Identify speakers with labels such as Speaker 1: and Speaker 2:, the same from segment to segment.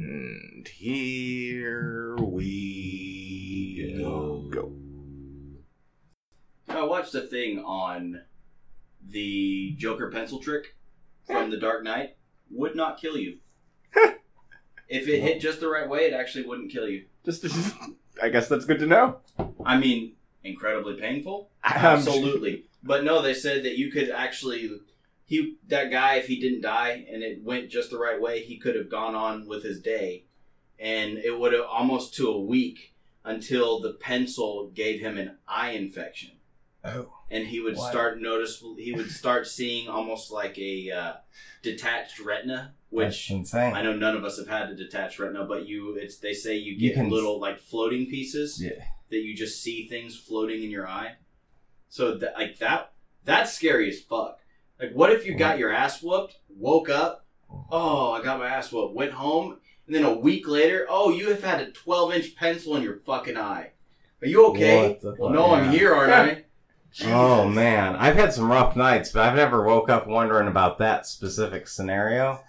Speaker 1: And here we go.
Speaker 2: I watched a thing on the Joker pencil trick from The Dark Knight. Would not kill you. if it hit just the right way, it actually wouldn't kill you.
Speaker 1: Just, just, I guess that's good to know. Um,
Speaker 2: I mean, incredibly painful.
Speaker 1: I'm-
Speaker 2: Absolutely. But no, they said that you could actually he that guy if he didn't die and it went just the right way, he could have gone on with his day and it would have almost to a week until the pencil gave him an eye infection
Speaker 3: Oh.
Speaker 2: and he would
Speaker 3: Wow.
Speaker 2: start notice he would start seeing almost like a uh, detached retina which
Speaker 3: That's insane.
Speaker 2: I know none of us have had a detached retina, but you it's they say you
Speaker 3: You
Speaker 2: get
Speaker 3: can-
Speaker 2: little like floating pieces
Speaker 3: Yeah.
Speaker 2: that you just see things floating in your eye. So that like that that's scary as fuck. Like what if you got your ass whooped, woke up, oh I got my ass whooped, went home, and then a week later, oh you have had a twelve inch pencil in your fucking eye. Are you okay?
Speaker 3: What the
Speaker 2: Well,
Speaker 3: fuck?
Speaker 2: no, I'm
Speaker 3: Yeah.
Speaker 2: here, aren't I?
Speaker 3: Oh man, I've had some rough nights, but I've never woke up wondering about that specific scenario.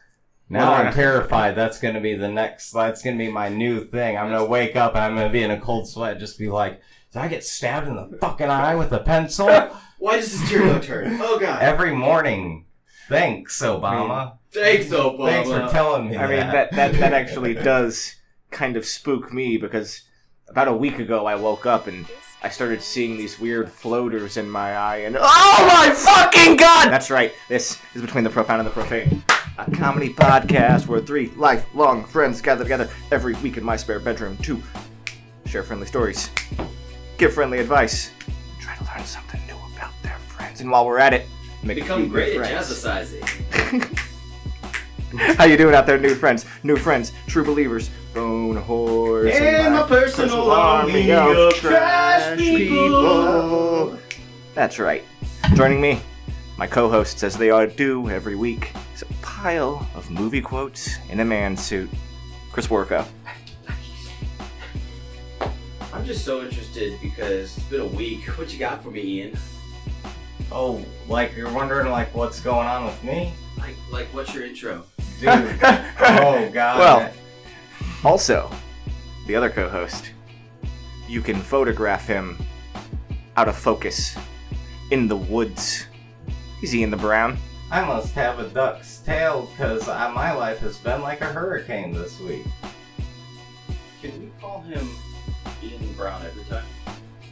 Speaker 3: Now
Speaker 1: Well,
Speaker 3: I'm terrified. That's going to be the next. That's going to be my new thing. I'm going to wake up and I'm going to be in a cold sweat. Just be like, did I get stabbed in the fucking eye with a pencil
Speaker 2: Why does this tear turn? Oh god,
Speaker 3: every morning? Thanks, Obama.
Speaker 2: thanks, Obama.
Speaker 3: Thanks for telling me.
Speaker 4: I mean that, that that actually does kind of spook me because about a week ago I woke up and I started seeing these weird floaters in my eye and oh my fucking god! That's right. This is between the profound and the profane. A comedy podcast where three lifelong friends gather together every week in my spare bedroom to share friendly stories, give friendly advice, try to learn something new about their friends, and while we're at it, make a few
Speaker 2: Become
Speaker 4: new
Speaker 2: great at
Speaker 4: friends.
Speaker 2: jazzercising.
Speaker 4: How you doing out there, new friends? New friends, true believers, bone whores,
Speaker 2: In my
Speaker 4: my
Speaker 2: personal army of trash people.
Speaker 4: That's right. Joining me, my co-hosts, as they all do every week, is a pile of movie quotes in a man suit. Chris Warko.
Speaker 2: I'm just so interested because it's been a week. What you got for me, Ian?
Speaker 3: Oh, like you're wondering like what's going on with me,
Speaker 2: Like, like, what's your intro?
Speaker 3: dude? oh god.
Speaker 4: Well, Also, the other co-host. You can photograph him out of focus in the woods. He's Ian the Brown.
Speaker 3: I must have a duck's tail because my life has been like a hurricane this week.
Speaker 2: Can we call him Ian Brown every time?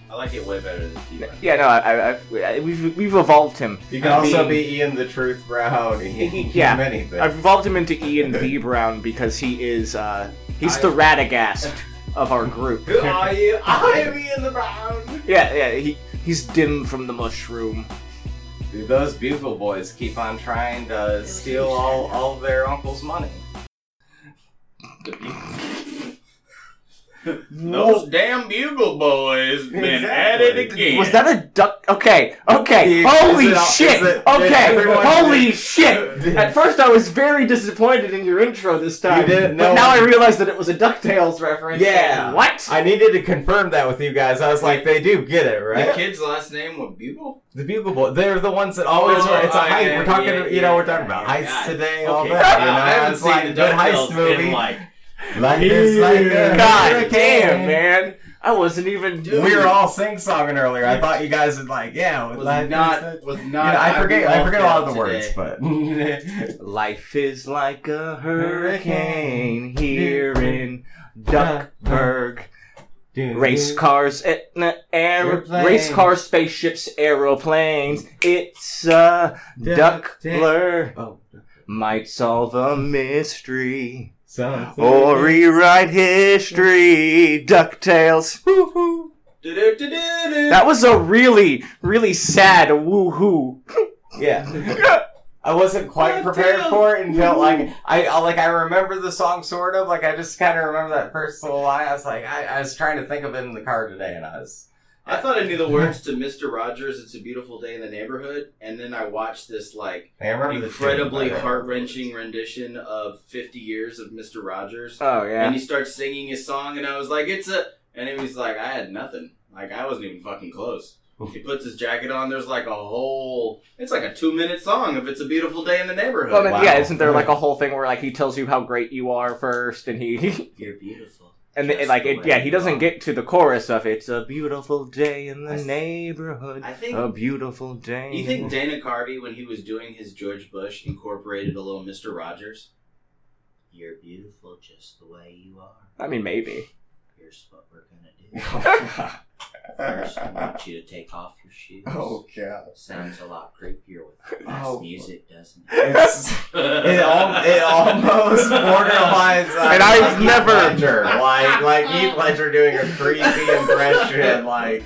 Speaker 2: I like it way better than T. Brown.
Speaker 4: Yeah, no, I, I, I've, I- we've we've evolved him.
Speaker 3: You can
Speaker 4: I
Speaker 3: also
Speaker 4: mean-
Speaker 3: be Ian the Truth Brown. You can
Speaker 4: Yeah,
Speaker 3: do many things.
Speaker 4: I've evolved him into Ian B. Brown because he is uh, he's
Speaker 2: I-
Speaker 4: the Radagast of our group.
Speaker 2: Who are you? I'm Ian the Brown.
Speaker 4: Yeah, yeah, he he's dim from the mushroom.
Speaker 3: Dude, those bugle boys keep on trying to steal all, all their uncle's money.
Speaker 2: Those damn bugle boys been at
Speaker 3: Exactly.
Speaker 2: it again.
Speaker 4: Was that a duck? Okay, okay.
Speaker 3: Is it-
Speaker 4: Holy
Speaker 3: is it-
Speaker 4: shit!
Speaker 3: is it- did
Speaker 4: okay,
Speaker 3: everyone-
Speaker 4: holy shit! At first, I was very disappointed in your intro this time.
Speaker 3: You didn't
Speaker 4: but
Speaker 3: know-
Speaker 4: now I realize that it was a Ducktales reference.
Speaker 3: Yeah.
Speaker 4: What?
Speaker 3: I needed to confirm that with you guys. I was like, they do get it,
Speaker 2: The
Speaker 3: right?
Speaker 2: kid's last name was Bugle.
Speaker 3: The bugle boys, they're the ones that always
Speaker 2: Oh,
Speaker 3: were. It's a
Speaker 2: I
Speaker 3: heist.
Speaker 2: am,
Speaker 3: we're talking,
Speaker 2: yeah,
Speaker 3: you know,
Speaker 2: yeah,
Speaker 3: we're talking about
Speaker 2: yeah,
Speaker 3: heists
Speaker 2: God.
Speaker 3: today, all
Speaker 2: Okay,
Speaker 3: that.
Speaker 2: wow,
Speaker 3: You know,
Speaker 2: I haven't
Speaker 3: it's
Speaker 2: seen
Speaker 3: like
Speaker 2: the
Speaker 3: good
Speaker 2: DuckTales
Speaker 3: heist movie.
Speaker 2: in like
Speaker 3: Life is like a
Speaker 4: God damn,
Speaker 3: hurricane.
Speaker 4: man! I wasn't even.
Speaker 2: Dude.
Speaker 3: We were all sing songing earlier. I thought you guys would like, yeah.
Speaker 2: was
Speaker 3: life is
Speaker 2: not
Speaker 3: like-
Speaker 2: was not.
Speaker 3: You know, I forget. I forget a lot of the
Speaker 2: today.
Speaker 3: words, but
Speaker 4: Life is like a hurricane here in Duckburg. Race cars, eh, nah, aer-
Speaker 3: Airplanes.
Speaker 4: race cars, spaceships, aeroplanes. It's a duck blur.
Speaker 3: Oh.
Speaker 4: Might solve a mystery
Speaker 3: Something.
Speaker 4: or rewrite history. Ducktales. Woo-hoo.
Speaker 2: Do-do-do-do-do.
Speaker 4: That was a really, really sad woohoo.
Speaker 3: Yeah. I wasn't quite prepared for it until like I I- like I remember the song sort of like I just kind of remember that first little line. I was like I, I was trying to think of it in the car today, and I was
Speaker 2: I thought I knew the words to Mr. Rogers' "It's a Beautiful Day in the Neighborhood," and then I watched this like
Speaker 3: I remember the tune,
Speaker 2: incredibly
Speaker 3: but uh, I don't remember
Speaker 2: heart wrenching rendition of 50 years of Mr. Rogers.
Speaker 4: Oh
Speaker 2: And
Speaker 4: yeah.
Speaker 2: he starts singing his song, and I was like, it's a. And it was like, I had nothing. Like, I wasn't even fucking close.
Speaker 3: the
Speaker 2: He puts his jacket on. There's like a whole. It's like a two minute song if it's a beautiful day in the neighborhood.
Speaker 4: Well, I mean,
Speaker 3: Wow.
Speaker 4: yeah, isn't there like a whole thing where like he tells you how great you are first, and he
Speaker 2: You're beautiful.
Speaker 4: and then,
Speaker 2: Just
Speaker 4: like
Speaker 2: the
Speaker 4: it,
Speaker 2: way
Speaker 4: yeah, he
Speaker 2: you
Speaker 4: doesn't
Speaker 2: are.
Speaker 4: get to the chorus of "It's a beautiful day in the
Speaker 2: I s-
Speaker 4: neighborhood,
Speaker 2: I think
Speaker 4: a beautiful day."
Speaker 2: You think Dana Carvey, when he was doing his George Bush, incorporated a little Mr. Rogers? You're beautiful just the way you are.
Speaker 4: I mean, maybe.
Speaker 2: Here's what we're gonna do.
Speaker 1: oh
Speaker 2: First, I want you to take off your shoes.
Speaker 3: Oh.
Speaker 1: god.
Speaker 2: Sounds a lot creepier with this
Speaker 1: Oh.
Speaker 2: music, doesn't it?
Speaker 3: It's, it, al- it almost borderlines. on,
Speaker 4: And I've
Speaker 3: like, Heath
Speaker 4: never-
Speaker 3: Ledger. like like Heath Ledger doing a creepy impression. Like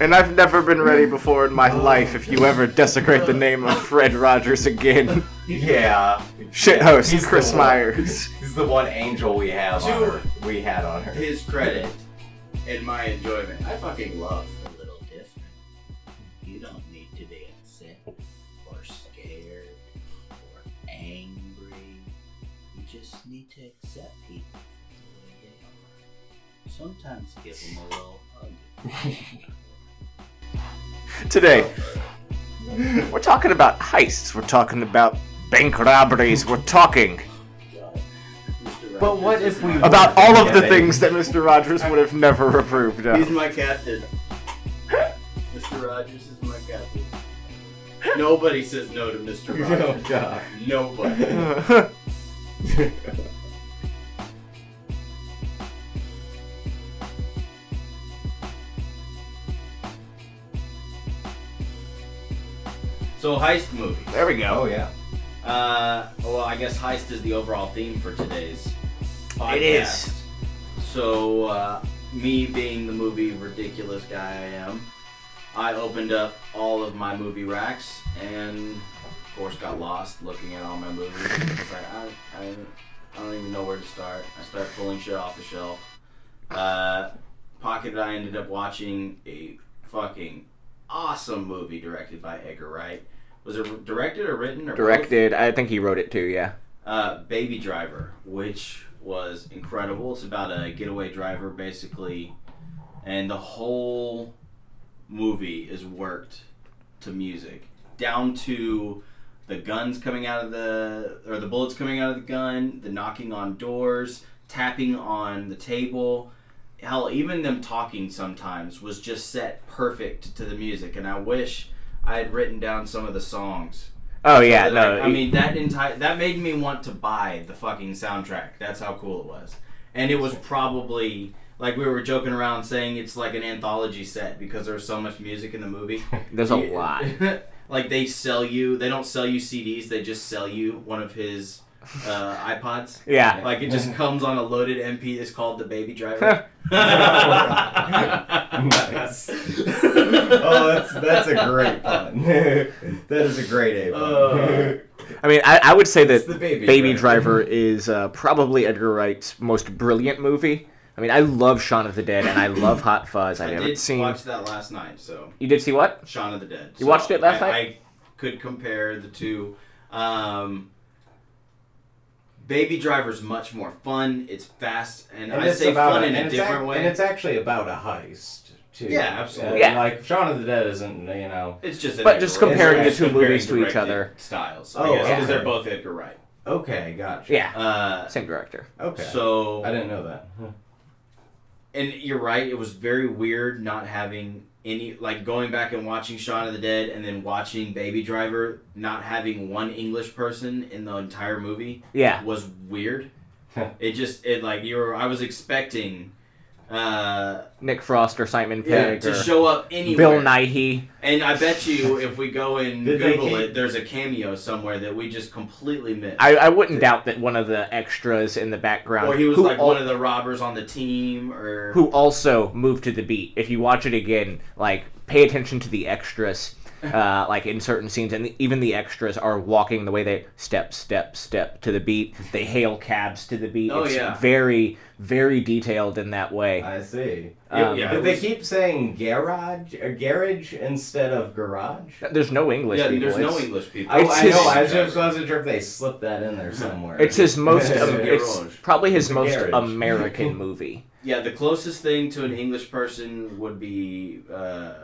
Speaker 4: And I've never been ready before in my
Speaker 3: Oh.
Speaker 4: life. If you ever desecrate the name of Fred Rogers again,
Speaker 3: yeah,
Speaker 4: shit host
Speaker 3: He's the
Speaker 4: Chris
Speaker 3: one.
Speaker 4: Myers.
Speaker 3: he's the one angel we have. On
Speaker 2: Dude.
Speaker 3: her, we had on her.
Speaker 2: His credit and my enjoyment. I fucking love a little different. You don't need to be upset or scared or angry. You just need to accept people the way they are. Sometimes give them a little hug.
Speaker 4: Today, we're talking about heists. We're talking about bank robberies. We're talking
Speaker 2: God, Mr.
Speaker 3: But what
Speaker 2: Rogers
Speaker 3: if we-
Speaker 2: is my-
Speaker 4: about all of the
Speaker 3: Yeah,
Speaker 4: things that Mr. Rogers would have never approved
Speaker 2: He's
Speaker 4: of.
Speaker 2: my captain. Mr. Rogers is my captain. Nobody says no to Mr. Rogers.
Speaker 3: God.
Speaker 2: Nobody. So heist movies.
Speaker 4: there we go.
Speaker 3: Oh yeah.
Speaker 2: Uh, well, I guess heist is the overall theme for today's podcast.
Speaker 4: It is.
Speaker 2: So, uh, me being the movie ridiculous guy I am, I opened up all of my movie racks and, of course, got lost looking at all my movies. It's like, I, I, I don't even know where to start. I start pulling shit off the shelf. Uh, Pocket I ended up watching a fucking awesome movie directed by Edgar Wright. Was it directed or written or both?
Speaker 4: Directed, I think he wrote it too, yeah.
Speaker 2: uh, Baby Driver, which was incredible. It's about a getaway driver, basically, and the whole movie is worked to music, down to the guns coming out of the or the bullets coming out of the gun, the knocking on doors, tapping on the table. Hell, even them talking sometimes was just set perfect to the music, and I wish I had written down some of the songs
Speaker 4: Oh, yeah,
Speaker 2: but,
Speaker 4: no.
Speaker 2: like, I mean that entire that made me want to buy the fucking soundtrack. That's how cool it was, and it was probably like we were joking around saying it's like an anthology set because there's so much music in the movie.
Speaker 4: there's a
Speaker 2: You-
Speaker 4: lot.
Speaker 2: like they sell you, they don't sell you CDs. They just sell you one of his uh, iPods.
Speaker 4: Yeah.
Speaker 2: Like it just comes on a loaded MP. It's called the Baby Driver.
Speaker 3: Nice. Oh, that's that's a great pun. that is a great A pun.
Speaker 2: Uh,
Speaker 4: I mean, I, I would say that
Speaker 3: It's the baby,
Speaker 4: Baby Driver is uh, probably Edgar Wright's most brilliant movie. I mean, I love Shaun of the Dead and I love Hot Fuzz. I
Speaker 2: I
Speaker 4: haven't
Speaker 2: did
Speaker 4: seen.
Speaker 2: watch that last night, so.
Speaker 4: You did see what?
Speaker 2: Shaun of the Dead.
Speaker 4: You watched it last
Speaker 2: I,
Speaker 4: night?
Speaker 2: I could compare the two. Um, Baby Driver's much more fun. It's fast, and, I
Speaker 3: it's
Speaker 2: say
Speaker 3: about
Speaker 2: fun
Speaker 3: a-
Speaker 2: in a
Speaker 3: and it's
Speaker 2: different
Speaker 3: ac-
Speaker 2: way.
Speaker 3: And it's
Speaker 2: it's,
Speaker 3: actually about a heist too. Uh,
Speaker 2: Yeah, absolutely.
Speaker 4: Yeah.
Speaker 3: Like Shaun of the Dead isn't, you know.
Speaker 2: just, an
Speaker 4: But just
Speaker 2: Edgar Wright-
Speaker 3: comparing the
Speaker 2: it's
Speaker 4: two
Speaker 2: comparing
Speaker 4: movies to each
Speaker 2: directed
Speaker 4: other.
Speaker 2: styles.
Speaker 3: Oh,
Speaker 2: Oh, because
Speaker 3: okay.
Speaker 2: they're both Edgar Wright.
Speaker 3: Okay, gotcha.
Speaker 4: Yeah,
Speaker 2: Uh,
Speaker 4: same director.
Speaker 3: Okay.
Speaker 2: So
Speaker 3: I didn't know that.
Speaker 2: and you're right it was very weird not having any like going back and watching Shaun of the Dead and then watching Baby Driver not having one English person in the entire movie
Speaker 4: Yeah.
Speaker 2: was weird it just it like you were I was expecting uh
Speaker 4: Nick Frost or Simon
Speaker 2: yeah,
Speaker 4: Pegg
Speaker 2: to
Speaker 4: or
Speaker 2: show up anywhere
Speaker 4: Bill Nighy.
Speaker 2: and I bet you if we go and
Speaker 3: Did they
Speaker 2: google
Speaker 3: keep-
Speaker 2: it there's a cameo somewhere that we just completely missed
Speaker 4: I, I wouldn't doubt that one of the extras in the background
Speaker 2: or he was
Speaker 4: who,
Speaker 2: like
Speaker 4: al-
Speaker 2: one of the robbers on the team or
Speaker 4: who also moved to the beat. If you watch it again, like pay attention to the extras. Uh, like in certain scenes, and even the extras are walking the way they step, step, step to the beat. They hail cabs to the beat.
Speaker 2: Oh,
Speaker 4: it's
Speaker 2: yeah.
Speaker 4: very, very detailed in that way.
Speaker 3: I see.
Speaker 4: Um,
Speaker 2: yeah,
Speaker 3: But
Speaker 2: it
Speaker 3: they
Speaker 2: was-
Speaker 3: keep saying garage, uh, garage instead of garage.
Speaker 4: There's no English.
Speaker 2: yeah,
Speaker 4: people.
Speaker 2: there's no
Speaker 4: It's-
Speaker 2: English people.
Speaker 3: Oh,
Speaker 4: It's
Speaker 3: I
Speaker 4: his-
Speaker 3: know. I was just wasn't sure if they slipped that in there somewhere.
Speaker 4: It's his most.
Speaker 3: It's a
Speaker 4: um, it's
Speaker 2: garage.
Speaker 4: probably his
Speaker 3: It's a
Speaker 4: most
Speaker 3: garage.
Speaker 4: American movie.
Speaker 2: Yeah, the closest thing to an English person would be uh,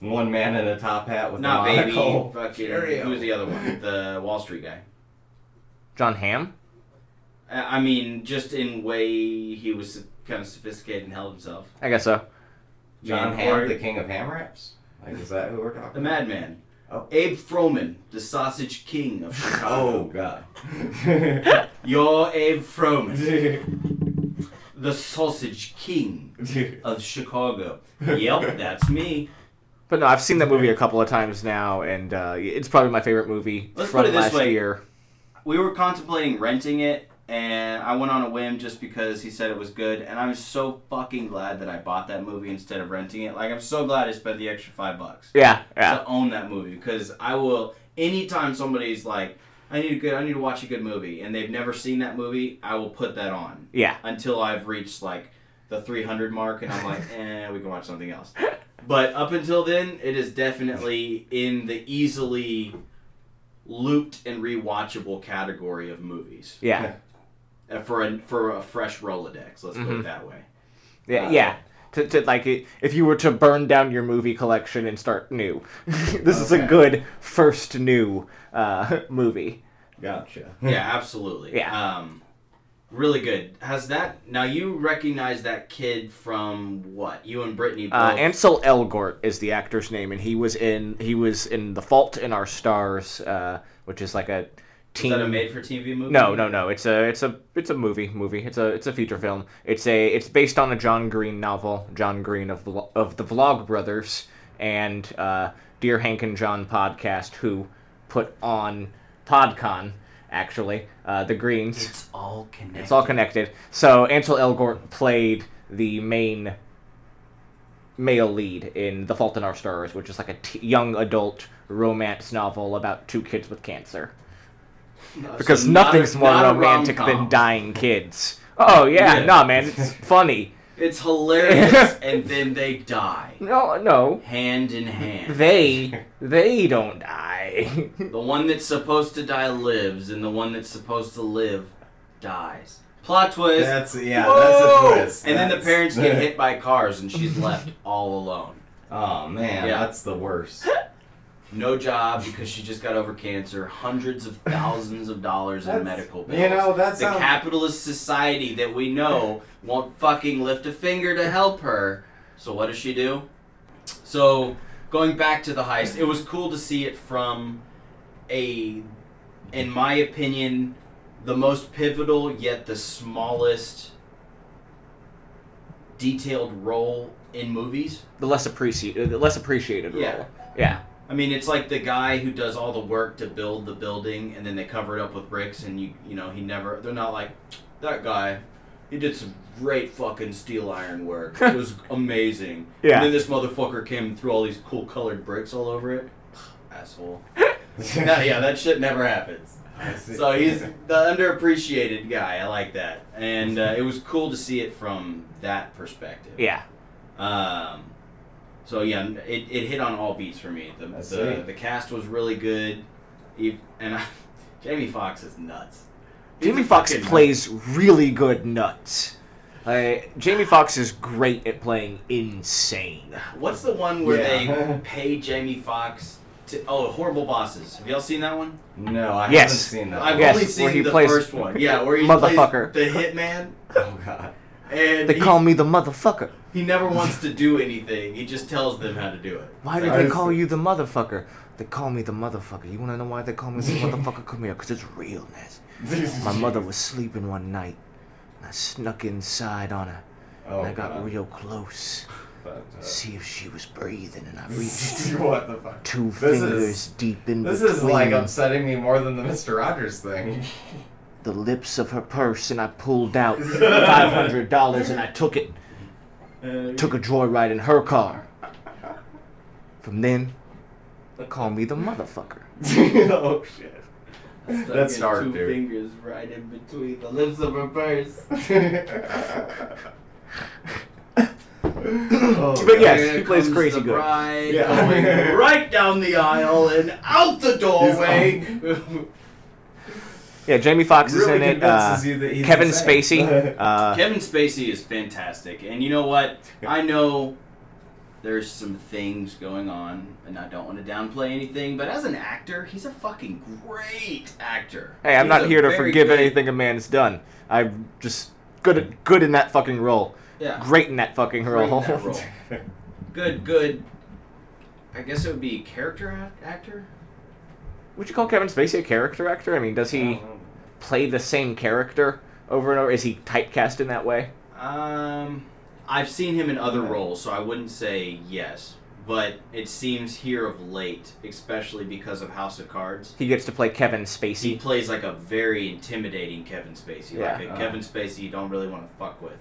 Speaker 3: One man in a top hat with
Speaker 2: Not
Speaker 3: a
Speaker 2: baby.
Speaker 3: monocle.
Speaker 2: Fucking.
Speaker 3: Ariel.
Speaker 2: Who's the other one? The Wall Street guy.
Speaker 4: John Ham?
Speaker 2: I I mean, just in way he was kind of sophisticated and held himself.
Speaker 4: I guess so.
Speaker 3: John
Speaker 2: Ian
Speaker 3: Ham,
Speaker 2: Hort,
Speaker 3: the king of ham wraps. Like, is that who we're talking?
Speaker 2: the madman.
Speaker 3: Oh.
Speaker 2: Abe Froman, the sausage king of Chicago.
Speaker 3: Oh God.
Speaker 2: You're Abe Froman, the sausage king of Chicago. yep, that's me.
Speaker 4: But no, I've seen that movie a couple of times now, and uh, it's probably my favorite movie
Speaker 2: Let's
Speaker 4: from
Speaker 2: put it this
Speaker 4: last
Speaker 2: way.
Speaker 4: year.
Speaker 2: We were contemplating renting it, and I went on a whim just because he said it was good, and I'm so fucking glad that I bought that movie instead of renting it. Like, I'm so glad I spent the extra five bucks.
Speaker 4: Yeah, yeah.
Speaker 2: to own that movie because I will. Anytime somebody's like, "I need a good, I need to watch a good movie," and they've never seen that movie, I will put that on
Speaker 4: Yeah.
Speaker 2: until I've reached like the 300 mark, and I'm like, "Eh, we can watch something else." But up until then, it is definitely in the easily looped and rewatchable category of movies
Speaker 4: Yeah.
Speaker 2: Uh, for a for a fresh Rolodex. Let's put
Speaker 4: Mhm.
Speaker 2: it that way.
Speaker 4: Yeah.
Speaker 2: Uh,
Speaker 4: yeah. To, to like it, if you were to burn down your movie collection and start new, this is a
Speaker 3: Okay.
Speaker 4: good first new uh, movie.
Speaker 3: Gotcha.
Speaker 2: yeah, absolutely.
Speaker 4: Yeah.
Speaker 2: Um, really good. Has that now? You recognize that kid from what? You and Brittany both.
Speaker 4: Uh, Ansel Elgort is the actor's name, and he was in he was in The Fault in Our Stars, uh, which is like a
Speaker 2: is
Speaker 4: teen.
Speaker 2: that a made-for-TV movie?
Speaker 4: no, no, no. It's a it's a it's a movie movie. It's a it's a feature film. It's a it's based on a John Green novel, John Green of the of the Vlog Brothers and uh, Dear Hank and John podcast, who put on PodCon actually uh, the Greens.
Speaker 2: It's all connected.
Speaker 4: It's all connected. So Ansel Elgort played the main male lead in The Fault in Our Stars, which is like a t- young adult romance novel about two kids with cancer.
Speaker 2: Uh, so
Speaker 4: Because
Speaker 2: not a-
Speaker 4: nothing's more
Speaker 2: not a
Speaker 4: romantic
Speaker 2: rom-com.
Speaker 4: than dying kids. Oh yeah,
Speaker 2: Yeah.
Speaker 4: nah, man, it's funny.
Speaker 2: It's hilarious, and then they die
Speaker 4: No, no,
Speaker 2: hand in hand.
Speaker 4: they they don't die.
Speaker 2: The one that's supposed to die lives, and the one that's supposed to live dies. Plot twist.
Speaker 3: That's yeah.
Speaker 2: Whoa!
Speaker 3: That's a twist.
Speaker 2: And then the
Speaker 3: That's-
Speaker 2: parents get hit by cars, and she's left all alone.
Speaker 3: Oh man,
Speaker 2: Yeah.
Speaker 3: that's the worst.
Speaker 2: no job because she just got over cancer, hundreds of thousands of dollars in
Speaker 3: That's-
Speaker 2: medical bills.
Speaker 3: You know
Speaker 2: the
Speaker 3: that's sounds
Speaker 2: capitalist society that we know won't fucking lift a finger to help her. So what does she do? So going back to the heist, it was cool to see it from a in my opinion the most pivotal yet the smallest detailed role in movies
Speaker 4: the less appreciated, the less appreciated
Speaker 2: Yeah.
Speaker 4: role. Yeah,
Speaker 2: I mean, it's like the guy who does all the work to build the building, and then they cover it up with bricks, and you you know he never. They're not like that guy. He did some great fucking steel iron work. It was amazing. And then this motherfucker came and threw all these cool colored bricks all over it. Asshole. no, yeah, that shit never happens. So he's the underappreciated guy. I like that, and uh, it was cool to see it from that perspective.
Speaker 4: yeah.
Speaker 2: Um, so yeah, it, it hit on all beats for me. The
Speaker 3: That's
Speaker 2: the,
Speaker 3: sweet.
Speaker 2: the cast was really good, Ev- and I, Jamie Foxx is nuts. He's
Speaker 4: Jamie
Speaker 2: a
Speaker 4: Foxx
Speaker 2: fucking-
Speaker 4: plays really good nuts. Like, Jamie Foxx is great at playing insane.
Speaker 2: What's the one where
Speaker 3: Yeah.
Speaker 2: they pay Jamie Foxx to? Oh, horrible bosses. Have y'all seen that one?
Speaker 3: No, I
Speaker 4: Yes.
Speaker 3: haven't seen that.
Speaker 2: I've
Speaker 3: one.
Speaker 4: Yes,
Speaker 2: only
Speaker 4: where
Speaker 2: seen
Speaker 4: he
Speaker 2: the
Speaker 4: plays-
Speaker 2: first one. Yeah, where he
Speaker 4: Motherfucker.
Speaker 2: plays the hitman,
Speaker 3: Oh god.
Speaker 2: and
Speaker 4: They
Speaker 2: he,
Speaker 4: call me the motherfucker.
Speaker 2: he never wants to do anything. He just tells them how to do it.
Speaker 4: Why
Speaker 2: It's
Speaker 4: do
Speaker 2: like,
Speaker 4: they call you the motherfucker? They call me the motherfucker. You wanna know why they call me the motherfucker? Come here, 'cause it's real nasty. My mother was sleeping one night, and I snuck inside on her,
Speaker 3: Oh,
Speaker 4: and I got
Speaker 3: God.
Speaker 4: real close to
Speaker 3: Fucked
Speaker 4: see if she was breathing, and I
Speaker 3: up.
Speaker 4: reached
Speaker 3: what the fuck?
Speaker 4: two
Speaker 3: This is-
Speaker 4: fingers deep in
Speaker 3: This
Speaker 4: between
Speaker 3: is like upsetting me more than the Mister Rogers thing.
Speaker 4: the lips of her purse, and I pulled out $500, and I took it.
Speaker 2: uh,
Speaker 4: took a joyride in her car. From then, they call me the motherfucker.
Speaker 3: oh shit.
Speaker 2: stuck
Speaker 3: That's
Speaker 2: in
Speaker 3: dark,
Speaker 2: two
Speaker 3: dude.
Speaker 2: fingers right in between the lips of her purse.
Speaker 3: Oh,
Speaker 4: But yeah,
Speaker 3: God.
Speaker 4: yes, he plays
Speaker 2: comes
Speaker 4: crazy
Speaker 2: the
Speaker 4: good.
Speaker 2: Bride
Speaker 3: Yeah.
Speaker 2: going right down the aisle and out the doorway.
Speaker 4: Yeah, Jamie Foxx is
Speaker 3: Really
Speaker 4: in it. Uh,
Speaker 3: convinces you that he's
Speaker 4: Kevin
Speaker 3: insane.
Speaker 4: Spacey. Uh,
Speaker 2: Kevin Spacey is fantastic, and you know what? I know there's some things going on, and I don't want to downplay anything, but as an actor, he's a fucking great actor.
Speaker 4: Hey, I'm
Speaker 2: He's
Speaker 4: not
Speaker 2: a
Speaker 4: here to
Speaker 2: very
Speaker 4: forgive
Speaker 2: good-
Speaker 4: anything a man's done. I'm just good at, good in that fucking role.
Speaker 2: Yeah,
Speaker 4: Great in that fucking
Speaker 2: great in
Speaker 4: role.
Speaker 2: that role. good, good. I guess it would be character act- actor.
Speaker 4: Would you call Kevin Spacey a character actor? I mean, does he
Speaker 2: Uh-huh.
Speaker 4: play the same character over and over? Is he typecast in that way?
Speaker 2: Um, I've seen him in other
Speaker 3: Yeah.
Speaker 2: roles, so I wouldn't say yes. But it seems here of late, especially because of House of Cards,
Speaker 4: He gets to play Kevin
Speaker 2: he
Speaker 4: Spacey.
Speaker 2: plays like a very intimidating Kevin Spacey, like a
Speaker 4: uh-huh.
Speaker 3: Yeah.
Speaker 2: Kevin Spacey you don't really want to fuck with.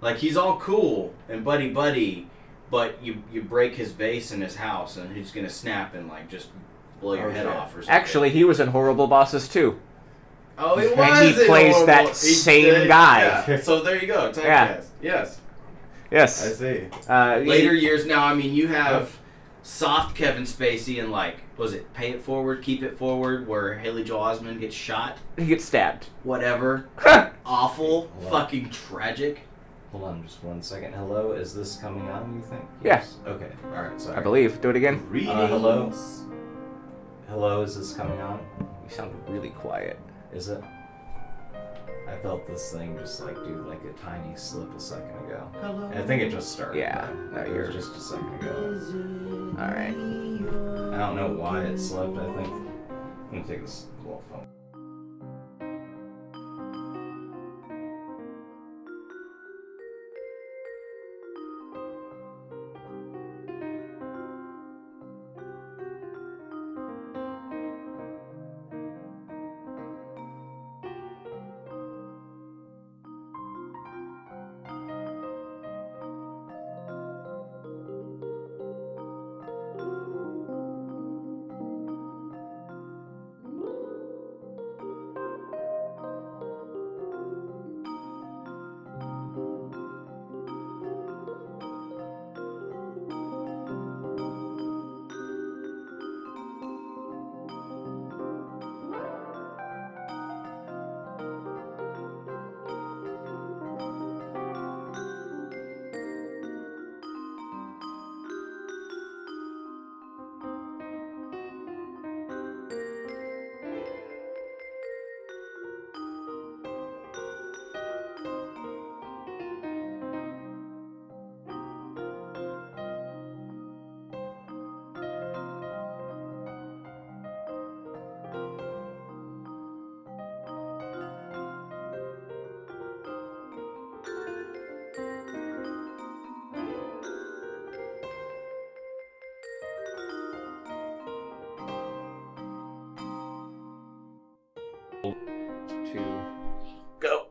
Speaker 2: like he's all cool and buddy buddy, but you you break his vase in his house and he's gonna snap and like just blow your
Speaker 3: Oh,
Speaker 2: head
Speaker 3: shit.
Speaker 2: off or something.
Speaker 4: Actually, he was in Horrible Bosses too.
Speaker 2: oh, he
Speaker 4: and
Speaker 2: was
Speaker 4: he
Speaker 2: in
Speaker 4: plays
Speaker 2: Horrible-
Speaker 4: that
Speaker 2: he
Speaker 4: same
Speaker 2: did,
Speaker 4: guy.
Speaker 2: yeah. So there you go. Typecast.
Speaker 4: Yeah.
Speaker 2: Yes.
Speaker 3: I
Speaker 4: Yes.
Speaker 3: see.
Speaker 4: Uh,
Speaker 2: later years now. I mean, you have soft Kevin Spacey and like was it Pay It Forward, Keep It Forward, where Haley Joel Osment gets shot.
Speaker 4: he gets stabbed.
Speaker 2: Whatever, awful,
Speaker 3: Wow.
Speaker 2: fucking tragic.
Speaker 3: Hold on just one second. Hello, is this coming on, you think?
Speaker 4: Yeah.
Speaker 3: Okay, alright, sorry.
Speaker 4: I believe. Do it again.
Speaker 2: Reading.
Speaker 3: Uh, hello? Hello, is this coming on?
Speaker 4: You sound really quiet.
Speaker 3: Is it? I felt this thing just like do like a tiny slip a second ago.
Speaker 2: Hello.
Speaker 3: I think it just started.
Speaker 4: Yeah, no,
Speaker 3: but It
Speaker 4: you're-
Speaker 3: was just a second ago.
Speaker 4: All right.
Speaker 3: I don't know why it slipped, I think. I'm gonna take this little phone.
Speaker 4: Two.
Speaker 2: go.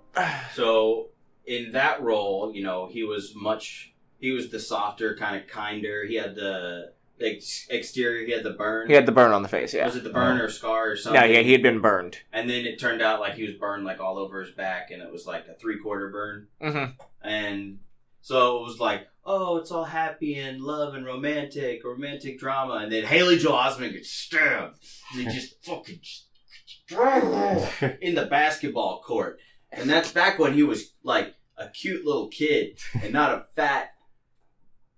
Speaker 2: So in that role, you know, he was much. He was the softer, kind of kinder. He had the ex- exterior. He had the burn.
Speaker 4: He had the burn on the face. Yeah.
Speaker 2: Was it the burn or scar or something?
Speaker 4: No, yeah, he had been burned.
Speaker 2: And then it turned out like he was burned like all over his back, and it was like a three quarter burn.
Speaker 4: Mm-hmm.
Speaker 2: And so it was like, oh, it's all happy and love and romantic, romantic drama. And then Haley Joel Osment gets stabbed. And they just fucking in the basketball court. And that's back when he was like a cute little kid and not a fat,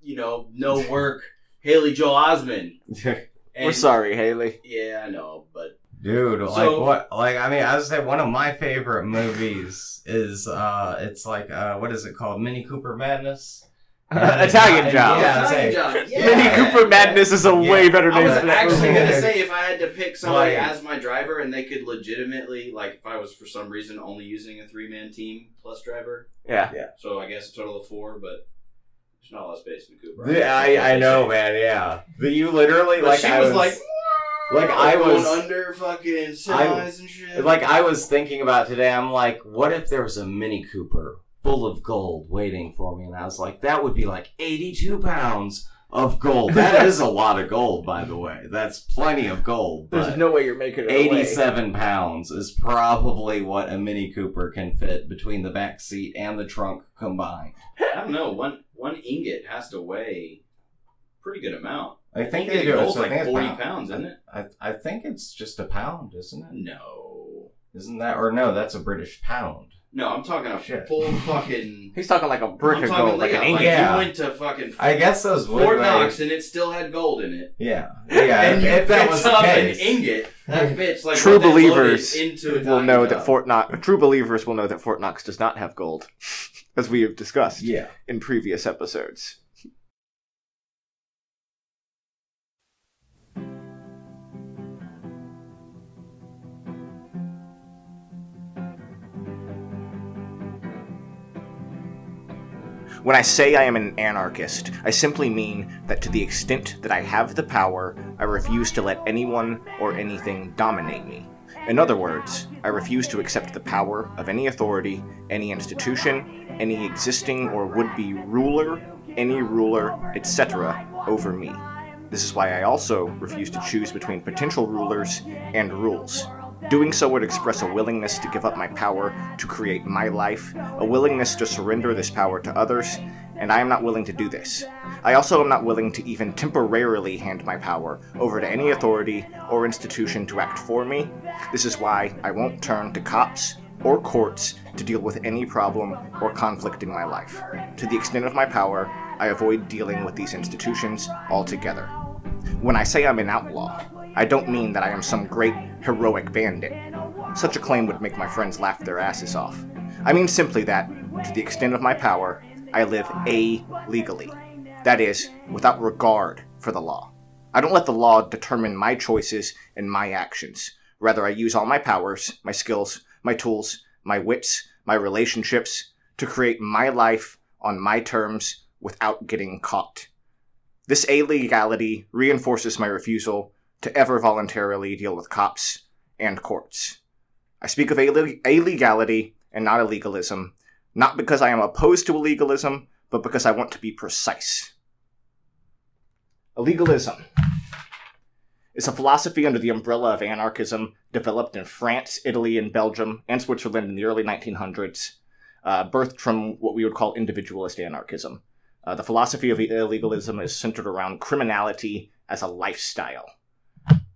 Speaker 2: you know, no work Haley Joel Osment. And,
Speaker 4: We're sorry, Haley.
Speaker 2: Yeah, I know, but
Speaker 3: Dude,
Speaker 2: So-
Speaker 3: like what? Like I mean, I would say one of my favorite movies is uh, it's like uh, what is it called? Mini Cooper Madness. Yeah,
Speaker 4: Italian
Speaker 3: yeah,
Speaker 4: job.
Speaker 3: yeah. I was
Speaker 2: Italian
Speaker 3: saying-
Speaker 2: job. Yeah.
Speaker 4: Mini Cooper Madness is a
Speaker 3: Yeah.
Speaker 4: way better
Speaker 2: I
Speaker 4: name
Speaker 2: was
Speaker 4: for that
Speaker 2: actually
Speaker 4: movie.
Speaker 2: gonna say if I had to pick somebody
Speaker 3: Like-
Speaker 2: as my driver and they could legitimately like if I was for some reason only using a three man team plus driver,
Speaker 4: yeah.
Speaker 2: so I guess a total of four, but there's not a lot of space in the Cooper.
Speaker 3: Yeah, I, I know, man. Yeah, but you literally
Speaker 2: But
Speaker 3: like
Speaker 2: she
Speaker 3: I
Speaker 2: was,
Speaker 3: was
Speaker 2: like,
Speaker 3: like, I
Speaker 2: going
Speaker 3: was-
Speaker 2: under fucking semis and shit.
Speaker 3: like I was thinking about today. I'm like, what if there was a Mini Cooper full of gold waiting for me? And I was like, that would be like 82 pounds of gold. That is a lot of gold, by the way. That's plenty of gold.
Speaker 4: There's
Speaker 3: but-
Speaker 4: no way you're making it. away.
Speaker 3: 87 pounds is probably what a Mini Cooper can fit between the back seat and the trunk combined.
Speaker 2: I don't know one one ingot has to weigh a pretty good amount.
Speaker 3: I think
Speaker 2: Ingot
Speaker 3: they do.
Speaker 2: gold's
Speaker 3: so I
Speaker 2: like
Speaker 3: think it's
Speaker 2: forty
Speaker 3: pound.
Speaker 2: pounds, isn't it?
Speaker 3: I, I think it's just a pound, isn't it?
Speaker 2: No,
Speaker 3: Isn't that or no? That's a British pound.
Speaker 2: No, I'm talking a
Speaker 3: Shit.
Speaker 2: full fucking.
Speaker 4: He's talking like a brick
Speaker 2: I'm
Speaker 4: of
Speaker 2: talking
Speaker 4: gold, like
Speaker 2: yeah,
Speaker 4: an
Speaker 2: like
Speaker 4: ingot.
Speaker 3: Yeah.
Speaker 2: you went to fucking
Speaker 3: I guess those would
Speaker 2: Fort
Speaker 3: weigh-
Speaker 2: Knox and it still had gold in it.
Speaker 3: Yeah, yeah.
Speaker 2: and
Speaker 3: if,
Speaker 2: you
Speaker 3: if that
Speaker 2: picked
Speaker 3: was the
Speaker 2: up an
Speaker 3: case,
Speaker 2: ingot. That bitch like
Speaker 4: True
Speaker 2: when they loaded
Speaker 4: believers
Speaker 2: into a
Speaker 4: will know
Speaker 2: dime
Speaker 4: that
Speaker 2: shop.
Speaker 4: Fort Knox. True believers will know that Fort Knox does not have gold, as we have discussed
Speaker 3: yeah.
Speaker 4: in previous episodes. When I say I am an anarchist, I simply mean that to the extent that I have the power, I refuse to let anyone or anything dominate me. In other words, I refuse to accept the power of any authority, any institution, any existing or would be ruler, any ruler, etc., over me. This is why I also refuse to choose between potential rulers and rules. Doing so would express a willingness to give up my power to create my life, a willingness to surrender this power to others, and I am not willing to do this. I also am not willing to even temporarily hand my power over to any authority or institution to act for me. This is why I won't turn to cops or courts to deal with any problem or conflict in my life. To the extent of my power, I avoid dealing with these institutions altogether. When I say I'm an outlaw, I don't mean that I am some great heroic bandit. Such a claim would make my friends laugh their asses off. I mean simply that, to the extent of my power, I live a legally. That is, without regard for the law. I don't let the law determine my choices and my actions. Rather, I use all my powers, my skills, my tools, my wits, my relationships to create my life on my terms without getting caught. This illegality reinforces my refusal to ever voluntarily deal with cops and courts. I speak of alle- illegality and not illegalism, not because I am opposed to illegalism, but because I want to be precise. Illegalism is a philosophy under the umbrella of anarchism developed in France, Italy, and Belgium, and Switzerland in the early 1900s, uh, birthed from what we would call individualist anarchism. Uh, the philosophy of illegalism is centered around criminality as a lifestyle,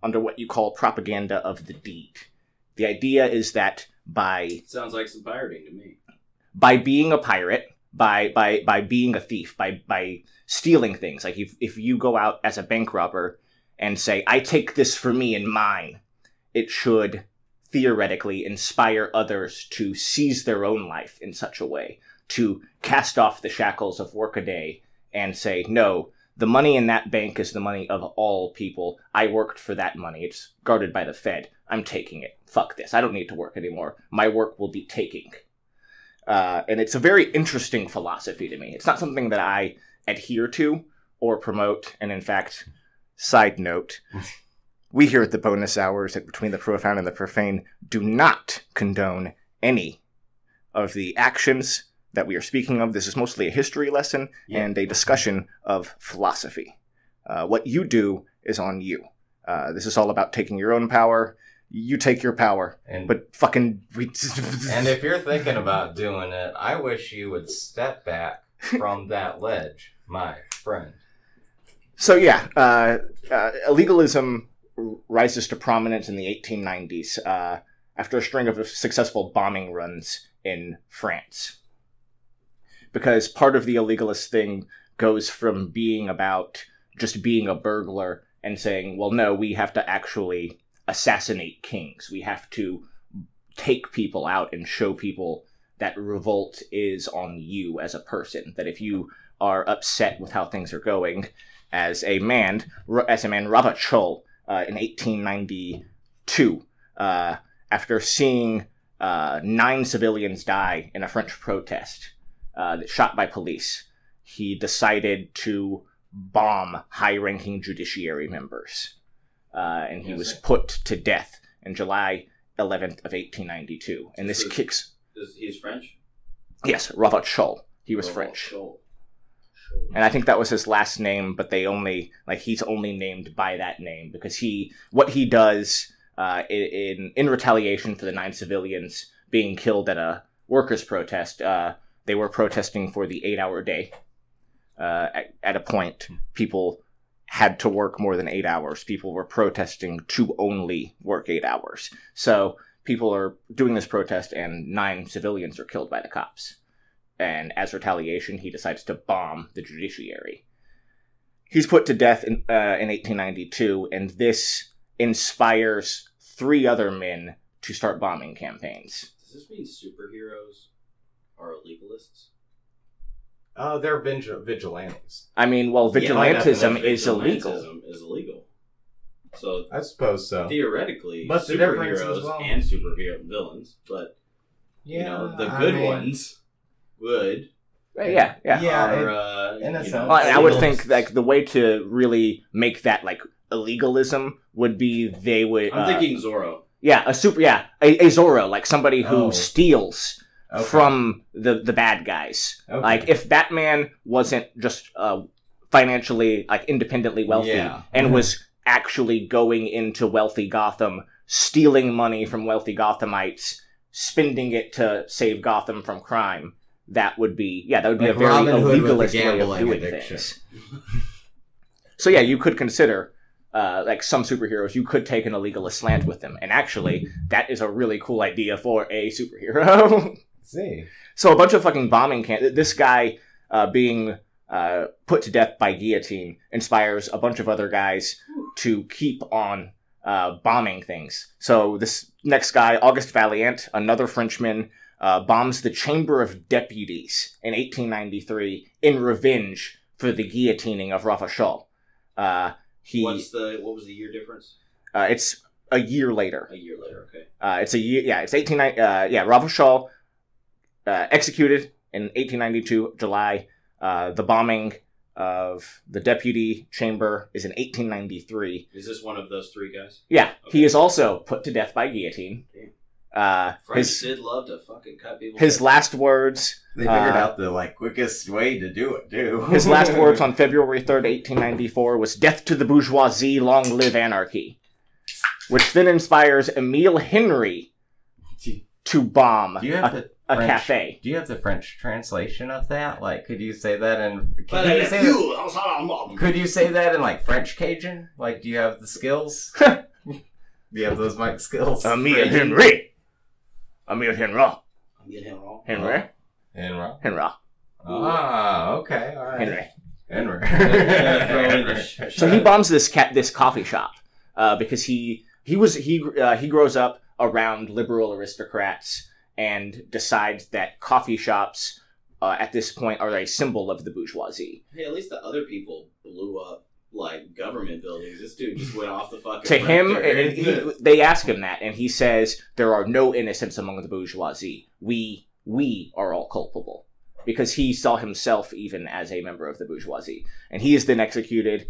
Speaker 4: under what you call propaganda of the deed. The idea is that by
Speaker 2: Sounds like some pirating to me.
Speaker 4: by being a pirate, by by by being a thief, by by stealing things, like if if you go out as a bank robber and say, "I take this for me and mine," it should theoretically inspire others to seize their own life in such a way to cast off the shackles of workaday and say, no, the money in that bank is the money of all people. I worked for that money. It's guarded by the Fed. I'm taking it. Fuck this. I don't need to work anymore. My work will be taking. Uh, and it's a very interesting philosophy to me. It's not something that I adhere to or promote. And in fact, side note, we here at the bonus hours at Between the Profound and the Profane do not condone any of the actions that we are speaking of. This is mostly a history lesson
Speaker 3: Yeah.
Speaker 4: and a discussion of philosophy. Uh, what you do is on you. Uh, this is all about taking your own power. You take your power,
Speaker 3: And
Speaker 4: but fucking we.
Speaker 3: and if you're thinking about doing it, I wish you would step back from that ledge, my friend.
Speaker 4: So yeah, uh, uh, illegalism r- rises to prominence in the 1890s uh, after a string of successful bombing runs in France, because part of the illegalist thing goes from being about just being a burglar and saying, "Well, no, we have to actually assassinate kings. We have to take people out and show people that revolt is on you as a person. That if you are upset with how things are going." as a man, Ro- as a man, Robert Scholl, uh, in 1892, uh, after seeing uh, nine civilians die in a French protest uh, that shot by police, he decided to bomb high-ranking judiciary members, uh, and he
Speaker 2: Yes,
Speaker 4: was
Speaker 2: sir.
Speaker 4: put to death in July 11th of 1892. And this
Speaker 2: So-
Speaker 4: kicks,
Speaker 2: Is, he's French.
Speaker 4: yes, Robert Scholl. He was
Speaker 2: Oh,
Speaker 4: French.
Speaker 2: Shoal.
Speaker 4: and I think that was his last name, but they only like he's only named by that name because he what he does uh, in- in in retaliation for the nine civilians being killed at a workers' protest. Uh, they were protesting for the eight-hour day. Uh, at, at a point, people had to work more than eight hours. People were protesting to only work eight hours. So people are doing this protest and nine civilians are killed by the cops. And as retaliation, he decides to bomb the judiciary. He's put to death in, uh, in 1892, and this inspires three other men to start bombing campaigns.
Speaker 2: Does this mean superheroes are illegalists?
Speaker 3: Oh, they're vigil- vigilantes.
Speaker 4: I mean, well,
Speaker 2: Yeah, by
Speaker 4: vigilantism
Speaker 2: definition,
Speaker 4: is illegal.
Speaker 2: vigilantism Is illegal. So
Speaker 3: I suppose so.
Speaker 2: theoretically,
Speaker 3: But the difference
Speaker 2: superheroes
Speaker 3: is, well-
Speaker 2: and superhero villains, but you know the good ones would
Speaker 4: Yeah, yeah.
Speaker 3: Yeah,
Speaker 2: are
Speaker 3: and-
Speaker 2: uh,
Speaker 3: in a
Speaker 2: you
Speaker 3: sense.
Speaker 2: know,
Speaker 4: Well, and I would think
Speaker 3: Illegalists.
Speaker 4: like the way to really make that like illegalism would be they would.
Speaker 2: I'm
Speaker 4: uh,
Speaker 2: thinking Zorro.
Speaker 4: yeah, a super, yeah, a, a Zorro, like somebody who
Speaker 3: Oh.
Speaker 4: steals
Speaker 3: Okay.
Speaker 4: from the the bad guys.
Speaker 3: Okay.
Speaker 4: Like if Batman wasn't just uh, financially like independently wealthy
Speaker 3: Yeah.
Speaker 4: and
Speaker 3: Mhm.
Speaker 4: was actually going into wealthy Gotham, stealing money from wealthy Gothamites, spending it to save Gotham from crime. That would be yeah, that would be
Speaker 3: Like
Speaker 4: a very
Speaker 3: Robin Hood with the
Speaker 4: illegalist way of
Speaker 3: gambling
Speaker 4: doing
Speaker 3: addiction.
Speaker 4: things. So yeah, you could consider uh, like some superheroes, you could take an illegalist slant with them, and actually, that is a really cool idea for a superhero.
Speaker 3: see.
Speaker 4: So a bunch of fucking bombing can. This guy uh, being uh, put to death by guillotine inspires a bunch of other guys to keep on uh, bombing things. So this next guy, August Valiant, another Frenchman, uh, bombs the Chamber of Deputies in 1893 in revenge for the guillotining of Rafachol. Uh, he,
Speaker 2: What's the what was the year difference?
Speaker 4: uh, it's a year later.
Speaker 2: A year later, okay.
Speaker 4: Uh, it's a year, yeah, it's 18, uh, yeah, Raval Shaw, uh, executed in 1892, July. Uh, the bombing of the deputy chamber is in 1893.
Speaker 2: Is this one of those three guys?
Speaker 4: Yeah, he is also put to death by guillotine. Uh,
Speaker 2: French
Speaker 4: his,
Speaker 2: did love to fucking cut people.
Speaker 4: his last words,
Speaker 3: They figured
Speaker 4: Uh,
Speaker 3: out the like quickest way to do it too.
Speaker 4: his last words on February 3rd, 1894 was death to the bourgeoisie, long live anarchy, which then inspires Emile Henry
Speaker 3: Do
Speaker 4: to bomb
Speaker 3: you have
Speaker 4: a,
Speaker 3: the
Speaker 4: a
Speaker 3: French-
Speaker 4: cafe.
Speaker 3: Do you have the French translation of that? Like, could you say that in? Could
Speaker 2: But
Speaker 3: you
Speaker 2: if
Speaker 3: say that,
Speaker 2: you, I'm not-
Speaker 3: could you say that in like French Cajun? Like, do you have the skills? do you have those mic skills?
Speaker 4: Emile
Speaker 2: Crazy.
Speaker 4: Uh, Henry. Emile Henry.
Speaker 2: I'm getting him wrong.
Speaker 4: Henry.
Speaker 3: Enra.
Speaker 4: Henry.
Speaker 3: Ah, okay, all right.
Speaker 4: Henry.
Speaker 3: Enra.
Speaker 4: So he bombs this cat, this coffee shop, uh, because he he was he uh, he grows up around liberal aristocrats and decides that coffee shops uh, at this point are a symbol of the bourgeoisie.
Speaker 2: Hey, at least the other people blew up like government buildings. This dude just went off the fucking.
Speaker 4: To him,
Speaker 2: rector.
Speaker 4: and he, they ask him that, and he says there are no innocents among the bourgeoisie. We we are all culpable because he saw himself even as a member of the bourgeoisie, and he is then executed.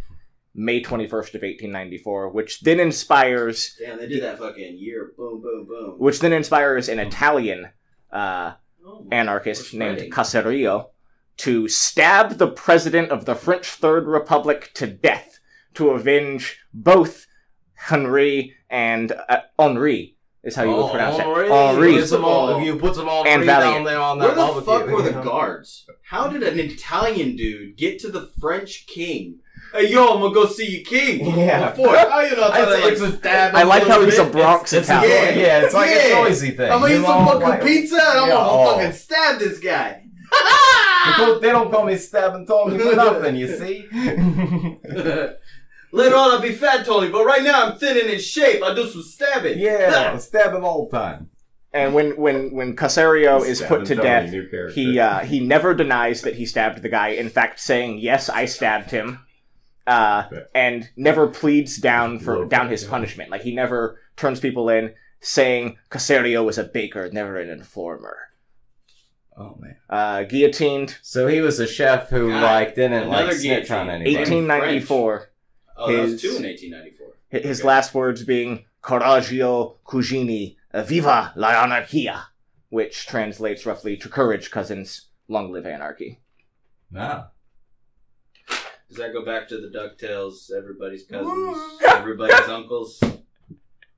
Speaker 4: May 21st of 1894, which then inspires
Speaker 2: Damn, they did that fucking year. Boom, boom, boom.
Speaker 4: which then inspires an Italian uh,
Speaker 2: Oh,
Speaker 4: anarchist
Speaker 2: we're
Speaker 4: named
Speaker 2: spreading.
Speaker 4: Caserio to stab the president of the French Third Republic to death to avenge both Henri and uh, Henri is how you would pronounce it. Henri.
Speaker 2: Yes.
Speaker 3: you put them all
Speaker 4: And
Speaker 3: three
Speaker 4: Valiant.
Speaker 3: down there on
Speaker 2: Where
Speaker 3: that
Speaker 2: the fuck
Speaker 3: barbecue.
Speaker 2: were
Speaker 3: you
Speaker 2: the
Speaker 3: know?
Speaker 2: guards? How did an Italian dude get to the French king? Hey, yo, I'm gonna go see your king.
Speaker 3: Yeah.
Speaker 2: Before, how you not
Speaker 3: It's-
Speaker 2: trying to,
Speaker 3: it's
Speaker 2: like,
Speaker 3: a-
Speaker 2: stab
Speaker 4: I
Speaker 2: him
Speaker 4: like
Speaker 2: a
Speaker 4: how
Speaker 2: little
Speaker 4: he's a
Speaker 2: bit?
Speaker 4: Bronx
Speaker 3: It's
Speaker 4: Italian.
Speaker 3: yeah, yeah, it's like
Speaker 2: Yeah.
Speaker 3: a noisy thing.
Speaker 2: I'm gonna
Speaker 3: you
Speaker 2: eat
Speaker 3: know,
Speaker 2: some fucking
Speaker 3: like-
Speaker 2: pizza and I'm
Speaker 3: Yeah,
Speaker 2: gonna
Speaker 3: oh.
Speaker 2: fucking stab this guy.
Speaker 3: They don't- They don't call me stabbing Tony for nothing, you see?
Speaker 2: Later on, I'll be fat, Tony, but right now I'm thin and in shape. I do some stabbing.
Speaker 3: yeah, stab him all the time.
Speaker 4: And when when when Caserio is
Speaker 3: Stabbing
Speaker 4: put to
Speaker 3: Tony,
Speaker 4: death,
Speaker 3: new character.
Speaker 4: he uh, he never denies that he stabbed the guy. In fact, saying yes, I stabbed him, uh, and never pleads down for down his punishment. Like he never turns people in, saying Casario was a baker, never an informer.
Speaker 3: Oh man.
Speaker 4: Uh, guillotined,
Speaker 3: So he was a chef who
Speaker 2: God,
Speaker 3: like didn't
Speaker 2: another
Speaker 3: like snitch on
Speaker 2: guillotine.
Speaker 3: anybody.
Speaker 4: eighteen ninety four.
Speaker 2: Oh, that was
Speaker 4: His-
Speaker 2: two in 1894.
Speaker 4: His
Speaker 2: Okay.
Speaker 4: last words being Coraggio Cugini, viva la anarchia, which translates roughly to courage, cousins, long live anarchy.
Speaker 3: No.
Speaker 2: Does that go back to the DuckTales, everybody's cousins, everybody's uncles?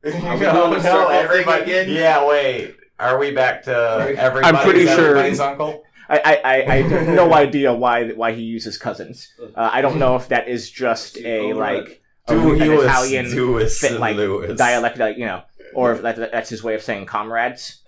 Speaker 2: we
Speaker 3: No,
Speaker 2: gonna
Speaker 3: no,
Speaker 2: start that
Speaker 3: everybody-
Speaker 2: thing again?
Speaker 3: Yeah, wait. Are we back to everybody's,
Speaker 4: pretty sure-
Speaker 3: everybody's uncle?
Speaker 4: I, I, I, I have no idea why why he uses cousins. Uh, I don't know if that is just a like a, an Italian
Speaker 3: Duis
Speaker 4: fit, like, dialect, like you know. or if that, that's his way of saying comrades.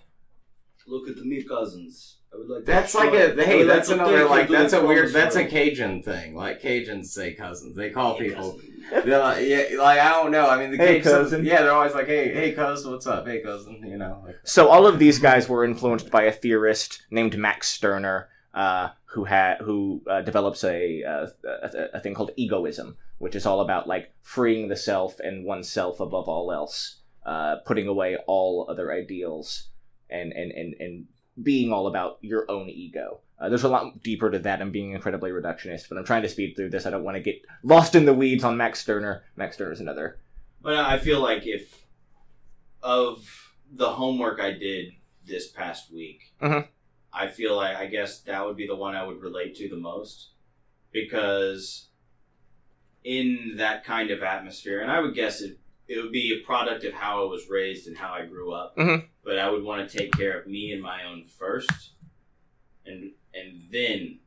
Speaker 2: Look at the me cousins. I would like. to
Speaker 3: That's like
Speaker 2: show-
Speaker 3: a hey.
Speaker 2: I would
Speaker 3: That's
Speaker 2: like to
Speaker 3: another
Speaker 2: thank
Speaker 3: like
Speaker 2: you to
Speaker 3: that's
Speaker 2: the
Speaker 3: a weird.
Speaker 2: promised
Speaker 3: That's a
Speaker 2: land.
Speaker 3: Cajuns thing. Like Cajuns say cousins. They call
Speaker 2: Hey,
Speaker 3: people.
Speaker 2: cousin.
Speaker 3: They're like, yeah, like I don't know. I mean, the
Speaker 4: Hey,
Speaker 3: Cajuns.
Speaker 4: cousin.
Speaker 3: Yeah, they're always like, hey, hey, cuz, what's up? Hey, cousin. You know. Like,
Speaker 4: So all of these guys were influenced by a theorist named Max Stirner, uh, who had who uh, develops a, uh, a a thing called egoism, which is all about like freeing the self and oneself above all else, uh, putting away all other ideals, and and and and being all about your own ego. Uh, there's a lot deeper to that. I'm being incredibly reductionist, but I'm trying to speed through this. I don't want to get lost in the weeds on Max Stirner. Max Stirner is another.
Speaker 2: But I feel like if of the homework I did this past week,
Speaker 4: Mhm.
Speaker 2: I feel like I guess that would be the one I would relate to the most because in that kind of atmosphere, and I would guess it it would be a product of how I was raised and how I grew up.
Speaker 4: Mhm.
Speaker 2: But I would want to take care of me and my own first, and and then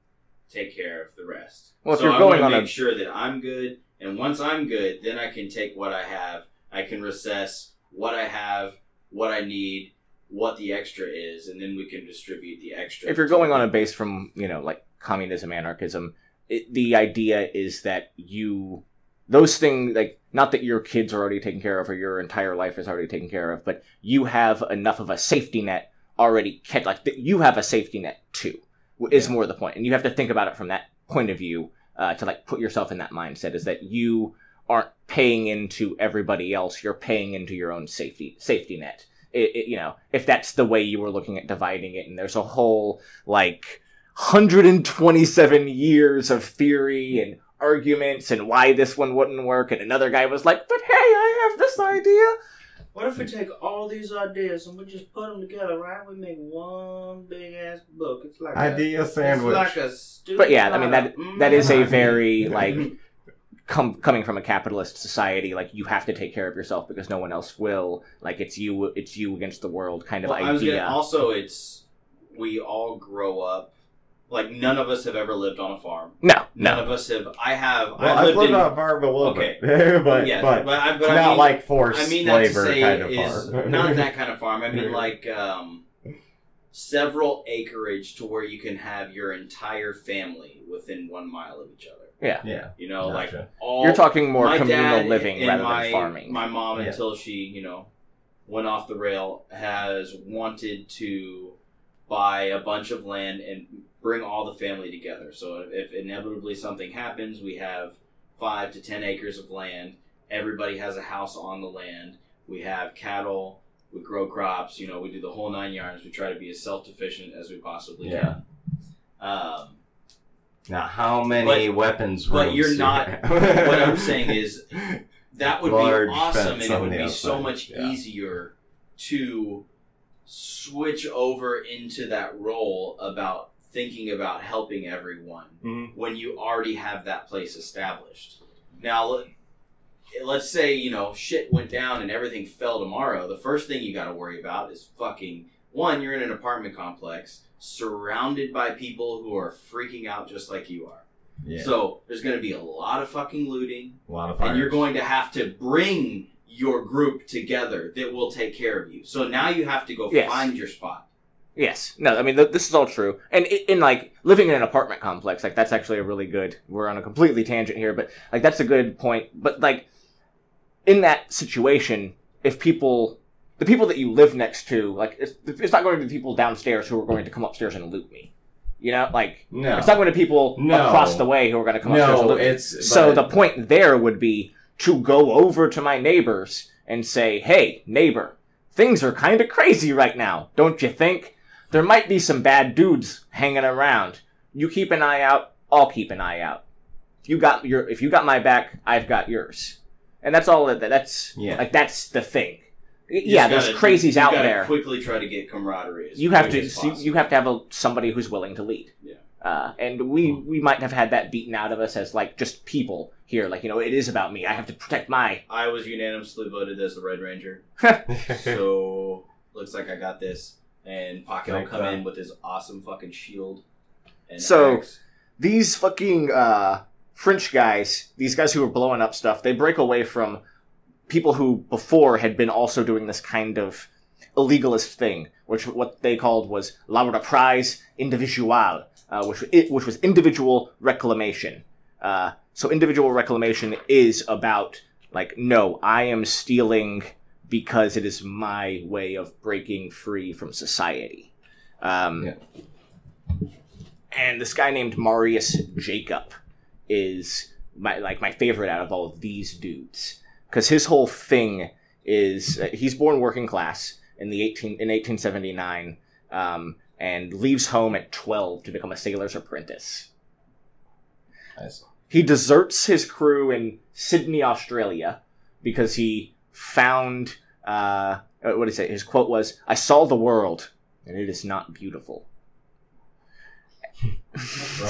Speaker 2: take care of the rest.
Speaker 4: Well, if
Speaker 2: so
Speaker 4: you're
Speaker 2: I
Speaker 4: going
Speaker 2: wanna
Speaker 4: on a-
Speaker 2: make sure that I'm good, and once I'm good, then I can take what I have. I can recess what I have, what I need, what the extra is, and then we can distribute the extra.
Speaker 4: if you're going on a base from you know like communism anarchism it, the idea is that you those things like not that your kids are already taken care of or your entire life is already taken care of but you have enough of a safety net already kept like that you have a safety net too w- is more the point and you have to think about it from that point of view uh, to like put yourself in that mindset is that you aren't paying into everybody else you're paying into your own safety safety net it, it, you know if that's the way you were looking at dividing it and there's a whole like 127 years of theory and arguments and why this one wouldn't work and another guy was like but hey i have this idea
Speaker 2: What if we take all these ideas and we just put them together, right? We make one big ass book. It's like a,
Speaker 3: Idea
Speaker 2: It's like a stupid.
Speaker 4: But yeah, I mean,
Speaker 2: mm,
Speaker 4: that is a
Speaker 2: idea.
Speaker 4: very like com- coming from a capitalist society like you have to take care of yourself because no one else will like it's you it's you against the world kind of
Speaker 2: Well, I was
Speaker 4: idea
Speaker 2: gonna, also, it's we all grow up. Like none of us have ever lived on a farm.
Speaker 4: no
Speaker 2: None
Speaker 4: no
Speaker 2: of us have. I have.
Speaker 5: Well,
Speaker 2: I
Speaker 5: I've
Speaker 2: lived,
Speaker 5: lived
Speaker 2: in.
Speaker 5: on a farm a little
Speaker 2: Okay.
Speaker 5: bit, but,
Speaker 2: yes,
Speaker 5: but,
Speaker 2: but I, but I
Speaker 5: not
Speaker 2: mean,
Speaker 5: like forced
Speaker 2: I mean that to
Speaker 5: labor
Speaker 2: say
Speaker 5: kind of
Speaker 2: is
Speaker 5: farm.
Speaker 2: not that kind of farm. I mean like um, several acreage to where you can have your entire family within one mile of each other.
Speaker 5: yeah.
Speaker 2: You know, like
Speaker 5: Gotcha.
Speaker 2: all
Speaker 4: you're talking more
Speaker 2: my
Speaker 4: communal
Speaker 2: dad
Speaker 4: living
Speaker 2: and
Speaker 4: rather
Speaker 2: my,
Speaker 4: than farming
Speaker 2: My mom,
Speaker 5: Yeah.
Speaker 2: until she, you know, went off the rail, has wanted to buy a bunch of land and bring all the family together. So if inevitably something happens, we have five to ten acres of land. Everybody has a house on the land. We have cattle. We grow crops. You know, we do the whole nine yards. We try to be as self sufficient as we possibly
Speaker 3: Yeah.
Speaker 2: can. Um,
Speaker 3: Now, how many weapons?
Speaker 2: but
Speaker 3: rooms
Speaker 2: you're
Speaker 3: do you
Speaker 2: not-
Speaker 3: have?
Speaker 2: what I'm saying is that would
Speaker 5: Large
Speaker 2: be awesome and
Speaker 5: fence
Speaker 2: it
Speaker 5: on
Speaker 2: would
Speaker 5: the
Speaker 2: be so
Speaker 5: outside,
Speaker 2: much
Speaker 5: yeah.
Speaker 2: easier to switch over into that role about thinking about helping everyone
Speaker 5: Mhm.
Speaker 2: when you already have that place established. Now let- let's say, you know, shit went down and everything fell tomorrow. The first thing you got to worry about is fucking one, you're in an apartment complex surrounded by people who are freaking out just like you are.
Speaker 5: Yeah.
Speaker 2: So there's going to be a lot of fucking looting,
Speaker 5: a lot of
Speaker 2: and you're
Speaker 5: fires.
Speaker 2: going to have to bring your group together that will take care of you. So now you have to go
Speaker 4: Yes.
Speaker 2: find your spot.
Speaker 4: Yes. No, I mean, th- this is all true. And i- in like living in an apartment complex, like that's actually a really good. We're on a completely tangent here, but like that's a good point. But like in that situation, if people, the people that you live next to, like it's, it's not going to be people downstairs who are going to come upstairs and loot me. You know, like
Speaker 3: No.
Speaker 4: it's not going to be people
Speaker 3: No.
Speaker 4: across the way who are going to come upstairs and
Speaker 3: no,
Speaker 4: loot me.
Speaker 3: it's
Speaker 4: So
Speaker 3: but-
Speaker 4: the point there would be to go over to my neighbors and say, "Hey, neighbor, things are kind of crazy right now, don't you think? There might be some bad dudes hanging around. You keep an eye out. I'll keep an eye out. If you got your, if you got my back, I've got yours. And that's all. That that's
Speaker 3: Yeah.
Speaker 4: like that's the thing.
Speaker 2: You
Speaker 4: yeah,
Speaker 2: just
Speaker 4: there's
Speaker 2: gotta-
Speaker 4: crazies
Speaker 2: you
Speaker 4: out
Speaker 2: gotta
Speaker 4: there.
Speaker 2: Quickly try to get camaraderie. as
Speaker 4: You have
Speaker 2: quick
Speaker 4: to
Speaker 2: as
Speaker 4: you,
Speaker 2: possible.
Speaker 4: you have to have a, somebody who's willing to lead.
Speaker 2: Yeah. Hmm.
Speaker 4: Uh, and we we might have had that beaten out of us as like just people here. Like you know, it is about me. I have to protect my.
Speaker 2: I was unanimously voted as the Red Ranger, so looks like I got this. And Pocket will
Speaker 5: Like
Speaker 2: come
Speaker 5: that.
Speaker 2: in with his awesome fucking shield. And
Speaker 4: So-
Speaker 2: axe.
Speaker 4: These fucking uh, French guys, these guys who are blowing up stuff, they break away from people who before had been also doing this kind of illegalist thing, which what they called was la reprise individual, uh, which it, which was individual reclamation. Uh, so individual reclamation is about like no, I am stealing because it is my way of breaking free from society. Um,
Speaker 3: Yeah.
Speaker 4: And this guy named Marius Jacob is my like my favorite out of all of these dudes because his whole thing is uh, he's born working class in the 18 in 1879 um, and leaves home at 12 to become a sailor's apprentice
Speaker 3: Nice.
Speaker 4: he deserts his crew in Sydney, Australia, because he found uh, uh, what is it? His quote was, "I saw the world, and it is not beautiful."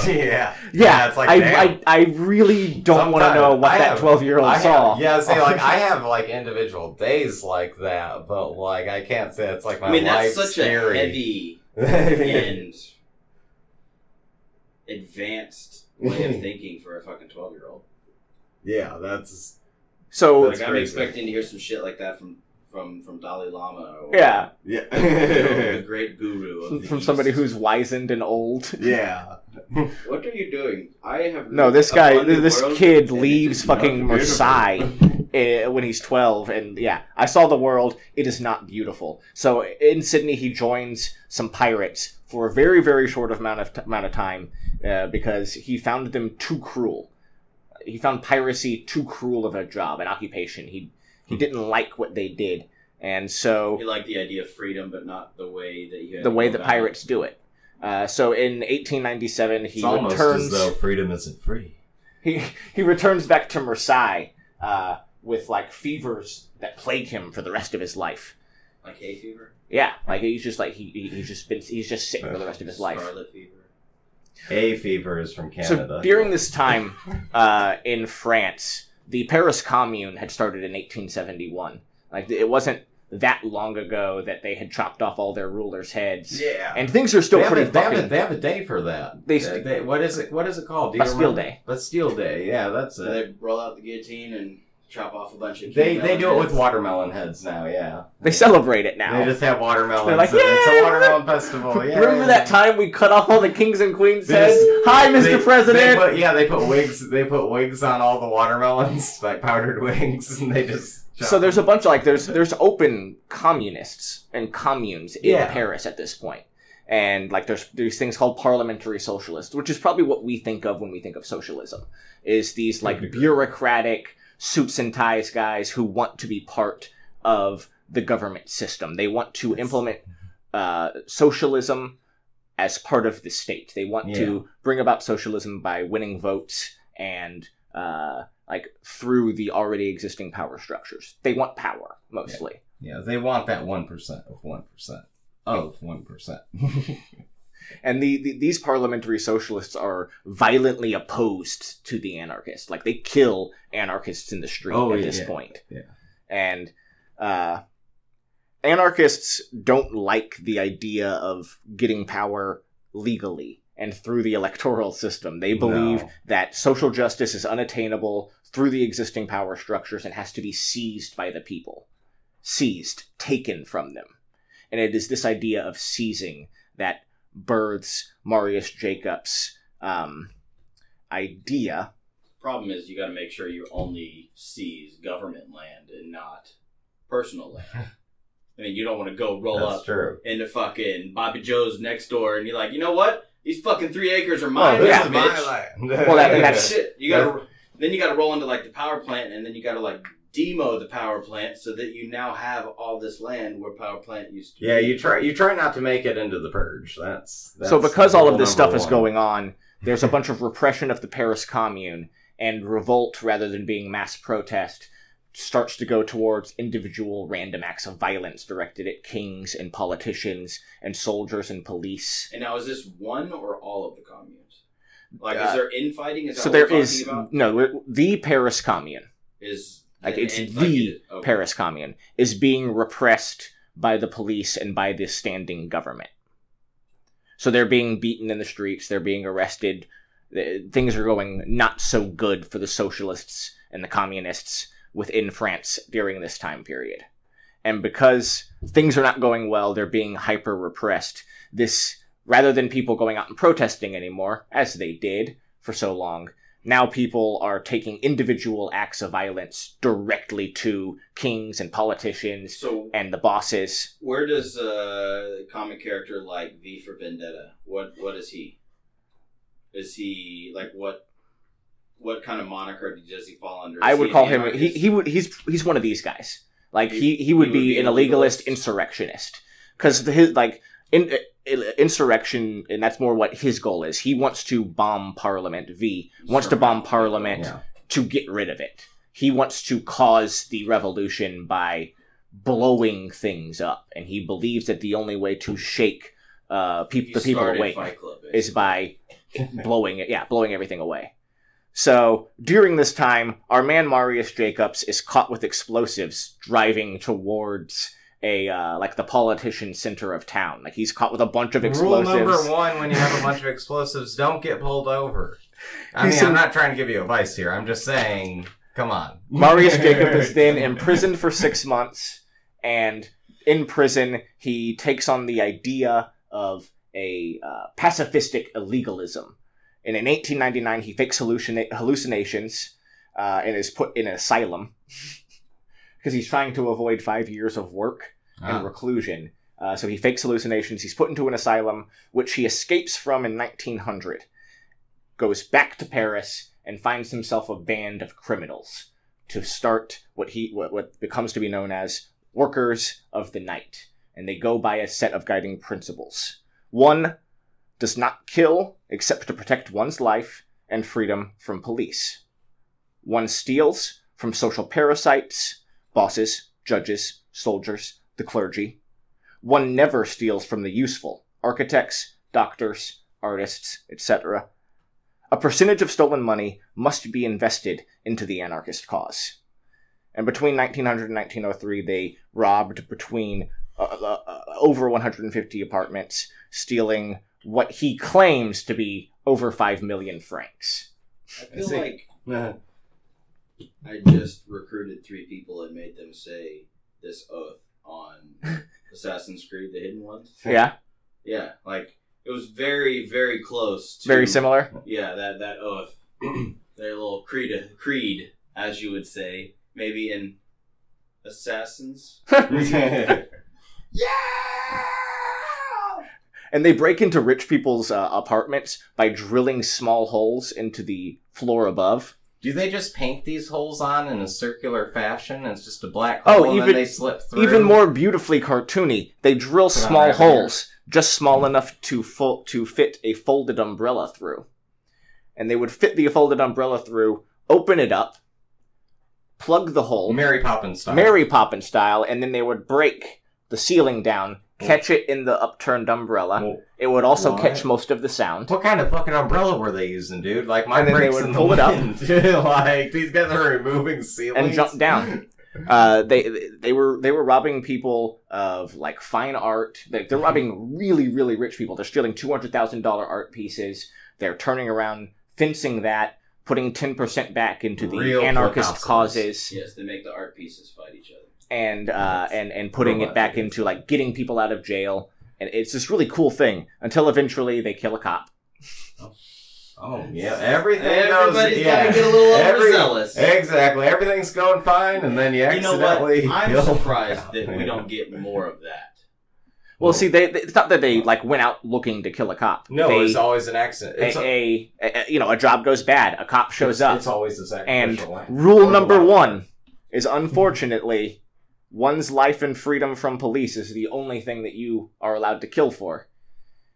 Speaker 3: Yeah.
Speaker 4: Yeah,
Speaker 3: it's like,
Speaker 4: I,
Speaker 3: damn.
Speaker 4: I, I really don't want to
Speaker 3: Sometimes
Speaker 4: know what
Speaker 3: I
Speaker 4: that
Speaker 3: have-
Speaker 4: twelve year old
Speaker 3: I
Speaker 4: saw.
Speaker 3: have, yeah, say like I have like individual days like that, but like I can't say it's like my
Speaker 2: I mean, that's
Speaker 3: life's
Speaker 2: such
Speaker 3: theory.
Speaker 2: a heavy and advanced way of thinking for a fucking 12 year old.
Speaker 3: yeah, that's
Speaker 4: So
Speaker 2: Like,
Speaker 3: That's
Speaker 2: I'm
Speaker 3: crazy.
Speaker 2: expecting to hear some shit like that from, from, from Dalai Lama or
Speaker 4: yeah,
Speaker 2: you know,
Speaker 1: yeah,
Speaker 2: the great guru of
Speaker 4: from,
Speaker 2: the
Speaker 4: from
Speaker 2: East.
Speaker 4: somebody who's wizened and old.
Speaker 1: yeah.
Speaker 2: What are you doing? I have
Speaker 4: No,
Speaker 2: lived
Speaker 4: this guy,
Speaker 2: upon the
Speaker 4: this
Speaker 2: world
Speaker 4: kid
Speaker 2: and it
Speaker 4: leaves
Speaker 2: is not
Speaker 4: fucking
Speaker 2: beautiful.
Speaker 4: Marseille uh, when he's 12, and yeah, I saw the world, it is not beautiful. So in Sydney, he joins some pirates for a very, very short amount of, amount of time uh, because he found them too cruel. He found piracy too cruel of a job, an occupation. He,
Speaker 3: Hmm.
Speaker 4: he didn't like what they did, and so
Speaker 2: He liked the idea of freedom, but not the way that you. had
Speaker 4: the
Speaker 2: to
Speaker 4: way
Speaker 2: go
Speaker 4: that
Speaker 2: about
Speaker 4: pirates do it. Uh, so in 1897, he
Speaker 3: it's almost
Speaker 4: returns.
Speaker 3: as though freedom isn't free.
Speaker 4: he he returns back to Marseille uh, with like fevers that plague him for the rest of his life.
Speaker 2: it. like hay fever,
Speaker 4: Yeah, like he's just like he, he he's just been he's just sick for the rest of his life.
Speaker 2: scarlet fever.
Speaker 3: A fever is from Canada.
Speaker 4: So during this time uh, in France, the Paris Commune had started in 1871. Like it wasn't that long ago that they had chopped off all their rulers' heads,
Speaker 3: yeah,
Speaker 4: and things are still
Speaker 3: they have, a,
Speaker 4: pretty
Speaker 3: they, have a,
Speaker 4: fucking.
Speaker 3: they have a day for that.
Speaker 4: They-
Speaker 3: Uh, they- what is it? What is it called? Do you
Speaker 4: Bastille
Speaker 3: remember?
Speaker 4: Day.
Speaker 3: Bastille Day. Yeah, that's
Speaker 2: So
Speaker 3: it.
Speaker 2: they roll out the guillotine and chop off a bunch of.
Speaker 3: They
Speaker 2: key
Speaker 3: they do it with
Speaker 2: relatives.
Speaker 3: watermelon heads now. Yeah,
Speaker 4: They celebrate it now.
Speaker 3: They just have watermelons.
Speaker 4: They're like,
Speaker 3: and it's
Speaker 4: "Yay,
Speaker 3: a watermelon festival. Yeah,
Speaker 4: Remember that time we cut off all the kings and queens'
Speaker 3: They
Speaker 4: heads?
Speaker 3: just-
Speaker 4: Hi, Mr.
Speaker 3: They-
Speaker 4: President.
Speaker 3: They put, yeah, they put wigs. They put wigs on all the watermelons, like powdered wigs, and they just.
Speaker 4: So there's a bunch of like there's there's open communists and communes in
Speaker 3: Yeah.
Speaker 4: Paris at this point. And like there's these things called parliamentary socialists, which is probably what we think of when we think of socialism, is these like
Speaker 3: Mhm.
Speaker 4: bureaucratic suits and ties guys who want to be part of the government system. They want to implement uh, socialism as part of the state. They want to bring about socialism by winning votes and uh, like through the already existing power structures. They want power mostly.
Speaker 3: yeah, they want that one percent of one percent of one percent.
Speaker 4: And the, the these parliamentary socialists are violently opposed to the anarchists. Like they kill anarchists in the street
Speaker 3: Oh,
Speaker 4: at
Speaker 3: yeah,
Speaker 4: this
Speaker 3: yeah,
Speaker 4: point.
Speaker 3: yeah.
Speaker 4: And uh, anarchists don't like the idea of getting power legally and through the electoral system. They believe
Speaker 3: No.
Speaker 4: that social justice is unattainable through the existing power structures and has to be seized by the people. Seized, taken from them. And it is this idea of seizing that births Marius Jacobs' um, idea.
Speaker 2: Problem is, you got to make sure you only seize government land and not personal land. I mean, you don't want to go roll
Speaker 3: That's
Speaker 2: up
Speaker 3: true.
Speaker 2: into fucking Bobby Joe's next door, and you're like, you know what? These fucking three acres are
Speaker 3: Oh,
Speaker 2: mine.
Speaker 3: this
Speaker 4: yeah,
Speaker 2: now,
Speaker 3: is my
Speaker 2: bitch."
Speaker 3: land.
Speaker 4: Well, that-
Speaker 2: Yeah,
Speaker 4: that's-
Speaker 2: shit. You gotta then you gotta roll into like the power plant, and then you gotta like demo the power plant so that you now have all this land where power plant used to.
Speaker 3: yeah.
Speaker 2: be.
Speaker 3: You try. You try not to make it into the purge. That's, that's
Speaker 4: so, because all of
Speaker 3: rule
Speaker 4: this stuff
Speaker 3: number
Speaker 4: is
Speaker 3: one.
Speaker 4: going on, there's a bunch of repression of the Paris Commune, and revolt, rather than being mass protest, starts to go towards individual random acts of violence directed at kings and politicians and soldiers and police.
Speaker 2: And now is this one or all of the communes? Like, is
Speaker 4: Uh,
Speaker 2: there infighting? Is that
Speaker 4: So,
Speaker 2: what we're
Speaker 4: there
Speaker 2: talking
Speaker 4: is
Speaker 2: about?
Speaker 4: no the Paris Commune.
Speaker 2: is
Speaker 4: Like,
Speaker 2: an
Speaker 4: it's
Speaker 2: in-
Speaker 4: the
Speaker 2: like, okay.
Speaker 4: Paris Commune is being repressed by the police and by the standing government. So they're being beaten in the streets, they're being arrested. th- Things are going not so good for the socialists and the communists within France during this time period. And because things are not going well, they're being hyper repressed. This, rather than people going out and protesting anymore, as they did for so long, now people are taking individual acts of violence directly to kings and politicians
Speaker 2: So
Speaker 4: and the bosses.
Speaker 2: where does a comic character like V for Vendetta? What what is he? Is he like what? What kind of moniker does he fall under?
Speaker 4: I
Speaker 2: Is
Speaker 4: would
Speaker 2: he
Speaker 4: call
Speaker 2: an
Speaker 4: him he,
Speaker 2: anarchist?
Speaker 4: he would he's he's one of these guys. Like
Speaker 2: He-
Speaker 4: he, he, would, be, an illegalist
Speaker 2: legalist.
Speaker 4: insurrectionist because his like in, uh, insurrection and that's more what his goal is. He wants to bomb Parliament. V wants to bomb Parliament
Speaker 3: Yeah.
Speaker 4: to get rid of it. He wants to cause the revolution by blowing things up, and he believes that the only way to shake uh, peop
Speaker 2: He
Speaker 4: the people
Speaker 2: started
Speaker 4: awake
Speaker 2: Fight Club,
Speaker 4: is by blowing it, yeah, blowing everything away. So during this time, our man Marius Jacobs is caught with explosives driving towards a uh, like the politician center of town. Like he's caught with a bunch of
Speaker 3: Rule
Speaker 4: explosives.
Speaker 3: number one when you have a bunch of explosives, don't get pulled over. I
Speaker 4: He's
Speaker 3: mean, I'm
Speaker 4: in-
Speaker 3: not trying to give you advice here. I'm just saying, come on.
Speaker 4: Marius Jacob is then imprisoned for six months, and in prison, he takes on the idea of a uh, pacifistic illegalism. And in 1899, he fakes hallucina- hallucinations uh, and is put in an asylum because he's trying to avoid five years of work and
Speaker 3: Ah.
Speaker 4: reclusion. Uh, so he fakes hallucinations. He's put into an asylum, which he escapes from in 1900, goes back to Paris, and finds himself a band of criminals to start what he what, what becomes to be known as workers of the night. And they go by a set of guiding principles. One does not kill except to protect one's life and freedom from police. One steals from social parasites, bosses, judges, soldiers, the clergy. One never steals from the useful architects, doctors, artists, etc. A percentage of stolen money must be invested into the anarchist cause. And between 1900 and 1903, they robbed between uh, uh, uh, over 150 apartments, stealing what he claims to be over 5 million francs.
Speaker 2: I feel
Speaker 3: see.
Speaker 2: like
Speaker 3: Uh,
Speaker 2: I just recruited three people and made them say this oath on Assassin's Creed: The Hidden Ones.
Speaker 4: Yeah,
Speaker 2: Yeah, like it was very, very close. to...
Speaker 4: very similar.
Speaker 2: Yeah, that that oath, their little creed, creed, as you would say, maybe in Assassins. Yeah.
Speaker 4: And they break into rich people's uh, apartments by drilling small holes into the floor above.
Speaker 3: Do they just paint these holes on in a circular fashion? And it's just a black hole,
Speaker 4: Oh,
Speaker 3: and
Speaker 4: even-
Speaker 3: then they slip through.
Speaker 4: Even more beautifully cartoony, they drill
Speaker 3: Put on
Speaker 4: small
Speaker 3: right here.
Speaker 4: holes, just small enough to fo- to fit a folded umbrella through. And they would fit the folded umbrella through, open it up, plug the hole,
Speaker 3: Mary Poppins style.
Speaker 4: Mary Poppins style, and then they would break the ceiling down, catch it in the upturned umbrella.
Speaker 3: Well,
Speaker 4: It would also
Speaker 3: Why?
Speaker 4: catch most of the sound.
Speaker 3: What kind of fucking umbrella were they using, dude? Like my
Speaker 4: And then they
Speaker 3: brakes
Speaker 4: would
Speaker 3: in the
Speaker 4: pull it up.
Speaker 3: wind. like these guys are removing ceilings
Speaker 4: And jump down. Uh, they they were they were robbing people of like fine art. Like
Speaker 3: Mm-hmm.
Speaker 4: they're robbing really really rich people. They're stealing two hundred thousand dollar art pieces. They're turning around, fencing that, putting ten percent back into the
Speaker 3: Real
Speaker 4: anarchist
Speaker 3: clubhouses.
Speaker 4: causes,
Speaker 2: Yes, they make the art pieces fight each other.
Speaker 4: and uh,
Speaker 3: That's
Speaker 4: and and putting it
Speaker 3: robot
Speaker 4: back
Speaker 3: things.
Speaker 4: into like getting people out of jail. And it's this really cool thing until eventually they kill a cop.
Speaker 3: Oh yeah, everything
Speaker 2: Everybody's
Speaker 3: goes.
Speaker 2: gotta
Speaker 3: Yeah,
Speaker 2: get a little
Speaker 3: Every-
Speaker 2: overzealous.
Speaker 3: exactly. Everything's going fine, and then you
Speaker 2: you know what?
Speaker 3: accidentally.
Speaker 2: I'm
Speaker 3: kill-
Speaker 2: surprised that we don't get more of that.
Speaker 4: Well, see, they, they- it's not that they like went out looking to kill a cop.
Speaker 3: No,
Speaker 4: they,
Speaker 3: it's always an accident.
Speaker 4: a,
Speaker 3: It's a-
Speaker 4: a- a- you know a job goes bad, a cop shows
Speaker 3: it's-
Speaker 4: up.
Speaker 3: It's always the sacrificial.
Speaker 4: And rule
Speaker 3: Or
Speaker 4: number
Speaker 3: lack.
Speaker 4: one is unfortunately, one's life and freedom from police is the only thing that you are allowed to kill for.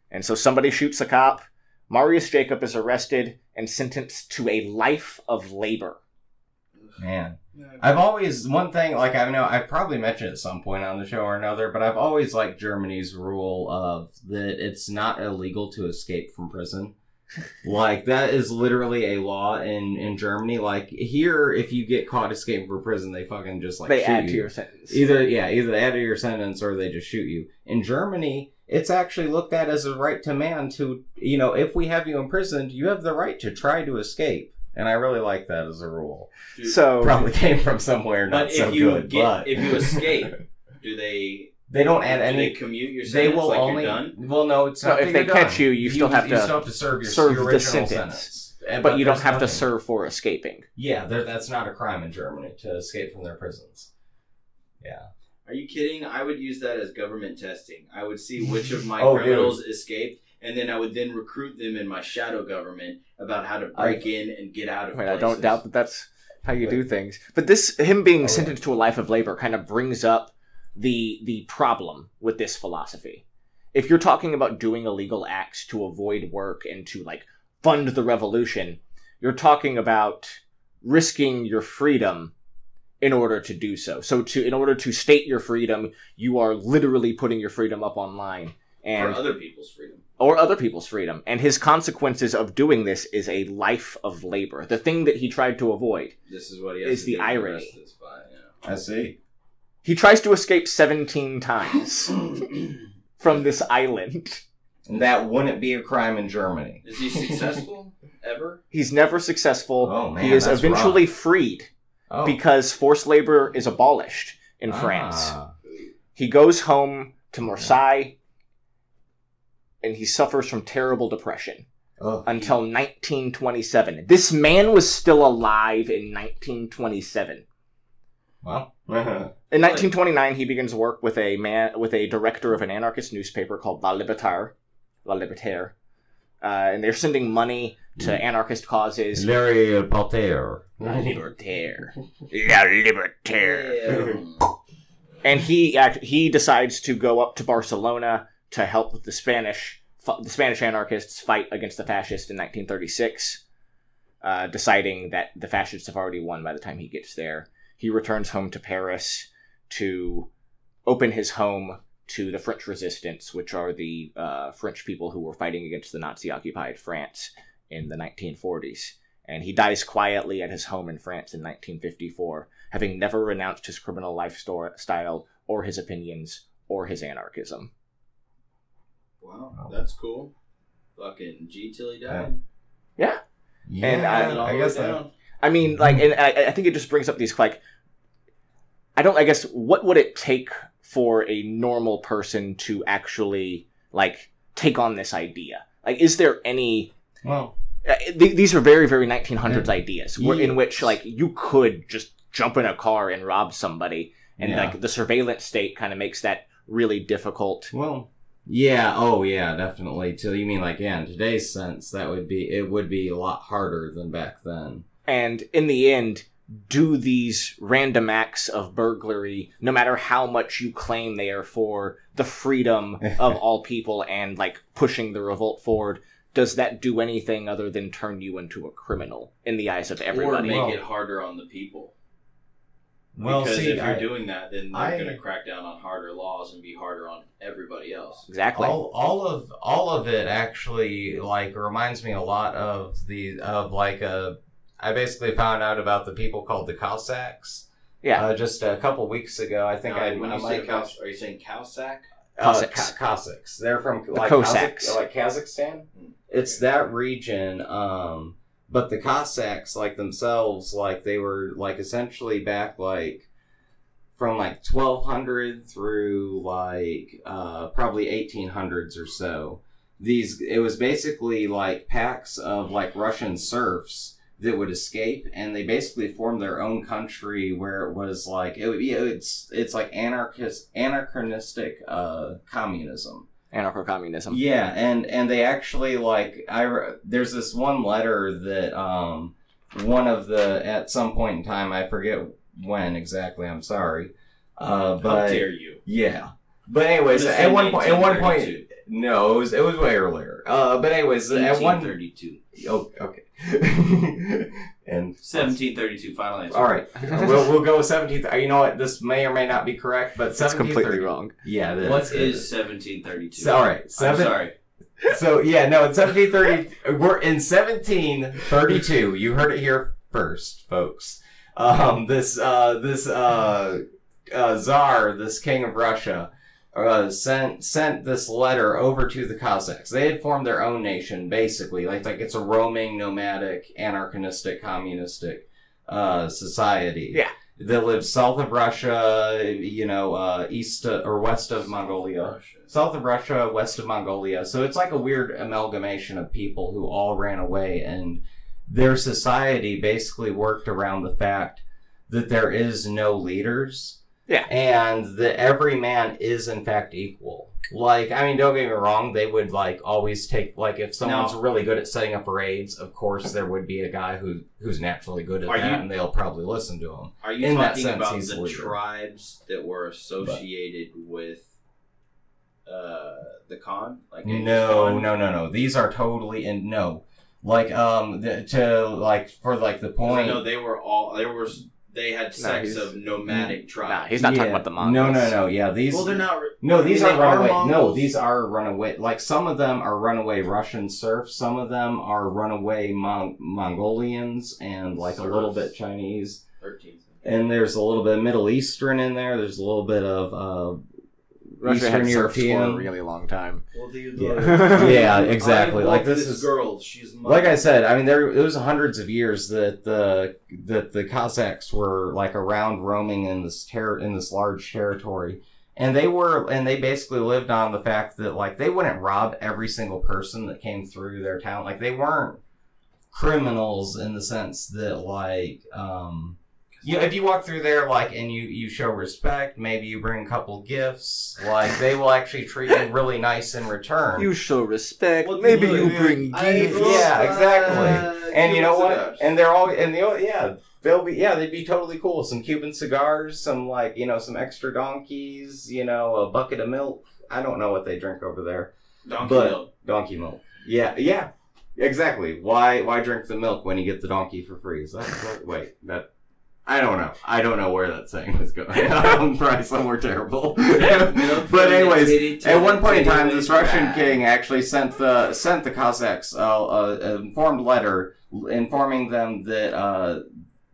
Speaker 4: And so somebody shoots a cop. Marius Jacob is arrested and sentenced to a life of labor.
Speaker 3: man. I've always one thing like I know I probably mentioned it at some point on the show or another, but I've always liked Germany's rule of that it's not illegal to escape from prison. like that is literally a law in in Germany. Like here, if you get caught escaping from prison, they fucking just like
Speaker 4: they
Speaker 3: shoot
Speaker 4: add
Speaker 3: you.
Speaker 4: to your sentence.
Speaker 3: Either yeah, either they add to your sentence or they just shoot you. In Germany, it's actually looked at as a right to man to you know, if we have you imprisoned, you have the right to try to escape. and I really like that as a rule.
Speaker 2: Dude,
Speaker 4: So
Speaker 3: Probably came from somewhere not
Speaker 2: but
Speaker 3: so
Speaker 2: if you
Speaker 3: good,
Speaker 2: get
Speaker 3: but
Speaker 2: if you escape, do they
Speaker 3: they don't add
Speaker 2: do
Speaker 3: any.
Speaker 2: they commute your
Speaker 3: They
Speaker 2: sentence
Speaker 3: will
Speaker 2: like
Speaker 3: only.
Speaker 2: you're done?
Speaker 3: Well, no, it's
Speaker 4: No,
Speaker 3: not.
Speaker 4: if
Speaker 3: that
Speaker 4: they
Speaker 3: you're
Speaker 4: catch
Speaker 3: done.
Speaker 4: you, you still have to
Speaker 3: still have to serve your
Speaker 4: serve
Speaker 3: your
Speaker 4: the
Speaker 3: original
Speaker 4: sentence.
Speaker 3: sentence.
Speaker 4: but,
Speaker 3: And-
Speaker 4: you don't
Speaker 3: there's
Speaker 4: have to
Speaker 3: nothing-
Speaker 4: serve for escaping.
Speaker 3: Yeah, there- that's not a crime in Germany to escape from their prisons. Yeah.
Speaker 2: Are you kidding? I would use that as government testing. I would see which of my
Speaker 3: Oh, dude.
Speaker 2: criminals escaped, and then I would then recruit them in my shadow government about how to break in and get out of.
Speaker 4: I mean, I don't
Speaker 2: places.
Speaker 4: doubt that that's how you do things. But this him being
Speaker 3: Oh, yeah.
Speaker 4: sentenced to a life of labor kind of brings up the the problem with this philosophy. If you're talking about doing illegal acts to avoid work and to like fund the revolution, you're talking about risking your freedom in order to do so. So to in order to state your freedom, you are literally putting your freedom up online.
Speaker 2: for
Speaker 4: And
Speaker 2: other people's freedom.
Speaker 4: or other people's freedom, and his consequences of doing this is a life of labor. The thing that he tried to avoid.
Speaker 2: This is what he has
Speaker 4: Is
Speaker 2: to
Speaker 4: the
Speaker 2: do for
Speaker 4: irony.
Speaker 2: rest of his fight,
Speaker 3: I see.
Speaker 4: He tries to escape 17 times
Speaker 2: yeah.
Speaker 4: from this island.
Speaker 3: And that wouldn't be a crime in Germany.
Speaker 2: Is he successful ever?
Speaker 4: He's never successful.
Speaker 3: Oh, man,
Speaker 4: he is
Speaker 3: that's
Speaker 4: eventually freed
Speaker 3: Oh.
Speaker 4: because forced labor is abolished in France.
Speaker 3: Ah.
Speaker 4: He goes home to Marseille and he suffers from terrible depression
Speaker 3: Oh.
Speaker 4: until 1927. This man was still alive in 1927.
Speaker 3: Well.
Speaker 4: In
Speaker 2: Right.
Speaker 4: 1929, he begins work with a man with a director of an anarchist newspaper called La Libertaire, La Libertaire, uh, and they're sending money to anarchist causes.
Speaker 3: Larry Potter.
Speaker 4: La Libertaire, La Libertaire,
Speaker 2: Yeah.
Speaker 4: and he act, he decides to go up to Barcelona to help the Spanish fu- the Spanish anarchists fight against the fascists in 1936. Uh, deciding that the fascists have already won by the time he gets there, he returns home to Paris to open his home to the French resistance, which are the uh, French people who were fighting against the Nazi occupied France in the 1940s. And he dies quietly at his home in France in 1954, having never renounced his criminal lifestyle or his opinions or his anarchism.
Speaker 2: Wow, that's cool. Fucking G till he died.
Speaker 3: Yeah,
Speaker 4: And I-
Speaker 2: All the
Speaker 3: I
Speaker 2: way
Speaker 3: guess that.
Speaker 2: down.
Speaker 4: I
Speaker 3: Mm-hmm.
Speaker 4: mean, like, and I, I think it just brings up these like, I don't. I guess what would it take for a normal person to actually like take on this idea? Like, is there any?
Speaker 3: Well,
Speaker 4: Uh, th- these are very, very 1900s ideas, where, in
Speaker 3: Mm. Yes.
Speaker 4: which like you could just jump in a car and rob somebody, and
Speaker 3: Yeah.
Speaker 4: like the surveillance state kind of makes that really difficult.
Speaker 3: well. Yeah. Oh, yeah. Definitely. Till you mean like yeah. In today's sense, that would be it would be a lot harder than back then.
Speaker 4: and in the end do these random acts of burglary no matter how much you claim they are for the freedom of all people and like pushing the revolt forward does that do anything other than turn you into a criminal in the eyes of everybody
Speaker 2: Or make
Speaker 3: Well-
Speaker 2: it harder on the people.
Speaker 3: Well,
Speaker 2: because
Speaker 3: see,
Speaker 2: if you're
Speaker 3: I-
Speaker 2: doing that, then they're
Speaker 3: I-
Speaker 2: going to crack down on harder laws and be harder on everybody else.
Speaker 4: exactly
Speaker 3: all, all of all of it actually like reminds me a lot of the of like a I basically found out about the people called the Cossacks.
Speaker 4: Yeah.
Speaker 3: Uh, just a couple weeks ago, I think
Speaker 2: Now,
Speaker 3: I
Speaker 2: when
Speaker 3: I
Speaker 2: you
Speaker 3: might
Speaker 2: say
Speaker 3: have-
Speaker 2: Cos- are you saying Cowsack?
Speaker 3: Uh,
Speaker 4: Cossacks.
Speaker 3: Ca- Cossacks. They're from like
Speaker 4: Cossacks.
Speaker 3: Kazakh- like Kazakhstan.
Speaker 2: Hmm.
Speaker 3: It's that region. Um, but the Cossacks, like themselves, like they were like essentially back like from like 1200 through like uh, probably 1800s or so. These it was basically like packs of like Russian serfs that would escape, and they basically formed their own country where it was like it would be it's it's like anarchist anachronistic uh, communism.
Speaker 4: anarcho-communism
Speaker 3: Yeah, and and they actually like I re- there's this one letter that um one of the at some point in time I forget when exactly I'm sorry,
Speaker 4: Oh,
Speaker 3: uh
Speaker 2: How
Speaker 3: but
Speaker 2: dare you?
Speaker 3: yeah. But anyways,
Speaker 2: Just
Speaker 3: at
Speaker 2: say
Speaker 3: one point, at one point,
Speaker 2: 1932.
Speaker 3: no, it was, it was way earlier. Uh, but anyways, at one,
Speaker 2: 1832.
Speaker 3: oh, okay, and
Speaker 2: 1732, final answer.
Speaker 3: all right, we'll, we'll go with seventeenth. You know what? This may or may not be correct, but
Speaker 4: that's
Speaker 3: seventeenth.
Speaker 4: completely wrong
Speaker 3: Yeah, it
Speaker 2: What is 1732?
Speaker 3: So, all right,
Speaker 2: I'm
Speaker 3: seven,
Speaker 2: sorry.
Speaker 3: So yeah, no, in seventeen thirty, we're in seventeen thirty-two. You heard it here first, folks. Um, this uh, this uh, uh, czar, this king of Russia, uh, sent sent this letter over to the Cossacks. They had formed their own nation, basically, like like it's a roaming, nomadic, anarchistic, communistic uh, society.
Speaker 4: Yeah.
Speaker 3: that lives south of Russia, you know, uh, east uh, or west
Speaker 2: Oh,
Speaker 3: of Mongolia
Speaker 2: Russia.
Speaker 3: south of Russia, west of Mongolia. So it's like a weird amalgamation of people who all ran away, and their society basically worked around the fact that there is no leaders.
Speaker 4: Yeah.
Speaker 3: And that every man is, in fact, equal. Like, I mean, don't get me wrong, they would, like, always take, like, if someone's really good at setting up raids, of course there would be a guy who who's naturally good at
Speaker 2: Are
Speaker 3: that,
Speaker 2: you-
Speaker 3: and they'll probably listen to him.
Speaker 2: Are you
Speaker 3: In that
Speaker 2: talking
Speaker 3: sense,
Speaker 2: about
Speaker 3: he's
Speaker 2: the
Speaker 3: leader.
Speaker 2: tribes that were associated with uh, the Khan? Like Genghis
Speaker 3: No,
Speaker 2: Khan?
Speaker 3: no, no, no. These are totally and no. Like um the, to like for like the
Speaker 2: 'Cause I
Speaker 3: point.
Speaker 2: know they were all there was they had sex
Speaker 4: he's-
Speaker 2: of nomadic
Speaker 4: Nah,
Speaker 2: tribes.
Speaker 4: he's not
Speaker 3: Yeah.
Speaker 4: talking about the
Speaker 3: No,
Speaker 4: Mongols.
Speaker 3: no, no. Yeah, these
Speaker 2: well, they're not. re-
Speaker 3: No, these
Speaker 2: They
Speaker 3: are runaway.
Speaker 2: are
Speaker 3: no,
Speaker 2: Mongols.
Speaker 3: these are runaway. Like some of them are runaway Russian serfs, some of them are runaway Mon- Mongolians and like a little
Speaker 2: Serfs.
Speaker 3: bit Chinese.
Speaker 2: 13th.
Speaker 3: And there's a little bit of Middle Eastern in there. There's a little bit of
Speaker 4: Russia had
Speaker 3: Eastern
Speaker 4: serfs for a
Speaker 3: European.
Speaker 4: really long time.
Speaker 2: Well, the,
Speaker 3: Yeah. Yeah, exactly.
Speaker 2: I
Speaker 3: Like,
Speaker 2: love
Speaker 3: this is-
Speaker 2: girl. She's
Speaker 3: uh,
Speaker 2: my,
Speaker 3: like I said. I mean, there it was hundreds of years that the that the Cossacks were like around roaming in this ter- in this large territory, and they were and they basically lived on the fact that like they wouldn't rob every single person that came through their town. Like they weren't criminals in the sense that like um you know, if you walk through there like and you you show respect maybe you bring a couple gifts like they will actually treat you really nice in return
Speaker 4: You show respect.
Speaker 2: What
Speaker 4: Maybe
Speaker 2: do
Speaker 4: you
Speaker 2: you
Speaker 4: bring
Speaker 2: I
Speaker 4: gifts.
Speaker 2: love,
Speaker 3: Yeah, exactly.
Speaker 2: uh,
Speaker 3: and you know
Speaker 2: Cuban
Speaker 3: what
Speaker 2: cigars.
Speaker 3: and they're all and they'll yeah they'll be yeah they'd be totally cool some cuban cigars some like you know some extra donkeys you know a bucket of milk i don't know what they drink over there
Speaker 2: Donkey
Speaker 3: But-
Speaker 2: milk.
Speaker 3: donkey milk yeah yeah exactly why why drink the milk when you get the donkey for free is that, that- wait that I don't know. I don't know where that saying was going. I'm probably somewhere terrible.
Speaker 2: Milk
Speaker 3: but
Speaker 2: from the
Speaker 3: anyways,
Speaker 2: titty to
Speaker 3: at
Speaker 2: the
Speaker 3: one point in
Speaker 2: titty
Speaker 3: time,
Speaker 2: to
Speaker 3: this
Speaker 2: the
Speaker 3: Russian
Speaker 2: back.
Speaker 3: king actually sent the sent the Cossacks uh, uh, an informed letter informing them that uh,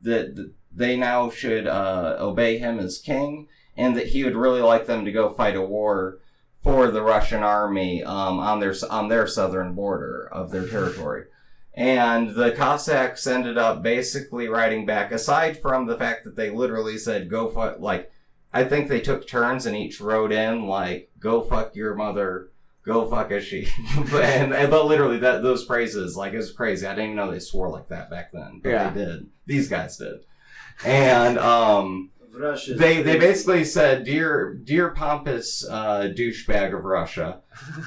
Speaker 3: that that they now should uh, obey him as king, and that he would really like them to go fight a war for the Russian army um, on their on their southern border of their territory. And the Cossacks ended up basically writing back, aside from the fact that they literally said, go fuck, like, I think they took turns and each wrote in, like, go fuck your mother, go fuck a she. but, and, and- but literally, that, those phrases, like, it was crazy. I didn't even know they swore like that back then, but
Speaker 4: Yeah.
Speaker 3: they did. These guys did. And, um,
Speaker 2: Russia's
Speaker 3: they they
Speaker 2: crazy.
Speaker 3: basically said, "Dear dear pompous uh, douchebag of Russia,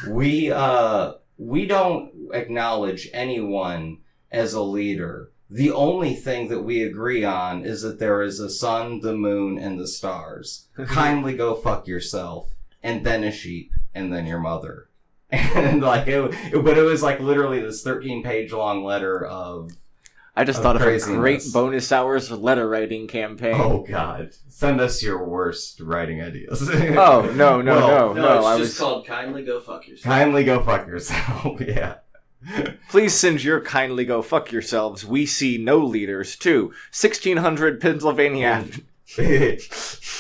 Speaker 3: we uh, we don't acknowledge anyone as a leader. The only thing that we agree on is that there is a sun, the moon, and the stars. Kindly go fuck yourself, and then a sheep, and then your mother." And like it, it- but it was like literally this thirteen-page long letter of
Speaker 4: I just
Speaker 3: Of
Speaker 4: thought of a great
Speaker 3: craziness.
Speaker 4: bonus hours letter writing campaign.
Speaker 3: oh god, send us your worst writing ideas.
Speaker 4: Oh, no, no,
Speaker 3: Well,
Speaker 4: no, no.
Speaker 2: No, it's
Speaker 4: I
Speaker 2: just
Speaker 4: was.
Speaker 2: called kindly go fuck yourself.
Speaker 3: Kindly go fuck yourself. yeah.
Speaker 4: Please send your kindly go fuck yourselves. We see no leaders to 1600 Pennsylvania.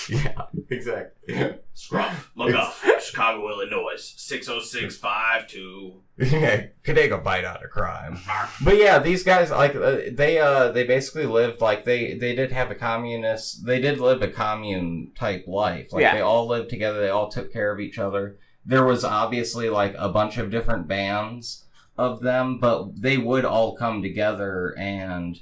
Speaker 3: yeah. Exactly.
Speaker 2: Scruff, McGuff, Chicago, Illinois, six zero six five two.
Speaker 3: Yeah. Could take a bite out of crime. But yeah, these guys like uh, they uh they basically lived like they they did have a communist. They did live a commune type life. Like
Speaker 4: Yeah.
Speaker 3: they all lived together. They all took care of each other. There was obviously like a bunch of different bands of them, but they would all come together and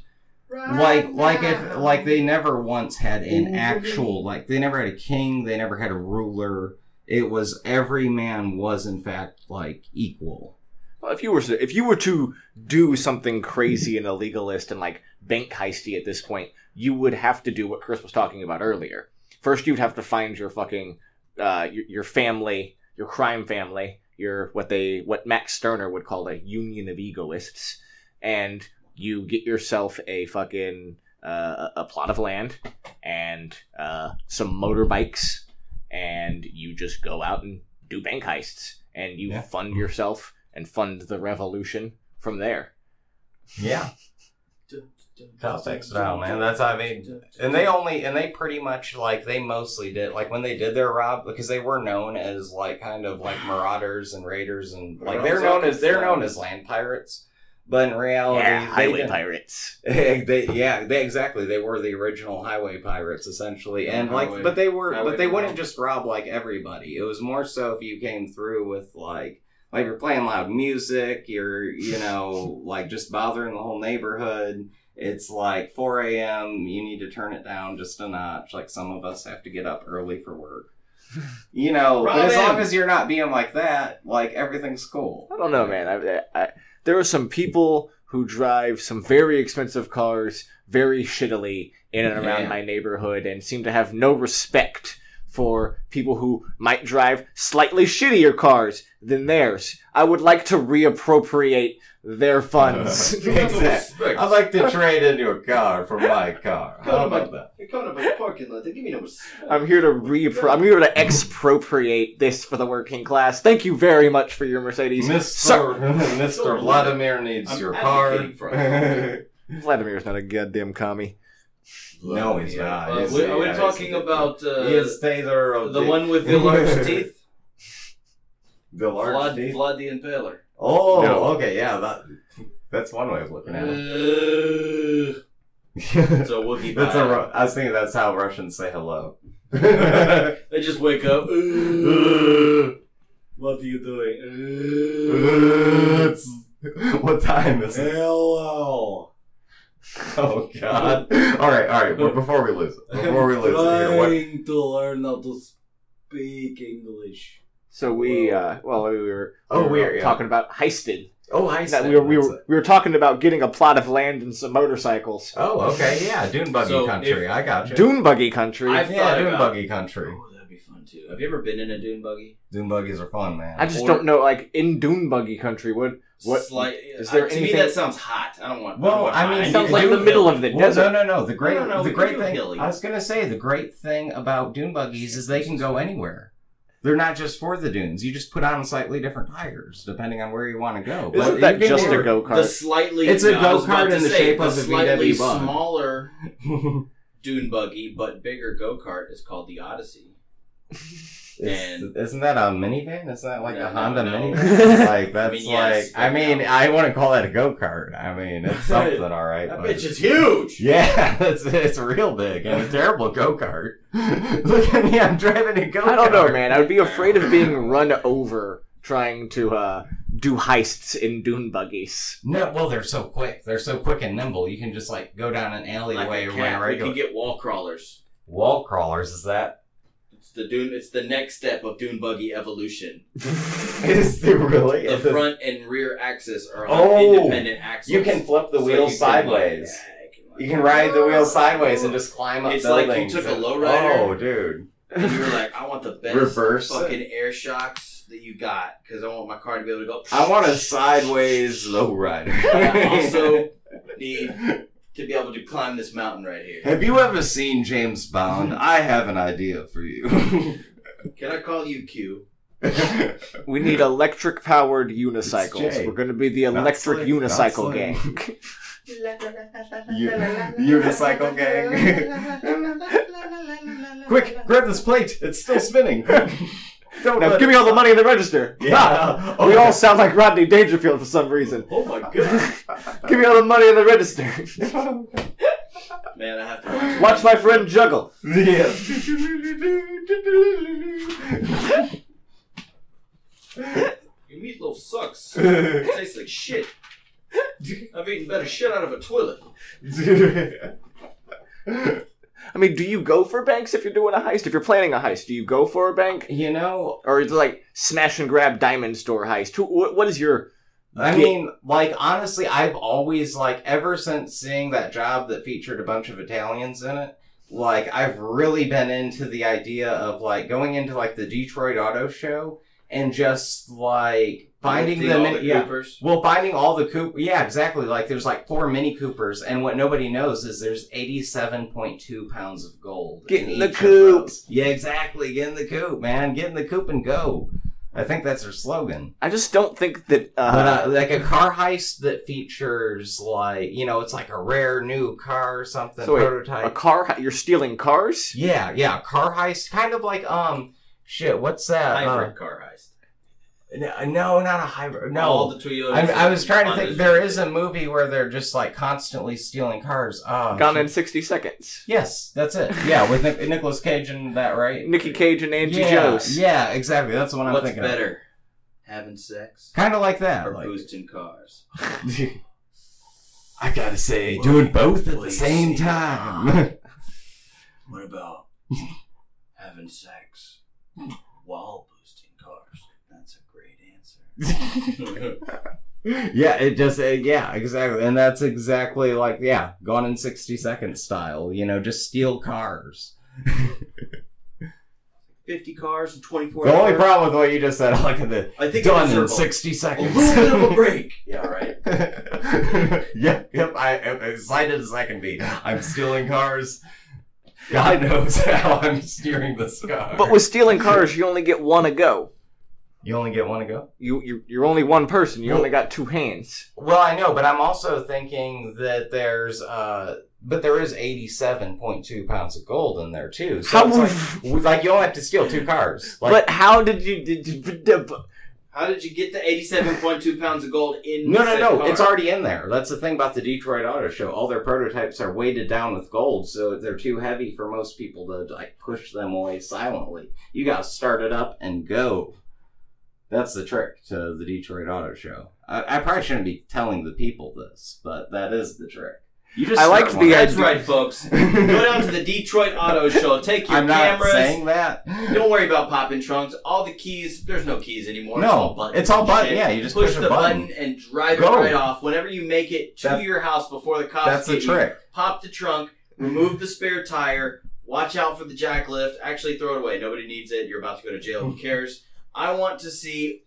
Speaker 3: like like if like they never once had an actual like they never had a king they never had a ruler it was every man was in fact like equal
Speaker 4: Well, if you were to, if you were to do something crazy and illegalist and like bank heisty at this point, you would have to do what Chris was talking about earlier. First, you'd have to find your fucking uh, your, your family, your crime family, your what they what Max Stirner would call a union of egoists, and you get yourself a fucking uh, a a plot of land and uh, some motorbikes, and you just go out and do bank heists, and you
Speaker 3: Yeah.
Speaker 4: fund yourself and fund the revolution from there.
Speaker 3: yeah Cossack style, man. That's how I made. And they only and they pretty much like they mostly did like when they did their rob because they were known as like kind of like marauders and raiders and like they're known as they're known as land pirates, but in reality,
Speaker 4: yeah,
Speaker 3: they
Speaker 4: highway
Speaker 3: didn't-
Speaker 4: pirates.
Speaker 3: they, yeah, they exactly. They were the original highway pirates, essentially, and like,
Speaker 2: Highway-
Speaker 3: but they were,
Speaker 2: highway
Speaker 3: but they wouldn't
Speaker 2: pirates.
Speaker 3: just rob like everybody. It was more so if you came through with like, like you're playing loud music, you're, you know, like just bothering the whole neighborhood. It's like 4 a.m. You need to turn it down just a notch. Like some of us have to get up early for work. You know, but as
Speaker 2: Robin!
Speaker 3: long as you're not being like that, like everything's cool.
Speaker 4: I don't know, man. I, I, I, there are some people who drive some very expensive cars very shittily in and around
Speaker 3: Yeah.
Speaker 4: my neighborhood and seem to have no respect for people who might drive slightly shittier cars than theirs. I would like to reappropriate their funds.
Speaker 2: Exactly.
Speaker 3: I'd like to trade into a car for my car. How about that?
Speaker 2: You're coming up a parking lot. They give me no respect.
Speaker 4: I'm here to reappro- I'm here to expropriate this for the working class. Thank you very much for your Mercedes.
Speaker 3: Mr. Mr.
Speaker 2: So-
Speaker 3: Vladimir needs
Speaker 2: I'm
Speaker 3: your
Speaker 2: advocating
Speaker 3: card.
Speaker 2: for it.
Speaker 4: Vladimir's not a goddamn commie.
Speaker 3: No, he's not.
Speaker 2: Uh,
Speaker 3: He's-
Speaker 2: we- are we
Speaker 3: yeah,
Speaker 2: talking
Speaker 3: he's-
Speaker 2: about uh,
Speaker 3: he is Taylor of
Speaker 2: the one with the large teeth?
Speaker 3: The large
Speaker 2: Vlad,
Speaker 3: teeth?
Speaker 2: Vlad the Impaler.
Speaker 3: Oh,
Speaker 4: No.
Speaker 3: okay, yeah, that that's one way of looking at it.
Speaker 2: Uh, it's a Wookiee.
Speaker 3: that's a
Speaker 2: pie.
Speaker 3: Ru- I was thinking that's how Russians say hello.
Speaker 2: They just wake up. "Uh, what are you doing?
Speaker 3: what time is it?
Speaker 2: Hello.
Speaker 3: Oh God! All right, all right. Well, before we lose it, before we lose it, here, what,
Speaker 2: to learn how to speak English.
Speaker 4: So we,
Speaker 2: Whoa.
Speaker 4: uh, well, we were, we
Speaker 3: Oh,
Speaker 4: were
Speaker 3: weird, yeah.
Speaker 4: talking about heisted.
Speaker 3: oh, I
Speaker 4: That
Speaker 3: said
Speaker 4: we were, we
Speaker 3: that's
Speaker 4: were
Speaker 3: it.
Speaker 4: we were talking about getting a plot of land and some motorcycles.
Speaker 3: Oh, okay, yeah, Dune Buggy
Speaker 2: So
Speaker 3: Country.
Speaker 2: if-
Speaker 3: I got you.
Speaker 4: Dune buggy country.
Speaker 2: I've
Speaker 3: yeah,
Speaker 2: thought
Speaker 3: Dune
Speaker 2: about-
Speaker 3: Buggy Country.
Speaker 2: Oh, that'd be fun too. Have you ever been in a dune buggy?
Speaker 3: Dune buggies are fun, man.
Speaker 4: I just
Speaker 2: or-
Speaker 4: don't know, like in dune buggy country, what? What-
Speaker 2: Slight,
Speaker 4: is there
Speaker 2: I- to
Speaker 4: anything-
Speaker 2: me, that sounds hot. I don't want.
Speaker 3: Well,
Speaker 2: don't want
Speaker 3: I
Speaker 2: hot.
Speaker 3: mean,
Speaker 2: need
Speaker 4: It
Speaker 3: you
Speaker 4: sounds
Speaker 3: can
Speaker 4: like
Speaker 3: do
Speaker 4: the middle of the
Speaker 3: well,
Speaker 4: desert.
Speaker 3: No, no, no. The great,
Speaker 2: No, no,
Speaker 3: the
Speaker 2: we
Speaker 3: great
Speaker 2: can do
Speaker 3: thing.
Speaker 2: hilly.
Speaker 3: I was gonna say the great thing about dune buggies is they can go anywhere. They're not just for the dunes. You just put on slightly different tires depending on where you want to go. But
Speaker 4: Isn't
Speaker 3: you
Speaker 4: that
Speaker 3: can
Speaker 4: just
Speaker 3: do-
Speaker 4: a go
Speaker 2: The
Speaker 4: kart?
Speaker 2: slightly
Speaker 3: It's a
Speaker 2: no, I was about
Speaker 3: go-kart
Speaker 2: to
Speaker 3: in the
Speaker 2: say,
Speaker 3: shape of
Speaker 2: the
Speaker 3: a
Speaker 2: slightly
Speaker 3: VW bug.
Speaker 2: smaller dune buggy but bigger go kart is called the Odyssey.
Speaker 3: Is-
Speaker 2: And-
Speaker 3: Isn't that a minivan? Isn't that like
Speaker 2: No,
Speaker 3: a
Speaker 2: no,
Speaker 3: Honda
Speaker 2: no.
Speaker 3: minivan? like that's
Speaker 2: I mean, yes,
Speaker 3: like. I
Speaker 2: but
Speaker 3: mean,
Speaker 2: no.
Speaker 3: I wouldn't call that a go kart. I mean, it's something, all right.
Speaker 2: That
Speaker 3: but-
Speaker 2: bitch is huge.
Speaker 3: Yeah, it's it's real big and a terrible go kart. Look at me, I'm driving a go kart.
Speaker 4: I don't know, man. I would be afraid of being run over trying to uh, do heists in dune buggies.
Speaker 3: No, well, they're so quick. They're so quick and nimble. You can just like go down an
Speaker 2: Like
Speaker 3: alleyway
Speaker 2: a
Speaker 3: or run a
Speaker 2: cat. We
Speaker 3: regular
Speaker 2: can get wall crawlers.
Speaker 3: wall crawlers. Is that?
Speaker 2: It's the dune. It's the next step of dune buggy evolution.
Speaker 3: Is there really?
Speaker 2: The
Speaker 3: Is it-
Speaker 2: front and rear axis are on
Speaker 3: Oh,
Speaker 2: independent axles.
Speaker 3: You can flip the
Speaker 2: So
Speaker 3: wheel
Speaker 2: you can, like,
Speaker 3: sideways.
Speaker 2: yeah, like-
Speaker 3: you can ride the wheel sideways and just climb up
Speaker 2: It's like you
Speaker 3: buildings.
Speaker 2: took a
Speaker 3: and-
Speaker 2: lowrider.
Speaker 3: Oh, dude.
Speaker 2: And you were like, I want the best
Speaker 3: Reverse it.
Speaker 2: fucking air shocks that you got because I want my car to be able to go.
Speaker 3: I want a sideways lowrider.
Speaker 2: I also need to be able to climb this mountain right here.
Speaker 3: Have you ever seen James Bond? I have an idea for you.
Speaker 2: Can I call you Q?
Speaker 4: We need electric powered
Speaker 3: It's
Speaker 4: unicycles.
Speaker 3: Jay.
Speaker 4: We're going to be the
Speaker 3: Not
Speaker 4: electric
Speaker 3: Slick, not
Speaker 4: unicycle
Speaker 3: Slick.
Speaker 4: gang.
Speaker 3: U- unicycle gang. Quick, grab this plate. It's still spinning. Don't
Speaker 4: now
Speaker 3: let
Speaker 4: give
Speaker 3: it
Speaker 4: me all the
Speaker 3: stop.
Speaker 4: money in the register. Ah,
Speaker 3: Yeah.
Speaker 4: we all sound like Rodney Dangerfield for some reason.
Speaker 2: Oh my god,
Speaker 4: Give me all the money in the register.
Speaker 2: man! I have to watch.
Speaker 4: Watch my friend juggle.
Speaker 3: Yeah.
Speaker 2: Your meatloaf sucks. It tastes like shit. I've eaten better shit out of a toilet.
Speaker 4: I mean, do you go for banks if you're doing a heist? If you're planning a heist, do you go for a bank?
Speaker 3: you know,
Speaker 4: Or is it like smash and grab diamond store heist? Who, what, what is your.
Speaker 3: I
Speaker 4: Yeah.
Speaker 3: mean, like honestly, I've always like ever since seeing that job that featured a bunch of Italians in it. Like I've really been into the idea of like going into like the Detroit Auto Show and just like finding
Speaker 2: Lifting
Speaker 3: them.
Speaker 2: all
Speaker 3: in-
Speaker 2: the
Speaker 3: yeah.
Speaker 2: Coopers.
Speaker 3: Well, finding all the Coop, yeah, exactly. Like there's like four Mini Coopers, and what nobody knows is there's 87.2 pounds of gold.
Speaker 4: Get
Speaker 3: in
Speaker 4: in the
Speaker 3: each of
Speaker 4: coop.
Speaker 3: those. Yeah, exactly. Get in the coop, man. Get in the coop and go. I think that's their slogan.
Speaker 4: I just don't think that. Uh,
Speaker 3: but uh, like a car heist that features like you know it's like a rare new car or something
Speaker 4: So wait,
Speaker 3: prototype.
Speaker 4: a car, he- you're stealing cars.
Speaker 3: yeah, yeah, car heist, kind of like um shit. What's that?
Speaker 2: Hybrid car heist.
Speaker 3: Uh, n- no, not a hybrid. No,
Speaker 4: Oh,
Speaker 2: All the Toyotas.
Speaker 3: I, I
Speaker 2: and
Speaker 3: was trying to
Speaker 2: Hondas.
Speaker 3: think. There is a movie where they're just like constantly stealing cars. Oh,
Speaker 4: Gone
Speaker 3: shit.
Speaker 4: in sixty seconds.
Speaker 3: Yes, that's it. Yeah, with Nic- Nicolas Cage and that, right?
Speaker 4: Nicky Cage and Angie
Speaker 3: yeah,
Speaker 4: Joe's.
Speaker 3: Yeah, exactly. That's the one I'm
Speaker 2: What's
Speaker 3: thinking.
Speaker 2: better, having sex
Speaker 3: Kind of Kinda like
Speaker 2: or
Speaker 3: that. like-
Speaker 2: boosting cars?
Speaker 3: I gotta say,
Speaker 2: Well,
Speaker 3: doing both at the
Speaker 2: please
Speaker 3: same
Speaker 2: see.
Speaker 3: time.
Speaker 2: What about having sex while boosting cars? That's a great answer.
Speaker 3: yeah, it just uh, yeah, exactly, and that's exactly like yeah, Gone in sixty seconds style. You know, just steal cars.
Speaker 2: Fifty cars in twenty-four.
Speaker 3: The only
Speaker 2: hours?
Speaker 3: problem with what you just said, like the
Speaker 2: I think
Speaker 3: done
Speaker 2: it
Speaker 3: in
Speaker 2: was six.
Speaker 3: sixty
Speaker 2: A
Speaker 3: seconds.
Speaker 2: little bit of a break. Yeah, right.
Speaker 3: yep, yep. I am excited as I can be. I'm stealing cars. God knows how I'm steering this car.
Speaker 4: But with stealing cars, you only get one a go.
Speaker 3: you only get one to go.
Speaker 4: You you you're only one person. You
Speaker 3: Well-
Speaker 4: only got two hands.
Speaker 3: Well, I know, but I'm also thinking that there's, uh, but there is 87.2 pounds of gold in there too. So
Speaker 4: How
Speaker 3: it's
Speaker 4: would-
Speaker 3: like, like you don't have to steal two cars. Like,
Speaker 4: but how did you? Did, you- but- but-
Speaker 2: How did you get the eighty-seven point two pounds of gold in?
Speaker 3: no, no,
Speaker 2: said
Speaker 3: no.
Speaker 2: car?
Speaker 3: It's already in there. That's the thing about the Detroit Auto Show. All their prototypes are weighted down with gold, so they're too heavy for most people to like push them away silently. You gotta start it up and go. That's the trick to the Detroit Auto Show. I, I probably shouldn't be telling the people this, but that is the trick. You just
Speaker 4: I
Speaker 3: start
Speaker 4: liked
Speaker 3: one
Speaker 4: the
Speaker 3: up.
Speaker 2: That's right, folks. Go down to the Detroit Auto Show. Take your
Speaker 3: I'm not
Speaker 2: cameras.
Speaker 3: saying that.
Speaker 2: Don't worry about popping trunks. All the keys, there's no keys anymore.
Speaker 3: No,
Speaker 2: it's all buttons.
Speaker 3: it's all
Speaker 2: and
Speaker 3: button-
Speaker 2: shit.
Speaker 3: yeah, you just push a
Speaker 2: the
Speaker 3: button.
Speaker 2: and drive
Speaker 3: Go.
Speaker 2: it right off. Whenever you make it to
Speaker 3: That-
Speaker 2: your house before the cops
Speaker 3: That's
Speaker 2: get
Speaker 3: the
Speaker 2: you,
Speaker 3: trick.
Speaker 2: pop the trunk, remove the spare tire, watch out for the jack lift. Actually, throw it away. Nobody needs it. You're about to go to jail.
Speaker 3: Hmm.
Speaker 2: Who cares? I want to see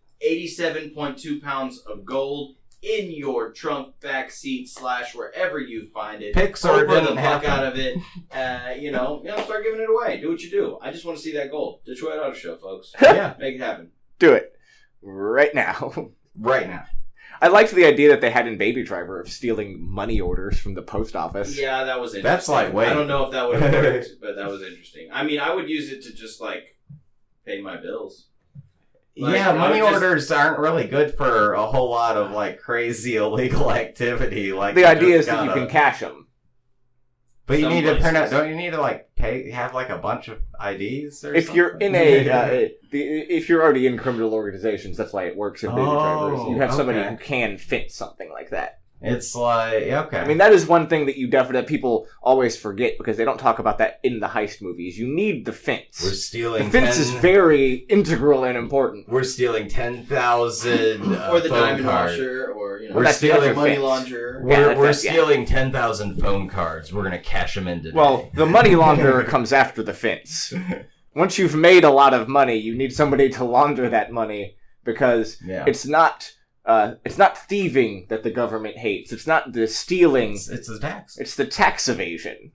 Speaker 2: 87.2 pounds of gold in your trunk, back seat, slash wherever you find it.
Speaker 3: Pixar
Speaker 2: Open
Speaker 3: didn't
Speaker 2: the fuck
Speaker 3: happen.
Speaker 2: out of it. Uh, you know, you know, start giving it away. Do what you do. I just want to see that gold. Detroit Auto Show, folks.
Speaker 3: yeah,
Speaker 2: Make it happen.
Speaker 4: do it right now.
Speaker 3: right now.
Speaker 4: I liked the idea that they had in Baby Driver of stealing money orders from the post office.
Speaker 2: Yeah, that was interesting.
Speaker 3: That's lightweight.
Speaker 2: I don't know if that would have worked, but that was interesting. I mean, I would use it to just like pay my bills. Like,
Speaker 3: yeah,
Speaker 2: I
Speaker 3: money
Speaker 2: would just-
Speaker 3: orders aren't really good for a whole lot of like crazy illegal activity. Like
Speaker 4: The
Speaker 3: you
Speaker 4: idea
Speaker 3: just
Speaker 4: is that you
Speaker 3: gotta-
Speaker 4: can cash them.
Speaker 3: But you
Speaker 2: Some
Speaker 3: need to print out.
Speaker 2: places.
Speaker 3: Don't you need to like pay? Have like a bunch of IDs or
Speaker 4: If you're
Speaker 3: something?
Speaker 4: in a, uh, the, if you're already in criminal organizations, that's why it works in Baby
Speaker 3: Oh,
Speaker 4: Drivers. You have somebody
Speaker 3: okay.
Speaker 4: who can fit something like that.
Speaker 3: it's like okay.
Speaker 4: I mean, that is one thing that you definitely that people always forget because they don't talk about that in the heist movies. You need the
Speaker 3: we're
Speaker 4: fence. The
Speaker 3: stealing.
Speaker 4: fence
Speaker 3: 10
Speaker 4: is very integral and important.
Speaker 3: We're stealing ten thousand. Uh,
Speaker 2: or the
Speaker 3: phone
Speaker 2: diamond
Speaker 3: card.
Speaker 2: washer, or you know,
Speaker 3: We're
Speaker 4: That's the other
Speaker 3: stealing
Speaker 2: money
Speaker 4: fence.
Speaker 2: launderer.
Speaker 4: Yeah,
Speaker 3: We're,
Speaker 4: that's
Speaker 3: we're
Speaker 4: it, yeah.
Speaker 3: stealing ten thousand phone cards. We're gonna cash them in today.
Speaker 4: Well, the money launderer comes after the fence. Once you've made a lot of money, you need somebody to launder that money because
Speaker 3: yeah.
Speaker 4: it's not uh, it's not thieving that the government hates. It's not the stealing.
Speaker 3: It's, it's a tax.
Speaker 4: It's the tax evasion.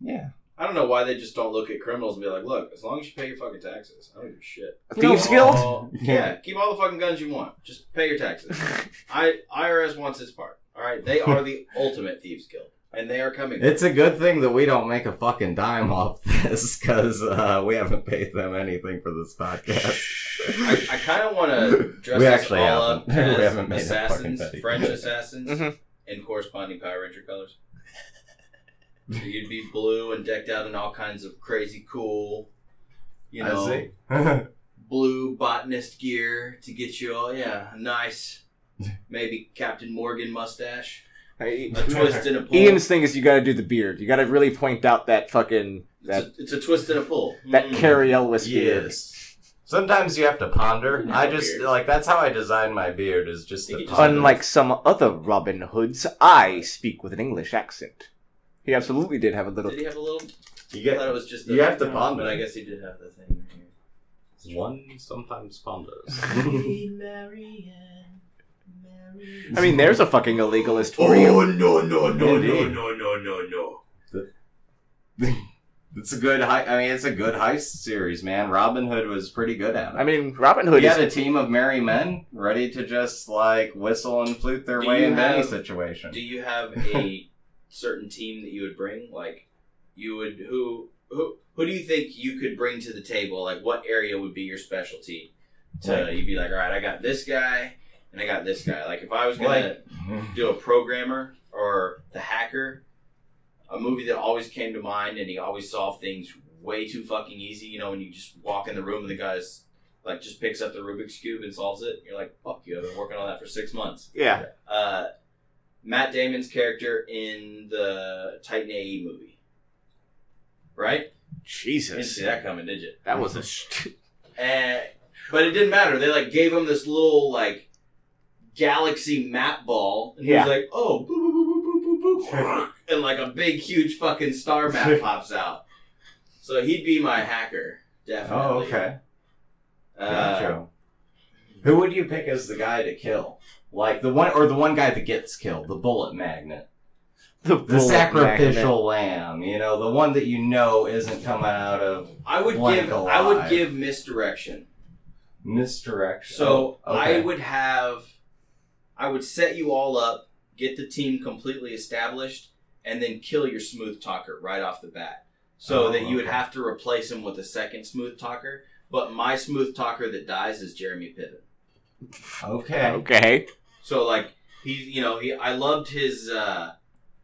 Speaker 3: Yeah.
Speaker 2: I don't know why they just don't look at criminals and be like, look, as long as you pay your fucking taxes, I don't give a shit.
Speaker 4: A thieves
Speaker 2: No.
Speaker 3: uh,
Speaker 4: guild.
Speaker 2: Yeah, keep all the fucking guns you want. Just pay your taxes. I IRS wants its part. All right, they are the ultimate thieves guild, and they are coming.
Speaker 3: It's a good thing that we don't make a fucking dime off this because uh, we haven't paid them anything for this
Speaker 2: I,
Speaker 3: podcast.
Speaker 2: I kind of want to dress
Speaker 3: We
Speaker 2: us
Speaker 3: actually
Speaker 2: all
Speaker 3: haven't. We haven't
Speaker 2: up
Speaker 3: made a
Speaker 2: as assassins,
Speaker 3: fucking penny.
Speaker 2: French assassins,
Speaker 4: Mhm.
Speaker 2: in corresponding Power Ranger colors. So you'd be blue and decked out in all kinds of crazy cool, you
Speaker 3: I
Speaker 2: know,
Speaker 3: see.
Speaker 2: blue botanist gear to get you all, yeah, nice. Maybe Captain Morgan mustache,
Speaker 4: Hey,
Speaker 2: a twist
Speaker 3: uh,
Speaker 2: and a pull.
Speaker 4: Ian's thing is you got to do the beard. You got to really point out that fucking
Speaker 2: it's,
Speaker 4: that
Speaker 2: a, it's a twist and a pull.
Speaker 4: that
Speaker 2: Mm.
Speaker 4: Carrie Elwes beard.
Speaker 3: yes. Sometimes you have to ponder.
Speaker 2: No
Speaker 3: I just
Speaker 2: beard.
Speaker 3: like that's how I design my beard is just
Speaker 2: You
Speaker 3: to
Speaker 2: can just-
Speaker 3: ponder.
Speaker 4: Unlike some other Robin Hoods, I speak with an English accent. He absolutely did have a little.
Speaker 2: Did he have a little?
Speaker 3: you
Speaker 2: I thought
Speaker 3: get
Speaker 2: it was just.
Speaker 3: you have to
Speaker 2: bomb,
Speaker 3: ponder.
Speaker 2: but I guess he did have the thing right here.
Speaker 3: one sometimes ponders.
Speaker 4: I mean, there's a fucking
Speaker 3: Oh,
Speaker 4: illegalist for you.
Speaker 2: no no
Speaker 3: no, no,
Speaker 2: no no no!
Speaker 3: It's a good. Hei- I mean, it's a good heist series, man. Robin Hood was pretty good at it.
Speaker 4: I mean, Robin Hood
Speaker 3: he
Speaker 4: is
Speaker 3: had a team of merry men ready to just like whistle and flute their
Speaker 2: Do
Speaker 3: way
Speaker 2: you
Speaker 3: into any
Speaker 2: have-
Speaker 3: situation.
Speaker 2: Do you have a certain team that you would bring? Like you would who who who do you think you could bring to the table? Like what area would be your specialty? To
Speaker 3: Like-
Speaker 2: you'd be like, all right, I got this guy and I got this guy. Like if I was gonna
Speaker 3: like,
Speaker 2: do a programmer or the hacker, a movie that always came to mind and he always solved things way too fucking easy. You know, when you just walk in the room and the guy's like just picks up the Rubik's cube and solves it. You're like, fuck you! I've been working on that for six months
Speaker 4: yeah.
Speaker 2: uh, Matt Damon's character in the Titan AE movie. Right? You didn't
Speaker 4: Jesus,
Speaker 2: see that coming, did you?
Speaker 4: that was a sh-
Speaker 2: And, but it didn't matter. They like gave him this little like galaxy map ball, and
Speaker 4: Yeah.
Speaker 2: he's like, "Oh, boop, boop, boop, boop, boop, boop," and like a big, huge fucking star map pops out. So he'd be my hacker, definitely.
Speaker 3: oh, okay.
Speaker 2: Uh,
Speaker 3: Gotcha. Who would you pick as the guy to kill? Like the one, or the one guy that gets killed, the bullet magnet,
Speaker 4: the,
Speaker 3: the
Speaker 4: bullet magnet.
Speaker 3: sacrificial lamb. You know, the one that you know isn't coming out of
Speaker 2: I would
Speaker 3: Blank
Speaker 2: give. I would
Speaker 3: alive.
Speaker 2: give misdirection.
Speaker 3: misdirection.
Speaker 2: So
Speaker 3: Oh, okay.
Speaker 2: I would have, I would set you all up, get the team completely established, and then kill your smooth talker right off the bat, so
Speaker 3: Oh,
Speaker 2: that you would
Speaker 3: okay.
Speaker 2: have to replace him with a second smooth talker. But my smooth talker that dies is Jeremy Piven.
Speaker 3: okay.
Speaker 4: Okay,
Speaker 2: So like he, you know, he. I loved his. uh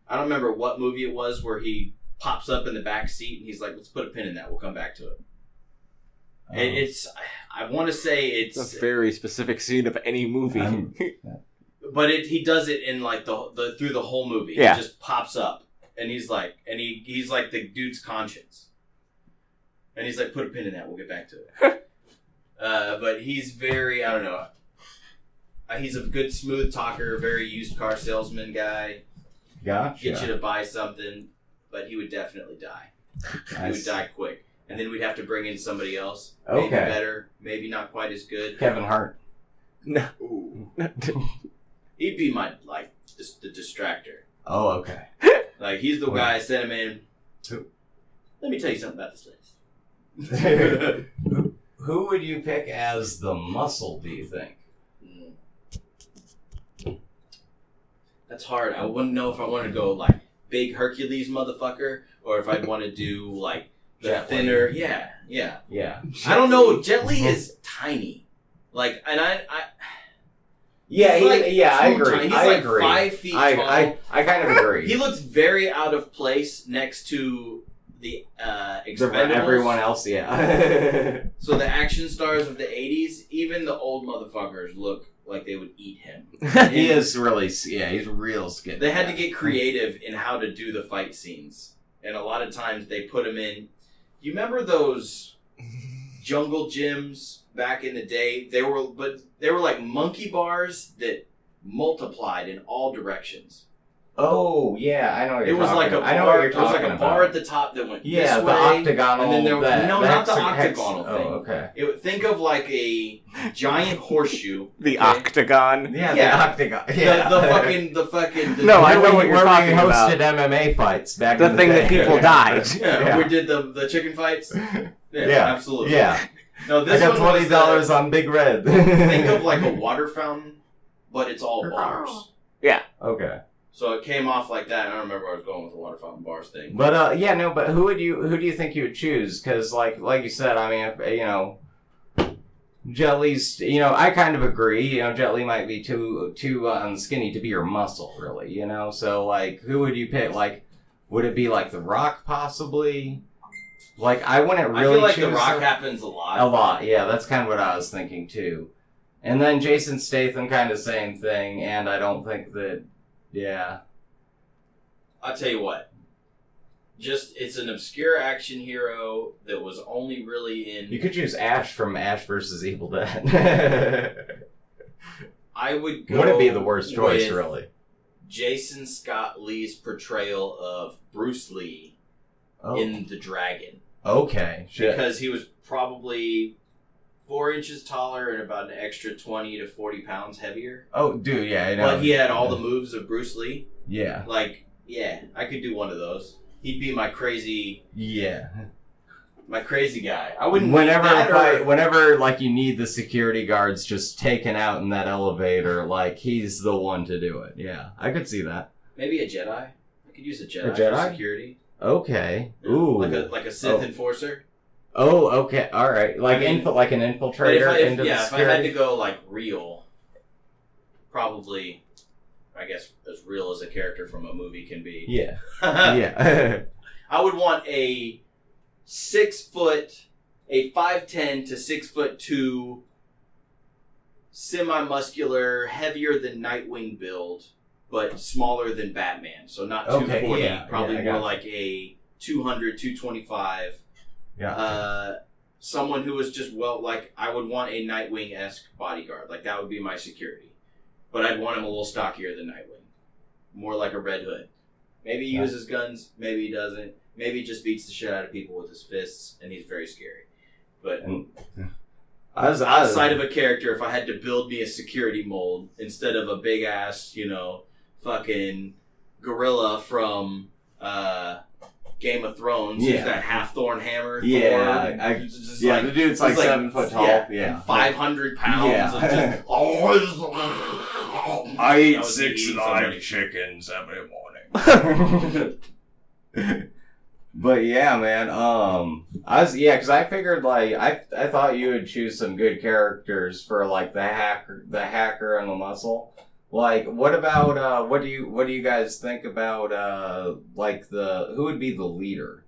Speaker 2: I don't remember what movie it was where he pops up in the back seat and he's like, "Let's put a pin in that. We'll come back to it." And
Speaker 3: Oh.
Speaker 2: it's. I want to say it's.
Speaker 4: it's a very specific scene of any movie.
Speaker 3: I'm-
Speaker 2: But it, he does it in like the, the through the whole movie.
Speaker 4: Yeah.
Speaker 2: He just pops up and he's like and he he's like the dude's conscience. And he's like, put a pin in that. We'll get back to it. uh, but he's very I don't know. Uh, he's a good smooth talker, very used car salesman guy.
Speaker 3: gotcha.
Speaker 2: Get you to buy something, but he would definitely die. He
Speaker 3: I
Speaker 2: would
Speaker 3: see.
Speaker 2: die quick. And then we'd have to bring in somebody else,
Speaker 3: Okay.
Speaker 2: maybe better, maybe not quite as good.
Speaker 3: Kevin Hart.
Speaker 2: Ooh. He'd be my like dis- the distractor.
Speaker 3: Oh, okay.
Speaker 2: Like he's the
Speaker 3: What?
Speaker 2: guy I sent him in.
Speaker 3: Who?
Speaker 2: Let me tell you something about this place.
Speaker 3: Who would you pick as the muscle? Do you think?
Speaker 2: Mm. That's hard. I wouldn't know if I want to go like big Hercules motherfucker or if I'd want to do like the
Speaker 3: Jet Li.
Speaker 2: thinner. Yeah, yeah.
Speaker 3: Yeah.
Speaker 2: I don't know. Jet Li is tiny. Like, and I, I
Speaker 3: Yeah.
Speaker 2: he's
Speaker 3: he-
Speaker 2: like
Speaker 3: yeah. I
Speaker 2: too
Speaker 3: agree.
Speaker 2: tiny. He's
Speaker 3: I
Speaker 2: like
Speaker 3: agree.
Speaker 2: five feet
Speaker 3: I,
Speaker 2: tall.
Speaker 3: I I kind of agree.
Speaker 2: He looked very out of place next to the uh,
Speaker 3: The-
Speaker 2: Expendables.
Speaker 3: everyone else, yeah.
Speaker 2: So the action stars of the '80s, even the old motherfuckers, look like they would eat him.
Speaker 3: he is really, s- yeah, he's real skinny.
Speaker 2: They had to get creative in how to do the fight scenes, and a lot of times they put him in. You remember those jungle gyms back in the day? They were, but they were like monkey bars that multiplied in all directions.
Speaker 3: Oh yeah, I know. What
Speaker 2: It
Speaker 3: you're
Speaker 2: was
Speaker 3: talking
Speaker 2: like a
Speaker 3: about. I know
Speaker 2: bar.
Speaker 3: what you're
Speaker 2: It was like
Speaker 3: talking
Speaker 2: a bar
Speaker 3: about.
Speaker 2: at the top that went
Speaker 3: yeah,
Speaker 2: this
Speaker 3: the
Speaker 2: way.
Speaker 3: octagonal.
Speaker 2: and then there-
Speaker 3: that,
Speaker 2: no,
Speaker 3: the
Speaker 2: not the
Speaker 3: hex- hex-
Speaker 2: octagonal
Speaker 3: Oh,
Speaker 2: thing.
Speaker 3: okay.
Speaker 2: It would think of like a giant horseshoe.
Speaker 4: the
Speaker 2: okay?
Speaker 4: octagon.
Speaker 3: Yeah,
Speaker 2: Yeah.
Speaker 3: the octagon.
Speaker 2: The-
Speaker 3: Yeah.
Speaker 2: The, fucking the fucking the,
Speaker 4: No, I
Speaker 3: Where
Speaker 4: know
Speaker 3: we-
Speaker 4: what you're
Speaker 3: where we
Speaker 4: talking about.
Speaker 3: hosted MMA fights back
Speaker 4: The
Speaker 3: in
Speaker 4: thing
Speaker 3: the
Speaker 4: that
Speaker 3: day.
Speaker 4: people died.
Speaker 2: yeah,
Speaker 3: yeah.
Speaker 2: we did the the chicken fights. Yeah,
Speaker 3: Yeah.
Speaker 2: absolutely.
Speaker 3: Yeah,
Speaker 2: No, this
Speaker 3: I got
Speaker 2: one was
Speaker 3: twenty dollars on Big Red.
Speaker 2: the- Think of like a water fountain, but it's all bars.
Speaker 3: okay,
Speaker 2: So it came off like that. and I don't remember where I was going with the water fountain bars thing.
Speaker 3: but uh, yeah, no, but who would you who do you think you would choose? Because like like you said, I mean, if, you know, Jelly's. You know, I kind of agree. You know, Jelly might be too too um, skinny to be your muscle, really. You know, so like, who would you pick? Like, would it be like The Rock possibly? Like, I wouldn't really.
Speaker 2: I feel like the
Speaker 3: choose
Speaker 2: rock
Speaker 3: some-
Speaker 2: happens a lot.
Speaker 3: A lot, yeah. That's kind of what I was thinking too. And then Jason Statham, kind of same thing. And I don't think that, yeah,
Speaker 2: I'll tell you what. Just it's an obscure action hero that was only really in
Speaker 3: you could choose Ash from Ash versus Evil Dead.
Speaker 2: I would go.
Speaker 3: Wouldn't be the worst choice,
Speaker 2: with
Speaker 3: really.
Speaker 2: Jason Scott Lee's portrayal of Bruce Lee
Speaker 3: Oh,
Speaker 2: in The Dragon.
Speaker 3: okay, shit.
Speaker 2: Because he was probably four inches taller and about an extra 20 to 40 pounds heavier.
Speaker 3: Oh, dude, yeah, I know.
Speaker 2: But he had all the moves of Bruce Lee.
Speaker 3: yeah.
Speaker 2: Like, yeah, I could do one of those. He'd be my crazy,
Speaker 3: Yeah.
Speaker 2: my crazy guy. I wouldn't. need
Speaker 3: whenever
Speaker 2: that
Speaker 3: a fight,
Speaker 2: or-
Speaker 3: whenever like you need the security guards just taken out in that elevator, like he's the one to do it. Yeah, I could see that.
Speaker 2: maybe a Jedi. I could use a Jedi,
Speaker 3: Jedi?
Speaker 2: for security.
Speaker 3: Okay.
Speaker 2: Yeah,
Speaker 3: Ooh.
Speaker 2: like a like a Sith
Speaker 3: Oh.
Speaker 2: enforcer.
Speaker 3: oh, okay. All right. Like
Speaker 2: I mean-
Speaker 3: inf- like an
Speaker 2: But if
Speaker 3: infiltrator
Speaker 2: I, if,
Speaker 3: into
Speaker 2: yeah,
Speaker 3: the
Speaker 2: if I had
Speaker 3: security.
Speaker 2: to go like real, probably, I guess as real as a character from a movie can be.
Speaker 3: Yeah. Yeah.
Speaker 2: I would want a six foot, a five ten to six foot two, semi muscular, heavier than Nightwing build, but smaller than Batman. So not two forty,
Speaker 3: Okay, yeah,
Speaker 2: probably
Speaker 3: yeah, I
Speaker 2: more
Speaker 3: got it.
Speaker 2: like a 200, 225.
Speaker 3: yeah.
Speaker 2: Uh, someone who is just well, like I would want a Nightwing esque bodyguard. Like that would be my security, but I'd want him a little stockier than Nightwing, more like a Red Hood. Maybe he
Speaker 3: Yeah.
Speaker 2: uses guns, maybe he doesn't. Maybe he just beats the shit out of people with his fists, and he's very scary. But
Speaker 3: Mm. I was, I was,
Speaker 2: outside of a character, if I had to build me a security mold instead of a big ass, you know, fucking gorilla from uh, Game of Thrones, who's
Speaker 3: Yeah.
Speaker 2: that half thorn hammer?
Speaker 3: yeah,
Speaker 2: Thor,
Speaker 3: I,
Speaker 2: it's just
Speaker 3: yeah.
Speaker 2: like-
Speaker 3: the dude's
Speaker 2: it's
Speaker 3: like,
Speaker 2: like-
Speaker 3: seven foot tall.
Speaker 2: yeah,
Speaker 3: Yeah.
Speaker 2: five hundred pounds
Speaker 3: Yeah.
Speaker 2: of just oh,
Speaker 5: I
Speaker 2: I
Speaker 5: eat
Speaker 2: was
Speaker 5: six
Speaker 2: eating so
Speaker 5: live
Speaker 2: many.
Speaker 5: chickens every morning.
Speaker 3: but yeah, man. Um, I was yeah, because I figured like I I thought you would choose some good characters for like the hacker, the hacker and the muscle. Like, what about uh, what do you what do you guys think about uh, like the who would be the leader?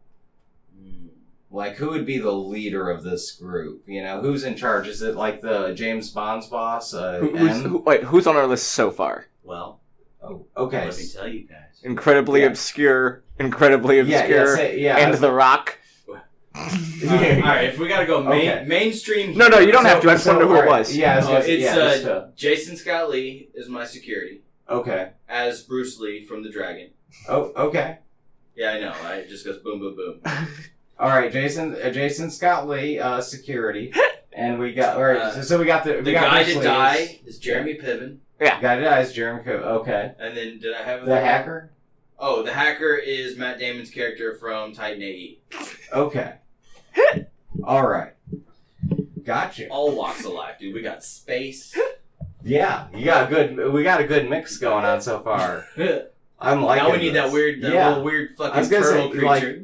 Speaker 2: Hmm.
Speaker 3: Like, who would be the leader of this group? You know, who's in charge? Is it like the James Bond's boss? Uh,
Speaker 4: Who- who's,
Speaker 3: M?
Speaker 4: who, wait, who's on our list so far?
Speaker 2: Well,
Speaker 3: Oh, okay.
Speaker 2: let me tell you guys.
Speaker 4: Incredibly
Speaker 3: Yeah.
Speaker 4: obscure, incredibly
Speaker 3: Yeah, yeah,
Speaker 4: obscure,
Speaker 3: say- yeah.
Speaker 4: and The Rock.
Speaker 2: All right, all right, if we gotta go main,
Speaker 3: Okay.
Speaker 2: mainstream,
Speaker 4: No, no, you don't
Speaker 3: So-
Speaker 4: have to. I just
Speaker 3: so
Speaker 4: wonder who it
Speaker 3: we're-
Speaker 4: was.
Speaker 3: Yeah, I was
Speaker 2: Oh,
Speaker 3: gonna say-
Speaker 2: it's,
Speaker 3: yeah,
Speaker 2: uh,
Speaker 3: just, uh,
Speaker 2: Jason Scott Lee is my security
Speaker 3: okay.
Speaker 2: as Bruce Lee from The Dragon.
Speaker 3: Oh, okay.
Speaker 2: Yeah, I know. Right? It just goes boom, boom, boom.
Speaker 3: All right, Jason. Uh, Jason Scott Lee, uh, security, and we got. Or,
Speaker 2: Uh,
Speaker 3: so we got the.
Speaker 2: The
Speaker 3: we got
Speaker 2: guy
Speaker 3: Bruce
Speaker 2: to
Speaker 3: Lee's-
Speaker 2: die is Jeremy Piven,
Speaker 3: Guy to die is Jeremy Cook. Okay.
Speaker 2: and then did I have
Speaker 3: The hacker.
Speaker 2: Oh, the hacker is Matt Damon's character from Titan AE.
Speaker 3: Okay. All right. Gotcha.
Speaker 2: All walks of life, dude. We got space.
Speaker 3: Yeah, you got a good. We got a good mix going on so far. I'm like.
Speaker 2: now we need that weird, that
Speaker 3: Yeah.
Speaker 2: little weird
Speaker 3: I
Speaker 2: fucking
Speaker 3: was gonna
Speaker 2: turtle
Speaker 3: say, like-
Speaker 2: creature.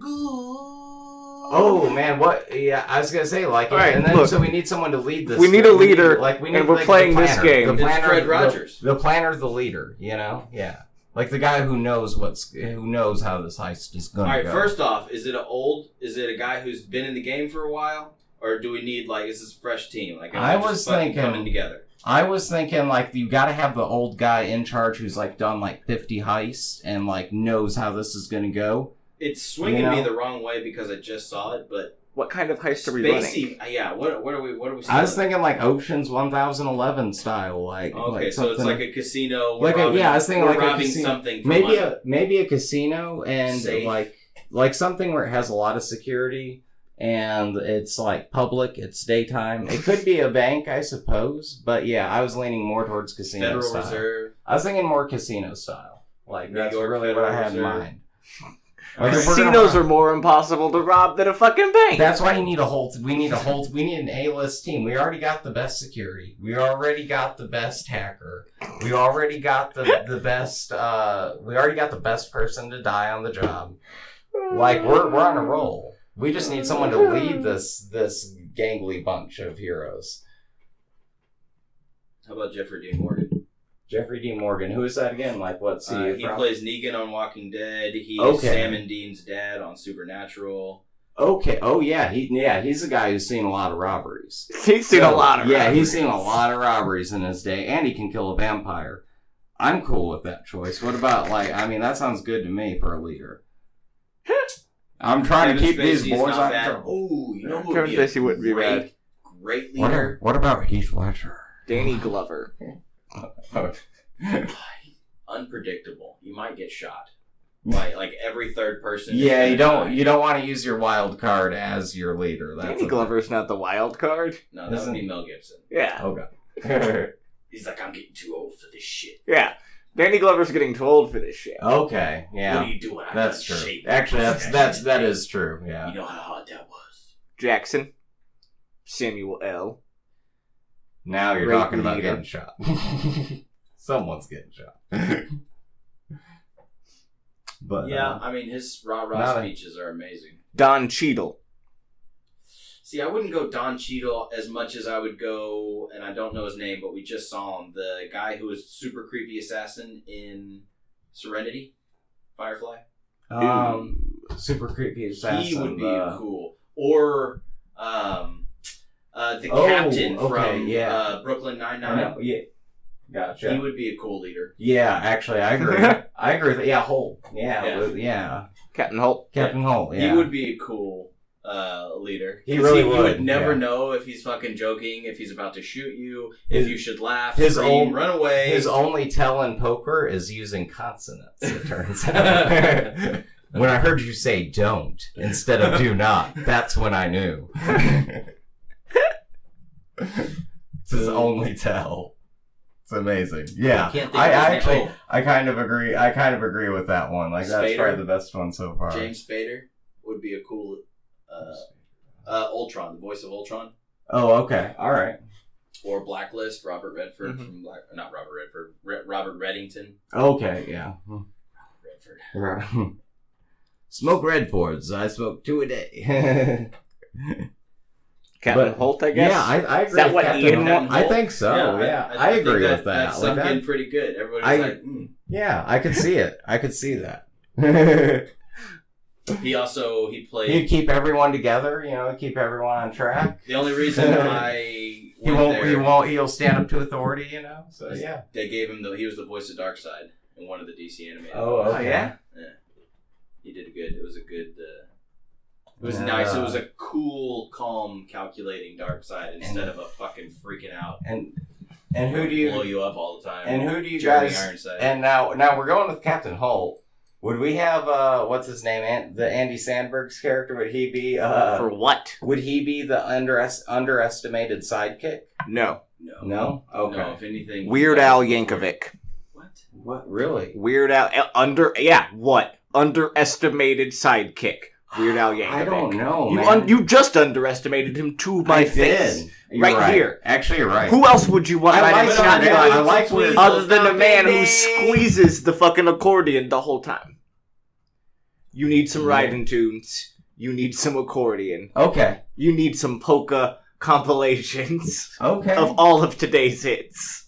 Speaker 3: Oh man, what? Yeah, I was gonna say like,
Speaker 4: All right,
Speaker 3: and then
Speaker 4: look.
Speaker 3: so we need someone to lead this.
Speaker 4: We need a
Speaker 3: We
Speaker 4: leader,
Speaker 3: like we need,
Speaker 4: and we're
Speaker 3: like, the
Speaker 4: playing this
Speaker 3: planner.
Speaker 4: game.
Speaker 3: The
Speaker 2: It's
Speaker 3: planner,
Speaker 2: Fred
Speaker 3: the-
Speaker 2: Rogers.
Speaker 3: The, planner, the leader. You know, yeah, like the guy who knows what's who knows how this heist is
Speaker 2: All
Speaker 3: gonna
Speaker 2: right.
Speaker 3: go.
Speaker 2: First off, is it an old? Is it a guy who's been in the game for a while, or do we need like is this a fresh team? Like am
Speaker 3: I
Speaker 2: just
Speaker 3: was
Speaker 2: fucking
Speaker 3: thinking-
Speaker 2: coming together.
Speaker 3: I was thinking like you got to have the old guy in charge who's like done like fifty heists and like knows how this is gonna go.
Speaker 2: It's swinging
Speaker 3: You know?
Speaker 2: me the wrong way because I just saw it, but
Speaker 4: What kind of heist are we running?
Speaker 2: spacey. uh, Yeah. What? What are we? What are we?
Speaker 3: I was
Speaker 2: selling?
Speaker 3: thinking like Ocean's One Thousand Eleven style, like
Speaker 2: Okay,
Speaker 3: like
Speaker 2: so it's
Speaker 3: something-
Speaker 2: like a casino. We're
Speaker 3: Like a-
Speaker 2: robbing,
Speaker 3: yeah, I was thinking
Speaker 2: we're
Speaker 3: like a
Speaker 2: robbing
Speaker 3: casino.
Speaker 2: something. For
Speaker 3: maybe
Speaker 2: money.
Speaker 3: a maybe a casino and
Speaker 2: Safe.
Speaker 3: like like something where it has a lot of security and it's like public it's daytime it could be a bank i suppose but yeah i was leaning more towards casino
Speaker 2: Federal
Speaker 3: style
Speaker 2: Reserve.
Speaker 3: i was thinking more casino style like
Speaker 2: New
Speaker 3: that's
Speaker 2: York
Speaker 3: really
Speaker 2: Federal
Speaker 3: what i had in
Speaker 2: Reserve.
Speaker 3: mind Like, if we're gonna
Speaker 4: Casinos
Speaker 3: rob-
Speaker 4: are more impossible to rob than a fucking bank.
Speaker 3: that's why you need a whole we need a whole we need an a-list team we already got the best security we already got the best hacker we already got the the best uh we already got the best person to die on the job Like we're we're on a roll. We just need someone to lead this this gangly bunch of heroes.
Speaker 2: How about Jeffrey Dean Morgan?
Speaker 3: Jeffrey D. Morgan, who is that again? Like E what's he?
Speaker 2: Uh, he
Speaker 3: from?
Speaker 2: plays Negan on Walking Dead. He's
Speaker 3: Okay.
Speaker 2: Sam and Dean's dad on Supernatural.
Speaker 3: okay. Oh yeah, he yeah he's a guy who's seen a lot of robberies.
Speaker 4: He's seen a
Speaker 3: So,
Speaker 4: lot of
Speaker 3: yeah. He's
Speaker 4: robberies.
Speaker 3: seen a lot of robberies in his day, and he can kill a vampire. I'm cool with that choice. What about like? I mean, that sounds good to me for a leader. I'm trying to
Speaker 2: Kevin
Speaker 3: keep these
Speaker 2: Spacey's
Speaker 3: boys
Speaker 2: not
Speaker 3: on
Speaker 2: bad.
Speaker 3: control.
Speaker 2: Oh, you know who would
Speaker 4: Kevin
Speaker 2: be a
Speaker 4: Spacey wouldn't be
Speaker 2: great,
Speaker 4: bad.
Speaker 2: great
Speaker 3: What,
Speaker 2: leader?
Speaker 3: are- what about Heath Ledger?
Speaker 4: Danny Glover.
Speaker 2: Oh, Unpredictable. You might get shot. Like like every third person. is
Speaker 3: Yeah,
Speaker 2: gonna
Speaker 3: you don't
Speaker 2: die.
Speaker 3: you don't want to use your wild card as your leader. That's
Speaker 4: Danny Glover's not the wild card.
Speaker 2: No, that would be
Speaker 3: Isn't-
Speaker 2: Mel Gibson.
Speaker 4: Yeah,
Speaker 3: Okay.
Speaker 2: He's like, I'm getting too old for this shit.
Speaker 4: yeah. Danny Glover's getting too old for this shit.
Speaker 3: Oh. Okay,
Speaker 2: What
Speaker 3: yeah,
Speaker 2: are you doing? I'm
Speaker 3: that's
Speaker 2: in
Speaker 3: true.
Speaker 2: shape.
Speaker 3: Actually, that's that's that is true.
Speaker 2: You
Speaker 3: Yeah.
Speaker 2: know how hot that was.
Speaker 4: Jackson, Samuel L.
Speaker 3: Now you're
Speaker 4: Great
Speaker 3: talking about
Speaker 4: leader.
Speaker 3: getting shot. Someone's getting shot. but
Speaker 2: yeah,
Speaker 3: uh,
Speaker 2: I mean his rah
Speaker 3: not
Speaker 2: rah
Speaker 3: a-
Speaker 2: speeches are amazing.
Speaker 4: Don Cheadle.
Speaker 2: See, I wouldn't go Don Cheadle as much as I would go, and I don't know his name, but we just saw him, the guy who was super creepy assassin in Serenity, Firefly.
Speaker 3: um, super creepy assassin.
Speaker 2: he would be
Speaker 3: uh,
Speaker 2: cool. Or um, uh, the
Speaker 3: Oh,
Speaker 2: captain
Speaker 3: okay,
Speaker 2: from
Speaker 3: yeah.
Speaker 2: uh, Brooklyn Nine
Speaker 3: I
Speaker 2: Nine.
Speaker 3: know. Yeah. Gotcha.
Speaker 2: He would be a cool leader.
Speaker 3: yeah, actually, I agree. I agree. With, yeah, Holt. Yeah,
Speaker 2: Yeah.
Speaker 3: with- yeah.
Speaker 4: Captain Holt.
Speaker 3: Captain Holt. Yeah.
Speaker 2: He would be a cool uh, leader.
Speaker 3: He
Speaker 2: 'Cause
Speaker 3: really
Speaker 2: you
Speaker 3: would,
Speaker 2: never
Speaker 3: yeah.
Speaker 2: know if he's fucking joking, if he's about to shoot you,
Speaker 3: His-
Speaker 2: if you should laugh,
Speaker 3: his
Speaker 2: scream,
Speaker 3: own-
Speaker 2: run away.
Speaker 3: His only tell in poker is using consonants. It turns out. when I heard you say "don't" instead of "do not," that's when I knew. it's his only tell. It's amazing. Yeah,
Speaker 2: I can't think
Speaker 3: I,
Speaker 2: of his
Speaker 3: I
Speaker 2: name.
Speaker 3: actually,
Speaker 2: Oh,
Speaker 3: I kind of agree. I kind of agree with that one. Like that's
Speaker 2: Spader?
Speaker 3: probably the best one so far.
Speaker 2: James Spader would be a cool uh, uh, Ultron, the voice of Ultron,
Speaker 3: Oh, okay. All right.
Speaker 2: or Blacklist, Robert Redford
Speaker 4: Mhm.
Speaker 2: from Black, not Robert Redford, Re- Robert Reddington,
Speaker 3: Okay. Yeah.
Speaker 2: Redford.
Speaker 3: smoke Redfords. I smoke two a day.
Speaker 4: Captain
Speaker 3: But-
Speaker 4: Holt, I guess.
Speaker 3: Yeah, I, I agree.
Speaker 4: Is that
Speaker 3: with
Speaker 4: what
Speaker 3: Captain
Speaker 4: Ian
Speaker 3: Holt.
Speaker 2: wants?
Speaker 3: I think so. Oh, Yeah, I,
Speaker 2: think
Speaker 3: agree with that.
Speaker 2: That
Speaker 3: Like
Speaker 2: sunk
Speaker 3: that-
Speaker 2: in pretty good. Everybody's
Speaker 3: I-
Speaker 2: like, mm.
Speaker 3: yeah, I could see it. I could see that.
Speaker 2: he also he played.
Speaker 3: He'd keep everyone together. You know, keep everyone on track.
Speaker 2: the only reason I
Speaker 3: He
Speaker 2: went
Speaker 3: won't.
Speaker 2: there,
Speaker 3: He won't. He'll stand up to authority. You know. So
Speaker 2: Is-
Speaker 3: yeah.
Speaker 2: they gave him the he was the voice of Darkseid in one of the DC animated.
Speaker 3: Oh, okay.
Speaker 4: yeah?
Speaker 2: he did good. It was a good. Uh, it was
Speaker 3: Yeah.
Speaker 2: nice. It was a cool, calm, calculating dark side instead of a fucking freaking out.
Speaker 3: And and who do you
Speaker 2: blow you up all the time?
Speaker 3: and who do you
Speaker 2: Jeremy
Speaker 3: guys
Speaker 2: Ironside.
Speaker 3: And now, now we're going with Captain Holt. Would we have uh, what's his name? An- the Andy Sandberg's character? Would he be? Uh,
Speaker 4: For what?
Speaker 3: would he be the underest- underestimated sidekick?
Speaker 4: No.
Speaker 2: no,
Speaker 3: No. Okay.
Speaker 2: no. If anything,
Speaker 4: Weird
Speaker 2: he-
Speaker 4: Al Yankovic.
Speaker 2: What?
Speaker 3: What really?
Speaker 4: Weird Al. uh, Under. Yeah, what? Underestimated sidekick. Weird Al Yankovic.
Speaker 3: I don't know,
Speaker 4: You,
Speaker 3: man.
Speaker 4: un- you just underestimated him to my
Speaker 3: I
Speaker 4: face.
Speaker 3: did. You're
Speaker 4: Right here.
Speaker 3: Actually, you're right.
Speaker 4: Who else would you want?
Speaker 3: I
Speaker 4: to identify
Speaker 3: like Sean
Speaker 4: him
Speaker 3: Connery.
Speaker 4: as?
Speaker 3: I like Liz.
Speaker 4: other than a man who squeezes the fucking accordion the whole time. You need some riding tunes. You need some accordion.
Speaker 3: Okay.
Speaker 4: You need some polka compilations
Speaker 3: Okay.
Speaker 4: of all of today's hits.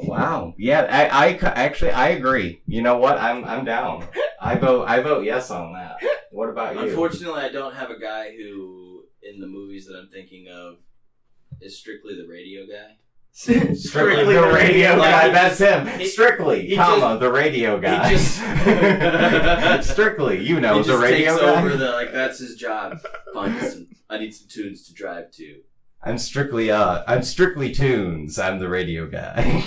Speaker 3: Wow. Yeah. I, I. ca- Actually, I agree. You know what? I'm. I'm down. I vote. I vote yes on that. What about you?
Speaker 2: Unfortunately, I don't have a guy who, in the movies that I'm thinking of, is strictly the radio guy.
Speaker 4: Strictly the radio
Speaker 2: Like,
Speaker 4: guy.
Speaker 2: he
Speaker 3: that's him.
Speaker 2: he-
Speaker 3: Strictly,
Speaker 2: he
Speaker 3: comma, the radio guy.
Speaker 2: just-
Speaker 3: Strictly, you know,
Speaker 2: he
Speaker 3: the
Speaker 2: just
Speaker 3: radio
Speaker 2: takes
Speaker 3: guy.
Speaker 2: over the like. That's his job. Find some. I need some tunes to drive to.
Speaker 3: I'm strictly uh I'm strictly tunes. I'm the radio guy.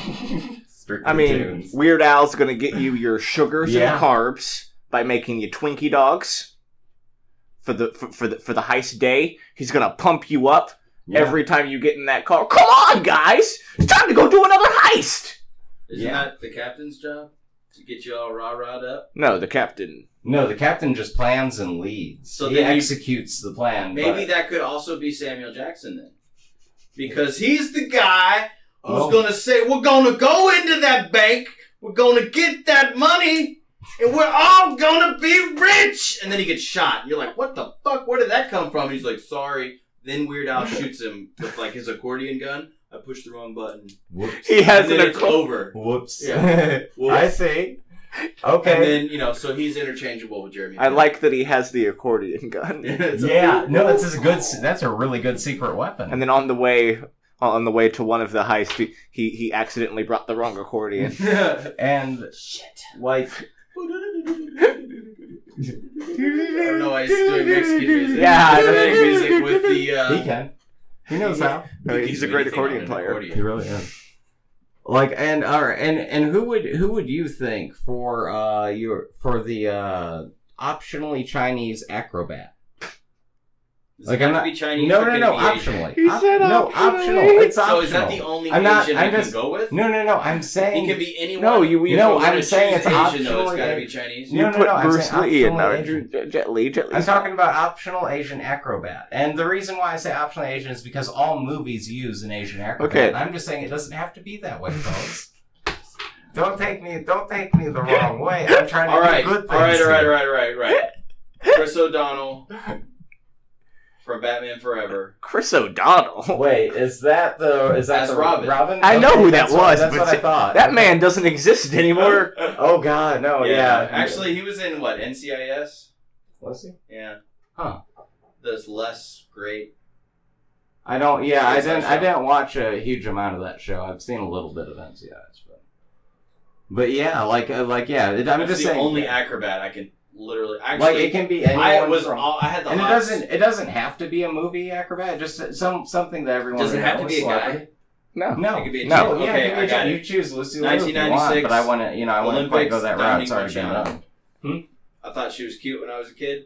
Speaker 3: strictly
Speaker 4: I mean,
Speaker 3: tunes.
Speaker 4: Weird Al's gonna get you your sugars
Speaker 3: Yeah.
Speaker 4: and carbs by making you Twinkie dogs for the for, for the for the heist day. He's gonna pump you up
Speaker 3: Yeah.
Speaker 4: every time you get in that car. Come on, guys! It's time to go do another heist.
Speaker 2: Isn't
Speaker 3: Yeah.
Speaker 2: that the captain's job to get you all rah rahed up?
Speaker 4: No, the captain.
Speaker 3: No, the captain just plans and leads.
Speaker 2: So
Speaker 3: he
Speaker 2: then you-
Speaker 3: executes the plan.
Speaker 2: Maybe
Speaker 3: but-
Speaker 2: that could also be Samuel Jackson then, because he's the guy who's
Speaker 3: Oh.
Speaker 2: gonna say, "We're gonna go into that bank. We're gonna get that money." And we're all gonna be rich! And then he gets shot. You're like, what the fuck? Where did that come from? He's like, sorry. Then Weird Al shoots him with like his accordion gun. I pushed the wrong button.
Speaker 3: Whoops.
Speaker 4: He has
Speaker 2: and
Speaker 4: an
Speaker 2: then it's
Speaker 4: accord-
Speaker 2: over.
Speaker 3: Whoops.
Speaker 2: Well,
Speaker 3: I see.
Speaker 2: And
Speaker 3: Okay.
Speaker 2: then you know, so he's interchangeable with Jeremy.
Speaker 4: I like that he has the accordion gun.
Speaker 2: It's a-
Speaker 3: yeah. No, that's a good. s- That's a really good secret weapon.
Speaker 4: And then on the way, on the way to one of the heists, he he, he accidentally brought the wrong accordion.
Speaker 3: and
Speaker 2: Shit.
Speaker 3: like
Speaker 2: I don't know why he's doing Mexican music.
Speaker 4: Yeah, I
Speaker 2: He's
Speaker 4: don't
Speaker 2: doing
Speaker 4: know.
Speaker 2: music with the. Uh,
Speaker 3: he can. He knows
Speaker 2: he- he
Speaker 3: how.
Speaker 4: I mean,
Speaker 2: can
Speaker 4: he's
Speaker 2: do
Speaker 4: a great
Speaker 2: anything on
Speaker 4: accordion
Speaker 2: an
Speaker 4: player.
Speaker 2: accordion.
Speaker 3: He really is. Like and all right, and and who would who would you think for uh your for the uh optionally Chinese acrobat?
Speaker 2: Does
Speaker 3: Like,
Speaker 2: it have
Speaker 3: I'm
Speaker 2: to
Speaker 3: not-
Speaker 2: be Chinese?
Speaker 3: No,
Speaker 2: or
Speaker 3: no,
Speaker 2: can
Speaker 3: no.
Speaker 2: it be Asian?
Speaker 3: Optionally.
Speaker 4: He
Speaker 3: Op-
Speaker 4: said
Speaker 3: no,
Speaker 4: optionally.
Speaker 3: optional. It's optional.
Speaker 2: So is that the only
Speaker 3: I'm not-
Speaker 2: Asian
Speaker 3: I'm
Speaker 2: we
Speaker 3: just-
Speaker 2: can go with?
Speaker 3: No, no, no. I'm saying
Speaker 2: It can be anyone.
Speaker 4: No, you-
Speaker 2: If we're
Speaker 3: no,
Speaker 2: gonna
Speaker 3: I'm saying
Speaker 2: choose
Speaker 3: it's
Speaker 2: Asian, though,
Speaker 3: optionally
Speaker 2: it's got to
Speaker 3: Asian.
Speaker 2: be Chinese.
Speaker 4: You
Speaker 3: No, no,
Speaker 4: put
Speaker 3: no, I'm
Speaker 4: Bruce
Speaker 3: saying
Speaker 4: Lee in
Speaker 3: optional
Speaker 4: there.
Speaker 3: Asian.
Speaker 4: Jet- Jet Lee, Jet Lee.
Speaker 3: I'm talking about optional Asian acrobat, and the reason why I say optional Asian is because all movies use an Asian acrobat.
Speaker 4: Okay.
Speaker 3: And I'm just saying it doesn't have to be that way, folks. don't take me, don't take me the wrong way. I'm trying to
Speaker 2: All right,
Speaker 3: do
Speaker 2: all
Speaker 3: good things.
Speaker 2: right, all right, all
Speaker 3: here.
Speaker 2: right, all right, right. Chris O'Donnell from Batman Forever.
Speaker 4: Chris O'Donnell.
Speaker 3: Wait, is that the is that
Speaker 2: That's
Speaker 3: the
Speaker 2: Robin.
Speaker 3: Robin?
Speaker 4: I know who
Speaker 3: that's
Speaker 4: that
Speaker 3: what-
Speaker 4: was,
Speaker 3: that's
Speaker 4: but
Speaker 3: what I thought.
Speaker 4: That
Speaker 3: Okay.
Speaker 4: man doesn't exist anymore.
Speaker 3: Oh God, no, yeah.
Speaker 2: Actually, he was in what NCIS.
Speaker 3: was he?
Speaker 2: Yeah.
Speaker 3: Huh.
Speaker 2: That's less great.
Speaker 3: I don't. Yeah, I
Speaker 2: What's that
Speaker 3: didn't. I
Speaker 2: show?
Speaker 3: didn't watch a huge amount of that show. I've seen a little bit of NCIS, but but yeah, like uh, like yeah. It, I'm
Speaker 2: That's
Speaker 3: just
Speaker 2: the
Speaker 3: saying.
Speaker 2: only acrobat I can literally. Actually,
Speaker 3: like it can be anyone.
Speaker 2: I was.
Speaker 3: from-
Speaker 2: all, I had the.
Speaker 3: and it
Speaker 2: odds.
Speaker 3: doesn't. It doesn't have to be a movie acrobat. Just some something that everyone.
Speaker 2: Does it
Speaker 3: would
Speaker 2: have
Speaker 3: know
Speaker 2: to be a
Speaker 3: celebrity.
Speaker 4: No.
Speaker 3: No,
Speaker 2: It could be a
Speaker 4: No.
Speaker 2: chick.
Speaker 3: Yeah,
Speaker 2: Okay,
Speaker 3: give me
Speaker 2: I
Speaker 3: a
Speaker 2: got
Speaker 3: chance.
Speaker 2: it.
Speaker 3: You choose Lucy Liu if you want,
Speaker 2: 1996
Speaker 3: but I want to. You know, I want to quite go that
Speaker 2: Olympics,
Speaker 3: route. It's already
Speaker 2: Dominique
Speaker 3: been
Speaker 2: Marchand.
Speaker 3: done.
Speaker 2: I thought she was cute when I was a kid.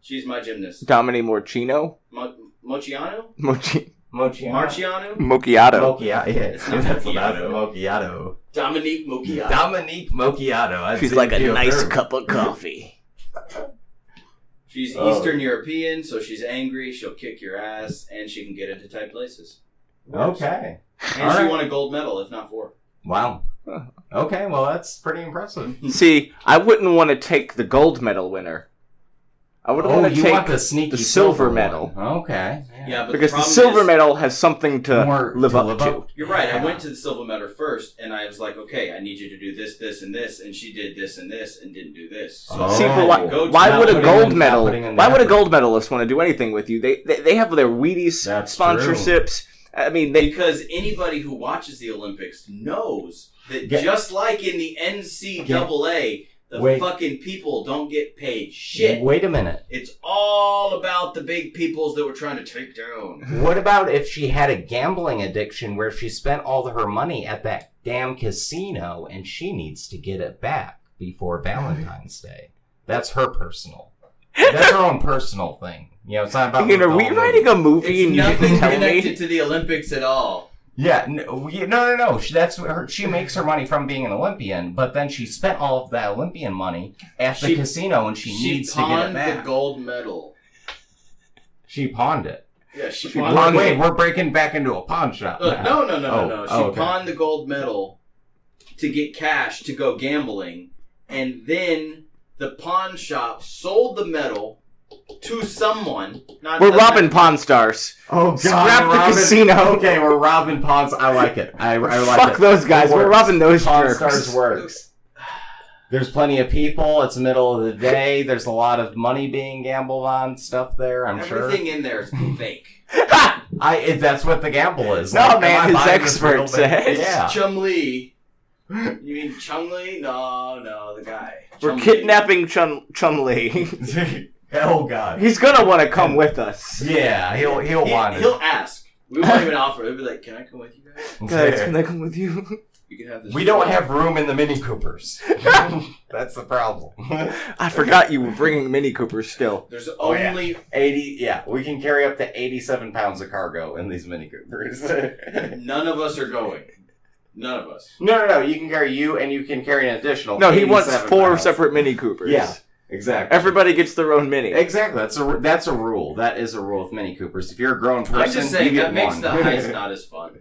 Speaker 2: She's my gymnast.
Speaker 4: Dominic Morcino.
Speaker 2: Mo- Mochiano?
Speaker 4: Mochi-
Speaker 3: Mochiano.
Speaker 2: Marciano?
Speaker 4: Mocchiato.
Speaker 3: Mochiato. Yeah,
Speaker 2: It's not
Speaker 3: that's what I
Speaker 2: Mochiato.
Speaker 3: said. Mochiato.
Speaker 2: Dominique Mochiano.
Speaker 3: Dominique Mochiato. I've
Speaker 4: She's
Speaker 3: seen
Speaker 4: like a
Speaker 3: you
Speaker 4: nice
Speaker 3: through.
Speaker 4: cup of coffee.
Speaker 2: she's
Speaker 3: Oh.
Speaker 2: Eastern European, so she's angry. She'll kick your ass, and she can get into tight places.
Speaker 3: Okay.
Speaker 2: And
Speaker 3: All
Speaker 2: she
Speaker 3: right.
Speaker 2: won a gold medal, if not four.
Speaker 3: Wow.
Speaker 4: Huh.
Speaker 3: Okay, well that's pretty impressive.
Speaker 4: See, I wouldn't want to take the gold medal winner. I would
Speaker 3: Oh,
Speaker 4: want to
Speaker 3: you
Speaker 4: take
Speaker 3: want the sneaky
Speaker 4: the silver
Speaker 3: one.
Speaker 4: medal.
Speaker 3: Okay.
Speaker 2: Yeah, but
Speaker 4: because the,
Speaker 2: problem
Speaker 4: silver
Speaker 2: is-
Speaker 4: medal has something to
Speaker 3: More
Speaker 4: live up to.
Speaker 2: You're right. I went to the silver medal first, and I was like, okay, I need you to do this, this, and this, and she did this and this, and didn't do this. So
Speaker 3: Oh.
Speaker 4: See, but why,
Speaker 2: Go to-
Speaker 4: why
Speaker 3: Not
Speaker 4: would a
Speaker 3: putting
Speaker 4: gold
Speaker 3: in- not
Speaker 4: medal?
Speaker 3: putting in the
Speaker 4: Why would a
Speaker 3: effort.
Speaker 4: gold medalist want to do anything with you? They they, they have their Wheaties
Speaker 3: That's
Speaker 4: sponsorships. I mean, they
Speaker 2: because anybody who watches the Olympics knows that
Speaker 3: Yeah.
Speaker 2: just like in the NCAA, the
Speaker 3: Wait.
Speaker 2: fucking people don't get paid shit.
Speaker 3: Wait a minute.
Speaker 2: It's all about the big peoples that we're trying to take down.
Speaker 3: What about if she had a gambling addiction where she spent all of her money at that damn casino and she needs to get it back before Valentine's Day? That's her personal. That's her own personal thing. You know, it's not about.
Speaker 4: you know,
Speaker 3: the
Speaker 4: are we
Speaker 3: whole-
Speaker 4: writing a movie
Speaker 2: It's
Speaker 4: and you
Speaker 2: nothing
Speaker 4: didn't tell
Speaker 2: connected
Speaker 4: me?
Speaker 2: to the Olympics at all.
Speaker 3: Yeah, no, we- no, no, no. She, that's what her. She makes her money from being an Olympian, but then she spent all of that Olympian money at the
Speaker 2: She-
Speaker 3: casino, and she, needs to get it
Speaker 2: pawned the
Speaker 3: back.
Speaker 2: gold medal.
Speaker 3: she pawned it.
Speaker 2: Yeah, she,
Speaker 4: She
Speaker 2: pawned.
Speaker 4: pawned
Speaker 2: the
Speaker 3: Wait,
Speaker 2: gold-
Speaker 3: we're breaking back into a pawn shop.
Speaker 2: Look,
Speaker 3: now.
Speaker 2: no, no, no, no,
Speaker 3: Oh,
Speaker 2: no. She
Speaker 3: oh, okay.
Speaker 2: pawned the gold medal to get cash to go gambling, and then the pawn shop sold the medal to someone. Not
Speaker 4: We're
Speaker 2: doesn't
Speaker 4: robbing
Speaker 2: have-
Speaker 4: pawn stars.
Speaker 3: Oh God!
Speaker 4: Scrap the
Speaker 3: Robin-
Speaker 4: casino.
Speaker 3: Okay, we're robbing pawns. I like it. I, I like
Speaker 4: Fuck
Speaker 3: it.
Speaker 4: those guys.
Speaker 3: It
Speaker 4: We're
Speaker 3: works.
Speaker 4: robbing those
Speaker 3: Pawn
Speaker 4: jerks.
Speaker 3: Stars works. There's plenty of people. It's the middle of the day. There's a lot of money being gambled on stuff there. I'm sure.
Speaker 2: Everything in there is fake.
Speaker 4: Ha!
Speaker 3: I it, that's what the gamble is.
Speaker 4: No,
Speaker 3: Like, am
Speaker 4: man,
Speaker 3: I
Speaker 4: his
Speaker 3: buying this
Speaker 4: expert
Speaker 3: riddle back?
Speaker 4: says.
Speaker 3: Yeah.
Speaker 2: Chum Lee. You mean Chung Lee? No, no, the guy.
Speaker 4: We're
Speaker 2: Chum Lee.
Speaker 4: kidnapping Chun Chun Li.
Speaker 3: oh God.
Speaker 4: He's gonna want to come with us.
Speaker 3: Yeah, he'll he'll
Speaker 2: He,
Speaker 3: want it.
Speaker 2: will ask. We won't even offer. He'll be like, "Can I come with you guys?
Speaker 4: Guys, can I come with you?
Speaker 2: You can have this."
Speaker 3: we don't have room in the Mini Coopers. that's the problem.
Speaker 4: I forgot you were bringing Mini Coopers still.
Speaker 2: There's
Speaker 3: Oh, yeah.
Speaker 2: only
Speaker 3: 80 yeah we can carry up to 87 pounds of cargo in these mini coopers no
Speaker 2: none of us are going. None of us.
Speaker 3: no no you can carry you and you can carry an additional
Speaker 4: No, he wants
Speaker 3: 87
Speaker 4: four
Speaker 3: pounds.
Speaker 4: separate Mini Coopers.
Speaker 3: Yeah. exactly
Speaker 4: Everybody gets their own mini.
Speaker 3: exactly that's a that's a rule that is a rule with mini coopers if you're a grown person
Speaker 2: I'm just saying
Speaker 3: you get
Speaker 2: that makes
Speaker 3: one.
Speaker 2: the heist not as fun.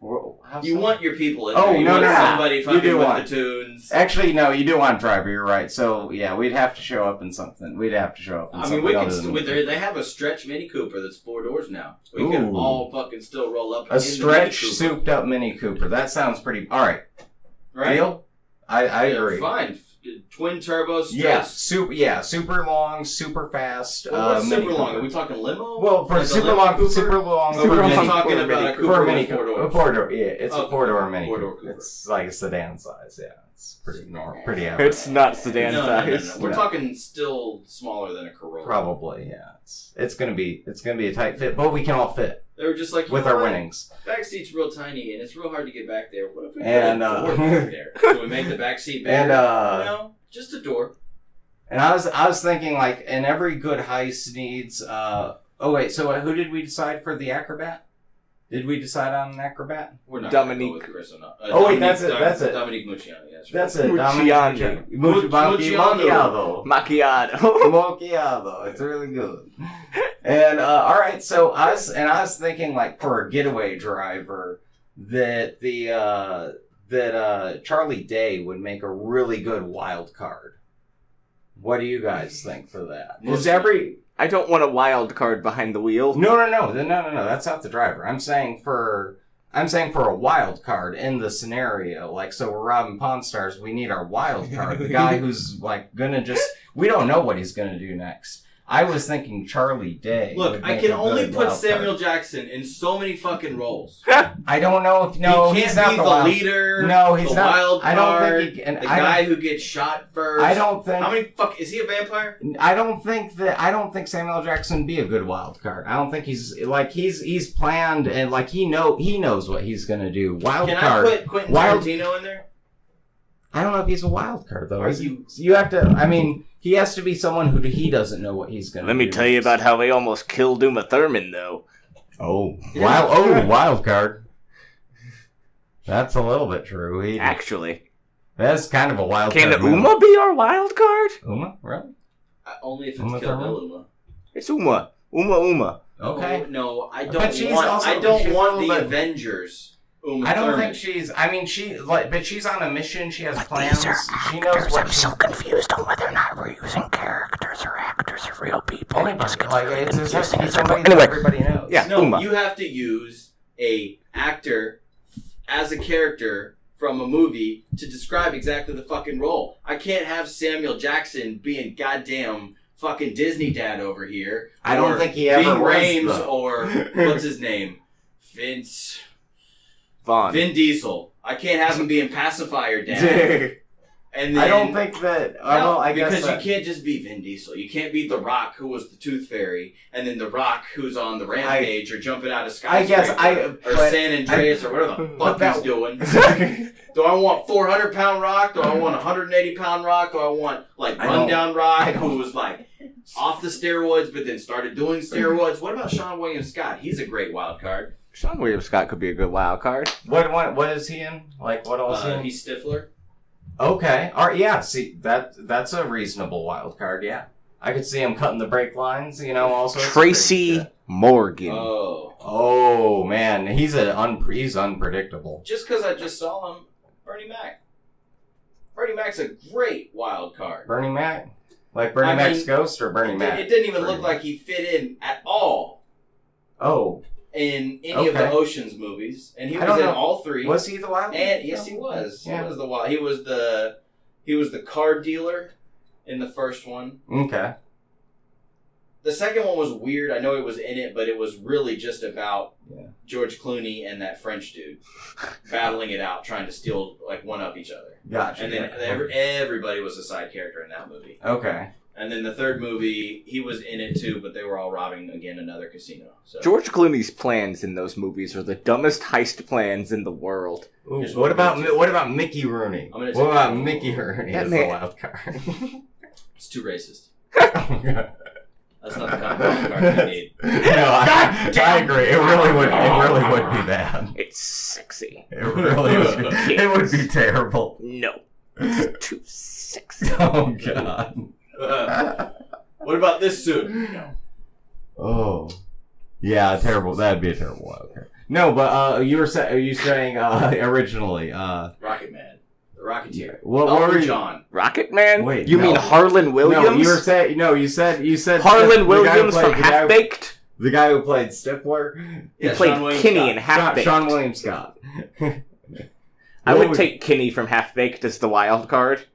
Speaker 3: Whoa, how
Speaker 2: You
Speaker 3: so?
Speaker 2: want your people in
Speaker 3: Oh,
Speaker 2: there. You
Speaker 3: no,
Speaker 2: want
Speaker 3: no, no.
Speaker 2: somebody
Speaker 3: You
Speaker 2: fucking
Speaker 3: do
Speaker 2: with
Speaker 3: want-
Speaker 2: the tunes.
Speaker 3: actually no you do want driver you're right so yeah we'd have to show up in something we'd have to show up in
Speaker 2: I mean,
Speaker 3: something
Speaker 2: we can.
Speaker 3: other
Speaker 2: St-
Speaker 3: than-
Speaker 2: with their, they have a stretch Mini Cooper that's four doors now. We can
Speaker 3: Ooh.
Speaker 2: all fucking still roll up in
Speaker 3: a
Speaker 2: the
Speaker 3: stretch
Speaker 2: Mini Cooper,
Speaker 3: souped up mini cooper that sounds pretty all right,
Speaker 2: right?
Speaker 3: deal i i
Speaker 2: Yeah,
Speaker 3: agree
Speaker 2: Fine. F- Twin turbo stretch.
Speaker 3: Yeah, super. Yeah, super long, super fast.
Speaker 2: Well, what's
Speaker 3: uh,
Speaker 2: super
Speaker 3: Mini
Speaker 2: long? Are
Speaker 3: Cooper.
Speaker 2: we talking limo?
Speaker 3: well, for
Speaker 2: Like a
Speaker 3: super
Speaker 2: limo
Speaker 3: long,
Speaker 2: Cooper?
Speaker 3: super long,
Speaker 2: Oh, we're
Speaker 3: for
Speaker 4: long
Speaker 3: mini-
Speaker 2: just
Speaker 4: Mini
Speaker 2: talking
Speaker 4: Cooper,
Speaker 2: about
Speaker 4: Mini
Speaker 2: a
Speaker 4: Cooper.
Speaker 2: Cooper
Speaker 3: for a
Speaker 2: with
Speaker 3: mini
Speaker 2: four
Speaker 3: Cooper. A
Speaker 2: doors.
Speaker 3: four door. Yeah, it's a
Speaker 2: Okay,
Speaker 3: four door mini
Speaker 2: four-door
Speaker 3: Cooper.
Speaker 2: Cooper.
Speaker 3: It's like a sedan size. Yeah, it's pretty normal, pretty average.
Speaker 4: It's not sedan
Speaker 2: no, no, no, no,
Speaker 4: size.
Speaker 2: We're
Speaker 3: No.
Speaker 2: talking still smaller than a Corolla.
Speaker 3: Probably, yeah. It's, it's gonna be it's gonna be a tight fit, but we can all fit
Speaker 2: They were just like
Speaker 3: with
Speaker 2: you know
Speaker 3: our
Speaker 2: what?
Speaker 3: winnings.
Speaker 2: Back seat's real tiny, and it's real hard to get back there. What if we
Speaker 3: And,
Speaker 2: put a
Speaker 3: uh,
Speaker 2: door back there? Can we make the back seat bigger?
Speaker 3: And uh,
Speaker 2: no, just a door.
Speaker 3: And I was I was thinking like, and every good heist needs. Uh, oh wait, so who did we decide for the acrobat? Did we decide on an acrobat?
Speaker 2: We're not
Speaker 4: Dominique.
Speaker 2: Gonna go with Chris on that. uh,
Speaker 3: Oh, wait, that's it,
Speaker 2: Dominique-
Speaker 3: that's it.
Speaker 2: Dominique Mucciani. That's right.
Speaker 3: That's it.
Speaker 4: Mucciano.
Speaker 3: Dominic Mucci- Mucci-
Speaker 2: Mucciano.
Speaker 3: Mucciano.
Speaker 4: Macchiato.
Speaker 3: Mochiado. It's really good. And uh, all right, so I was and I was thinking like for a getaway driver that the uh, that uh, Charlie Day would make a really good wild card. What do you guys think for that? Is every
Speaker 4: I don't want a wild card behind the wheel.
Speaker 3: no, no, no, no, no, no. That's not the driver. I'm saying for I'm saying for a wild card in the scenario. Like, so we're robbing Pawn Stars. We need our wild card, the guy who's like gonna just. We don't know what he's gonna do next. I was thinking Charlie Day.
Speaker 2: Look,
Speaker 3: would
Speaker 2: I
Speaker 3: make
Speaker 2: can
Speaker 3: a
Speaker 2: only
Speaker 3: good
Speaker 2: put
Speaker 3: wild
Speaker 2: Samuel
Speaker 3: card.
Speaker 2: Jackson in so many fucking roles.
Speaker 3: I don't know if no,
Speaker 2: he can't
Speaker 3: he's not
Speaker 2: be
Speaker 3: the,
Speaker 2: the,
Speaker 3: wild-
Speaker 2: leader.
Speaker 3: No, he's
Speaker 2: the
Speaker 3: not.
Speaker 2: Wild
Speaker 3: I
Speaker 2: card,
Speaker 3: don't think he can.
Speaker 2: the
Speaker 3: I
Speaker 2: guy
Speaker 3: don't,
Speaker 2: who gets shot first.
Speaker 3: I don't think.
Speaker 2: How many fuck is he a vampire?
Speaker 3: I don't think that I don't think Samuel L. Jackson would be a good wild card. I don't think he's like he's he's planned and like he know he knows what he's gonna do. Wild
Speaker 2: Can
Speaker 3: card.
Speaker 2: I put Quentin
Speaker 3: Wild-
Speaker 2: Tarantino in there?
Speaker 3: I don't know if he's a wild card though.
Speaker 2: Are
Speaker 3: is he?
Speaker 2: you-
Speaker 3: So you have to. I mean, he has to be someone who he doesn't know what he's gonna.
Speaker 4: Let me
Speaker 3: do
Speaker 4: tell you
Speaker 3: next.
Speaker 4: about how they almost killed Uma Thurman, though.
Speaker 3: Oh,
Speaker 2: Yeah.
Speaker 3: wild! Oh, wild card. That's a little bit true. He,
Speaker 4: Actually,
Speaker 3: that's kind of a wild
Speaker 4: Ah. can
Speaker 3: card. move.
Speaker 4: Uma be our wild card?
Speaker 3: Uma, really?
Speaker 2: Uh, only if it's
Speaker 3: Uma
Speaker 2: Kill Bill
Speaker 3: Thurman?
Speaker 2: Uma.
Speaker 4: It's Uma. Uma Uma.
Speaker 3: Okay.
Speaker 2: Oh, no, I
Speaker 3: But
Speaker 2: don't
Speaker 3: she's
Speaker 2: want.
Speaker 3: also-
Speaker 2: I don't
Speaker 3: she's a
Speaker 2: want the
Speaker 3: little bit-
Speaker 2: Avengers. Uma
Speaker 3: I don't
Speaker 2: Thurman.
Speaker 3: think she's. I mean, she like, but she's on a mission. She has plans. she knows what. she's-
Speaker 6: confused on whether or not we're using characters or actors or real people.
Speaker 3: Anybody, like it's just has to be
Speaker 6: confusing.
Speaker 3: somebody that
Speaker 6: Anyway.
Speaker 3: everybody knows.
Speaker 4: Yeah.
Speaker 2: No,
Speaker 4: Uma.
Speaker 2: you have to use a actor as a character from a movie to describe exactly the fucking role. I can't have Samuel Jackson being goddamn fucking Disney dad over here.
Speaker 3: I don't
Speaker 2: or
Speaker 3: think he ever
Speaker 2: Ving
Speaker 3: was,
Speaker 2: Rhames
Speaker 3: though.
Speaker 2: or what's his name, Vince
Speaker 4: Vaughn.
Speaker 2: Vin Diesel. I can't have him being pacifier dad. And then,
Speaker 3: I don't think that.
Speaker 2: No,
Speaker 3: I don't. I guess
Speaker 2: because
Speaker 3: that-
Speaker 2: you can't just be Vin Diesel. You can't be The Rock, who was the Tooth Fairy, and then The Rock, who's on the rampage or jumping out of
Speaker 3: I
Speaker 2: skyscraper.
Speaker 3: guess I.
Speaker 2: or
Speaker 3: but-
Speaker 2: San Andreas or whatever the fuck
Speaker 3: But that-
Speaker 2: he's doing. Do I want 400 pound rock? Do I want 180 pound rock? Do I want like
Speaker 3: I don't-
Speaker 2: rundown rock
Speaker 3: I don't-
Speaker 2: who was like off the steroids but then started doing steroids? What about Sean William Scott? He's a great wild card.
Speaker 4: Sean William Scott could be a good wild card.
Speaker 3: What what what is he in? Like what else?
Speaker 2: Uh,
Speaker 3: in?
Speaker 2: he's Stifler.
Speaker 3: Okay. All right. Yeah. See that that's a reasonable wild card. Yeah. I could see him cutting the brake lines. You know. Also.
Speaker 4: Tracy Morgan.
Speaker 2: Oh,
Speaker 3: Oh man, he's a un- he's unpredictable.
Speaker 2: just because I just saw him, Bernie Mac. Bernie Mac's a great wild card.
Speaker 3: Bernie Mac, like Bernie
Speaker 2: I
Speaker 3: Mac's
Speaker 2: mean,
Speaker 3: ghost or Bernie
Speaker 2: it,
Speaker 3: Mac.
Speaker 2: Did, it didn't even
Speaker 3: Bernie
Speaker 2: look
Speaker 3: Mac.
Speaker 2: like he fit in at all
Speaker 3: Oh,
Speaker 2: in any of the
Speaker 3: Okay.
Speaker 2: Ocean's movies, and he
Speaker 3: I
Speaker 2: was
Speaker 3: don't
Speaker 2: in
Speaker 3: know.
Speaker 2: all three.
Speaker 3: was he the wild?
Speaker 2: And yes, he was.
Speaker 3: Yeah.
Speaker 2: He was the wild. He was the he was the car dealer in the first one.
Speaker 3: Okay.
Speaker 2: The second one was weird. I know he was in it, but it was really just about
Speaker 3: Yeah.
Speaker 2: George Clooney and that French dude battling it out, trying to steal like one up each other.
Speaker 3: Gotcha.
Speaker 2: And then every, everybody was a side character in that movie.
Speaker 3: okay.
Speaker 2: And then the third movie, he was in it too, but they were all robbing again another casino. So
Speaker 4: George Clooney's plans in those movies are the dumbest heist plans in the world.
Speaker 3: Ooh,
Speaker 2: Here's
Speaker 3: what
Speaker 2: what
Speaker 3: about
Speaker 2: I'm
Speaker 3: Mi- what about Mickey Rooney?
Speaker 2: I'm
Speaker 3: What
Speaker 2: gonna take-
Speaker 3: about Mickey Rooney
Speaker 4: That
Speaker 3: as the
Speaker 4: man-
Speaker 3: wild card?
Speaker 2: it's too racist.
Speaker 3: Oh, God.
Speaker 2: That's not the kind of card we need.
Speaker 3: no, I, I agree. It really would. It really would be bad.
Speaker 4: It's sexy.
Speaker 3: It really would. Be, it would be terrible.
Speaker 4: No, it's too sexy.
Speaker 3: Oh god.
Speaker 2: Uh, what about this suit? No.
Speaker 3: oh, yeah. Terrible. That'd be a terrible wild card. No, but uh, you were sa- you saying uh, originally. Uh,
Speaker 2: Rocket Man, the Rocketeer,
Speaker 3: what, what were
Speaker 2: Elton
Speaker 3: you?
Speaker 2: John.
Speaker 4: Rocket Man?
Speaker 3: Wait,
Speaker 4: you
Speaker 3: no.
Speaker 4: mean Harlan Williams?
Speaker 3: No, you were saying. No, you said. You said Stif- the guy
Speaker 4: Harlan
Speaker 3: who
Speaker 4: Williams
Speaker 3: played-
Speaker 4: from
Speaker 3: the guy who-
Speaker 4: Half Baked?
Speaker 3: The guy who played Stifler.
Speaker 4: He
Speaker 2: Yeah, Sean
Speaker 4: played
Speaker 2: Williams
Speaker 4: Kinney
Speaker 2: Scott.
Speaker 4: in Half
Speaker 3: Sean,
Speaker 4: Baked.
Speaker 3: Sean William Scott.
Speaker 4: I
Speaker 3: What
Speaker 4: would take Kinney from Half Baked as the wild card.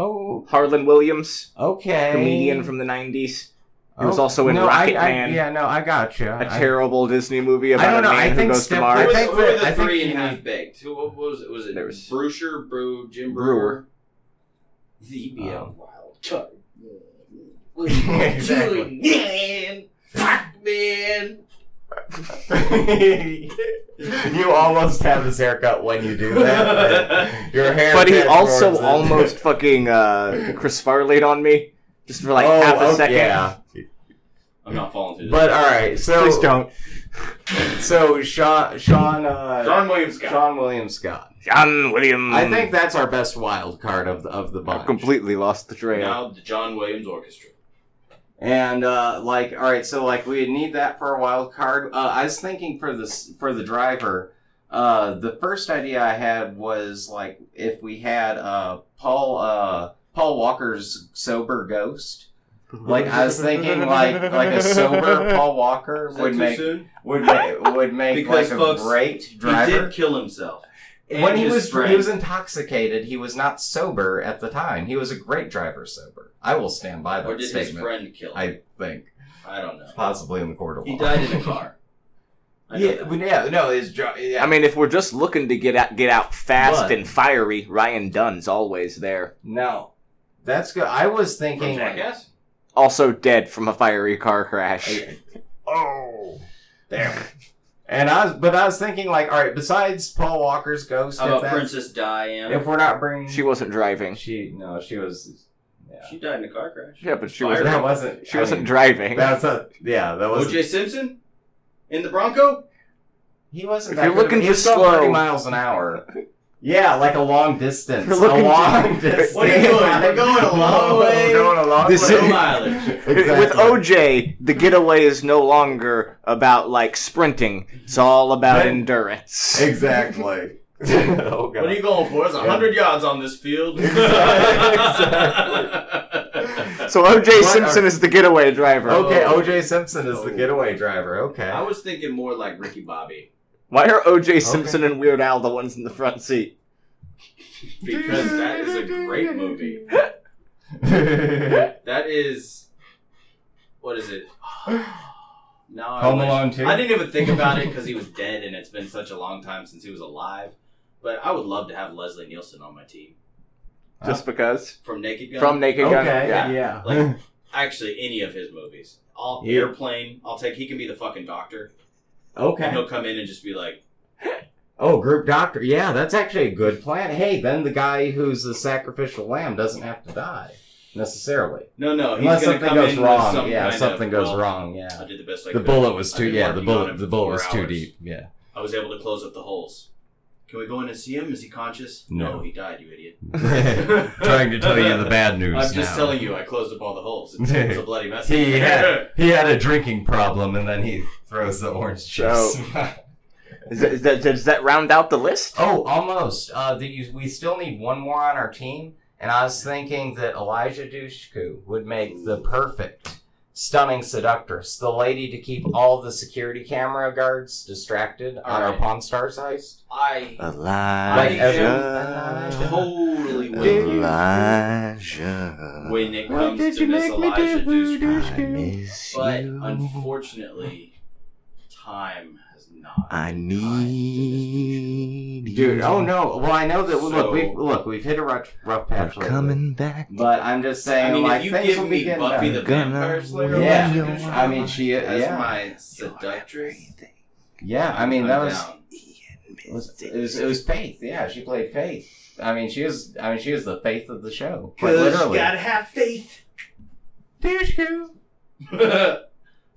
Speaker 3: Oh,
Speaker 4: Harlan Williams,
Speaker 3: okay.
Speaker 4: comedian from the 90s. He was
Speaker 3: Oh,
Speaker 4: also in
Speaker 3: no,
Speaker 4: Rocket
Speaker 3: I, I,
Speaker 4: Man,
Speaker 3: Yeah, no, I got you.
Speaker 4: a terrible Disney movie about
Speaker 3: I don't
Speaker 4: a
Speaker 3: know,
Speaker 4: man
Speaker 3: I
Speaker 4: who
Speaker 3: think
Speaker 4: goes to
Speaker 3: Step-
Speaker 2: Who
Speaker 4: Mars.
Speaker 2: was,
Speaker 3: I think
Speaker 2: who were
Speaker 3: that-
Speaker 2: the
Speaker 3: I think
Speaker 2: three
Speaker 3: you
Speaker 2: and half
Speaker 3: need-
Speaker 2: baked? Who what was it? Was it
Speaker 4: There was-
Speaker 2: Brewster, Brew, Jim
Speaker 4: Brewer.
Speaker 2: Brewer? He'd be a
Speaker 3: Um.
Speaker 2: wild card. What are you doing,
Speaker 3: Exactly.
Speaker 2: man? Fuck, man.
Speaker 3: you almost have his haircut when you do that. but Your hair.
Speaker 4: But he
Speaker 3: transforms
Speaker 4: also
Speaker 3: into-
Speaker 4: almost fucking uh, Chris Farley on me just for like
Speaker 3: Oh,
Speaker 4: half a
Speaker 3: oh,
Speaker 4: second.
Speaker 3: Yeah.
Speaker 2: I'm not falling through this.
Speaker 3: But all right,
Speaker 4: Please
Speaker 3: so
Speaker 4: don't.
Speaker 3: so Sean Sean uh,
Speaker 2: John Williams Scott.
Speaker 3: Sean William Scott.
Speaker 4: John Williams.
Speaker 3: I think that's our best wild card of the, of the
Speaker 4: Hmm. I've
Speaker 3: bunch.
Speaker 4: completely lost the trail.
Speaker 2: Now the John Williams Orchestra.
Speaker 3: And uh, like, all right, so like we need that for a wild card. Uh, I was thinking for this for the driver. Uh, the first idea I had was like if we had uh, Paul uh, Paul Walker's sober ghost. Like I was thinking like like a sober Paul Walker
Speaker 2: Is that
Speaker 3: would
Speaker 2: too
Speaker 3: make
Speaker 2: soon?
Speaker 3: would make would make
Speaker 2: Because,
Speaker 3: like
Speaker 2: folks,
Speaker 3: a great
Speaker 2: He
Speaker 3: driver.
Speaker 2: did kill himself. And
Speaker 3: when he
Speaker 2: his
Speaker 3: was
Speaker 2: friend.
Speaker 3: he was intoxicated, he was not sober at the time. He was a great driver sober. I will stand by
Speaker 2: or
Speaker 3: that
Speaker 2: did his
Speaker 3: statement.
Speaker 2: friend kill him?
Speaker 3: I think
Speaker 2: I, don't know.
Speaker 3: possibly in the court of
Speaker 2: He
Speaker 3: law.
Speaker 2: died in a car. I know
Speaker 3: yeah,
Speaker 2: that.
Speaker 3: but yeah, no, his job. Yeah.
Speaker 4: I mean, if we're just looking to get out, get out fast
Speaker 3: But-
Speaker 4: and fiery, Ryan Dunn's always there.
Speaker 3: no, that's good. I was
Speaker 2: From
Speaker 3: thinking. like,
Speaker 2: Jackass?
Speaker 4: Also dead from a fiery car crash.
Speaker 3: I- oh, damn. And I was, but I was thinking like, all right. Besides Paul Walker's ghost,
Speaker 2: How
Speaker 3: if,
Speaker 2: about
Speaker 3: that-
Speaker 2: Princess Diana?
Speaker 3: if we're not bringing,
Speaker 4: She wasn't driving.
Speaker 3: she no, she was. Yeah,
Speaker 2: She died in a car crash.
Speaker 4: Yeah, but she
Speaker 2: Fire-
Speaker 4: was
Speaker 3: that wasn't.
Speaker 4: she
Speaker 3: I
Speaker 4: wasn't
Speaker 3: mean,
Speaker 4: driving.
Speaker 3: That's a yeah. That was.
Speaker 2: OJ Simpson? In the Bronco?
Speaker 3: He wasn't.
Speaker 4: If
Speaker 3: that
Speaker 4: you're
Speaker 3: good of-
Speaker 4: looking
Speaker 3: he
Speaker 4: for
Speaker 3: was going
Speaker 4: slow-
Speaker 3: 30 miles an hour. Yeah, like a long distance.
Speaker 4: If you're looking
Speaker 3: a long
Speaker 4: to-
Speaker 3: distance.
Speaker 2: What are you doing? We're going a long way.
Speaker 3: We're going a long
Speaker 4: This
Speaker 3: way.
Speaker 4: is-
Speaker 2: Low mileage.
Speaker 4: With OJ, the getaway is no longer about like sprinting. It's all about
Speaker 3: Right.
Speaker 4: endurance.
Speaker 3: Exactly. oh
Speaker 2: What are you going for? It's
Speaker 3: Yeah.
Speaker 2: 100 yards on this field.
Speaker 3: Exactly.
Speaker 4: So OJ
Speaker 3: What
Speaker 4: Simpson
Speaker 3: are-
Speaker 4: is the getaway driver.
Speaker 3: Okay, OJ Simpson is the
Speaker 2: Oh.
Speaker 3: getaway driver. Okay.
Speaker 2: I was thinking more like Ricky Bobby.
Speaker 4: Why are OJ Simpson and Weird Al the ones in the front seat?
Speaker 2: Because that is a great movie. That is. What is it? Now I
Speaker 3: Home
Speaker 2: wish-
Speaker 3: Alone 2?
Speaker 2: I didn't even think about it because he was dead and it's been such a long time since he was alive. But I would love to have Leslie Nielsen on my team.
Speaker 4: Just because?
Speaker 2: From Naked Gun?
Speaker 4: From Naked Gun?
Speaker 3: Uh, okay,
Speaker 4: Yeah.
Speaker 3: yeah.
Speaker 2: Like, actually, any of his movies. All
Speaker 3: Yeah.
Speaker 2: Airplane. I'll take. He can be the fucking doctor.
Speaker 3: okay.
Speaker 2: He'll come in and just be like,
Speaker 3: Oh, group doctor. Yeah, that's actually a good plan. Hey, then the guy who's the sacrificial lamb doesn't have to die necessarily.
Speaker 2: "No, no, he's
Speaker 3: Unless
Speaker 2: gonna
Speaker 3: something
Speaker 2: come
Speaker 3: goes
Speaker 2: in with
Speaker 3: wrong.
Speaker 2: some
Speaker 3: yeah,
Speaker 2: kind of,
Speaker 3: something goes
Speaker 2: well,
Speaker 3: wrong.
Speaker 2: I
Speaker 3: Yeah.
Speaker 2: did the best I
Speaker 3: The
Speaker 2: could.
Speaker 3: bullet was
Speaker 2: I've
Speaker 3: too
Speaker 2: been
Speaker 3: yeah, the
Speaker 2: working on
Speaker 3: bullet
Speaker 2: him
Speaker 3: the
Speaker 2: for
Speaker 3: bullet
Speaker 2: four
Speaker 3: was too
Speaker 2: hours.
Speaker 3: deep. Yeah.
Speaker 2: I was able to close up the holes. Can we go in and see him? Is he conscious?
Speaker 3: No.
Speaker 2: he died, you idiot.
Speaker 3: Trying to tell you the bad news.
Speaker 2: I'm just
Speaker 3: now.
Speaker 2: telling you, I closed up all the holes. It's, it's a bloody mess.
Speaker 3: He had, he had a drinking problem and then he throws the orange juice.
Speaker 4: Is that- is that- does that round out the list?
Speaker 3: oh, almost. Uh, the, you, we still need one more on our team, and I was thinking that Elijah Dushku would make the perfect stunning seductress, the lady to keep all the security camera guards distracted on our
Speaker 2: Alright.
Speaker 3: Pawn Stars heist.
Speaker 2: I
Speaker 4: Elijah.
Speaker 2: totally
Speaker 4: Uh,
Speaker 2: will.
Speaker 4: Elijah.
Speaker 2: when it
Speaker 4: What
Speaker 2: comes
Speaker 4: did
Speaker 2: to
Speaker 4: you
Speaker 2: Miss
Speaker 4: make me
Speaker 2: Elijah
Speaker 4: do,
Speaker 2: Dushku.
Speaker 4: I miss
Speaker 2: But
Speaker 4: you.
Speaker 2: unfortunately, time has not.
Speaker 4: I
Speaker 2: been
Speaker 4: need
Speaker 3: Dude,
Speaker 4: you.
Speaker 3: oh no. Well, I know that
Speaker 2: So-
Speaker 3: look, we've look, we've hit a rough, rough
Speaker 4: I'm
Speaker 3: patch. lately.
Speaker 4: coming back.
Speaker 3: But I'm just saying,
Speaker 2: I mean,
Speaker 3: like
Speaker 2: if you
Speaker 3: things
Speaker 2: give
Speaker 3: will be
Speaker 2: me
Speaker 3: getting
Speaker 2: Buffy
Speaker 3: better.
Speaker 2: the
Speaker 4: Gonna
Speaker 2: Vampire Slayer,
Speaker 4: win.
Speaker 3: Yeah.
Speaker 2: Elijah Dushku
Speaker 3: I mean, she,
Speaker 2: as
Speaker 3: yeah,
Speaker 2: my seductress,
Speaker 3: yeah. I mean, that
Speaker 2: I'm
Speaker 3: was
Speaker 2: down.
Speaker 3: It was, it was it was Faith. Yeah, she played Faith. I mean, she was. I mean, she was the Faith of the show. Like,
Speaker 2: Cause you
Speaker 3: literally.
Speaker 2: gotta have faith.
Speaker 3: Dushku, Ducktales,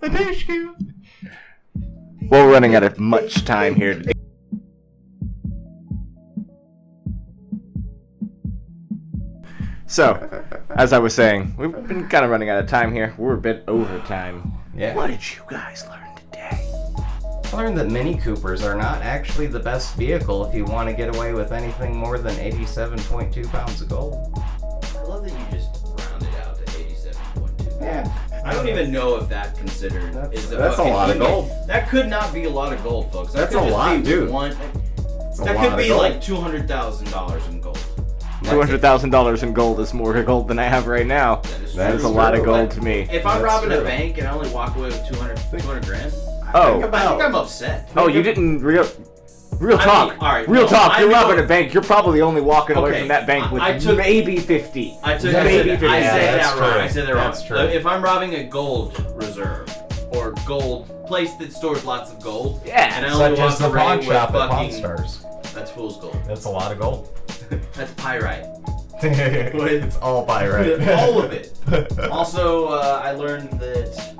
Speaker 3: the Dushku.
Speaker 4: We're running out of much time here today. So, as I was saying, we've been kind of running out of time here. We're a bit over time.
Speaker 3: Yeah.
Speaker 4: What did you guys learn today?
Speaker 3: I learned that Mini Coopers are not actually the best vehicle if you want to get away with anything more than eighty-seven point two pounds of gold.
Speaker 2: I love that you just rounded out to 87.2.
Speaker 3: Yeah.
Speaker 2: I don't even know if that considered
Speaker 3: That's-
Speaker 2: is the
Speaker 3: that's a
Speaker 2: fucking
Speaker 3: lot of
Speaker 2: limit.
Speaker 3: gold.
Speaker 2: That could not be a lot of gold, folks. That
Speaker 3: That's
Speaker 2: could
Speaker 3: a
Speaker 2: just
Speaker 3: lot,
Speaker 2: be
Speaker 3: dude.
Speaker 2: One, that could be like two hundred thousand dollars in gold.
Speaker 4: Two hundred thousand dollars in gold is more gold than I have right now.
Speaker 2: That is,
Speaker 3: That
Speaker 4: That's a
Speaker 2: true.
Speaker 4: lot of
Speaker 3: true.
Speaker 4: gold to me.
Speaker 2: If I'm
Speaker 3: That's
Speaker 2: robbing a
Speaker 3: true.
Speaker 2: bank and I only walk away with 200, 200 grand,
Speaker 4: Oh,
Speaker 2: I think I'm upset.
Speaker 4: oh, you didn't real, real
Speaker 2: I mean,
Speaker 4: talk.
Speaker 2: all right,
Speaker 4: real
Speaker 2: no,
Speaker 4: talk.
Speaker 2: I
Speaker 4: You're
Speaker 2: know-
Speaker 4: robbing a bank. You're probably only walking away
Speaker 2: Okay,
Speaker 4: from that bank with
Speaker 2: I- I took-
Speaker 4: maybe fifty.
Speaker 2: I took. I
Speaker 3: That's-
Speaker 2: said,
Speaker 4: maybe
Speaker 2: I
Speaker 4: yeah,
Speaker 2: said
Speaker 3: that's
Speaker 2: that wrong.
Speaker 3: true.
Speaker 2: I said that wrong.
Speaker 3: That's true.
Speaker 2: If I'm robbing a gold reserve, or gold place that stores lots of gold.
Speaker 4: Yeah.
Speaker 2: And I only
Speaker 3: Such
Speaker 2: walk
Speaker 3: as the pawn
Speaker 2: around with
Speaker 3: shop at Pawn
Speaker 2: fucking.
Speaker 3: Stars.
Speaker 2: That's fool's gold.
Speaker 3: That's a lot of gold.
Speaker 2: That's pyrite.
Speaker 3: it's all pyrite.
Speaker 2: All of it. Also, uh, I learned that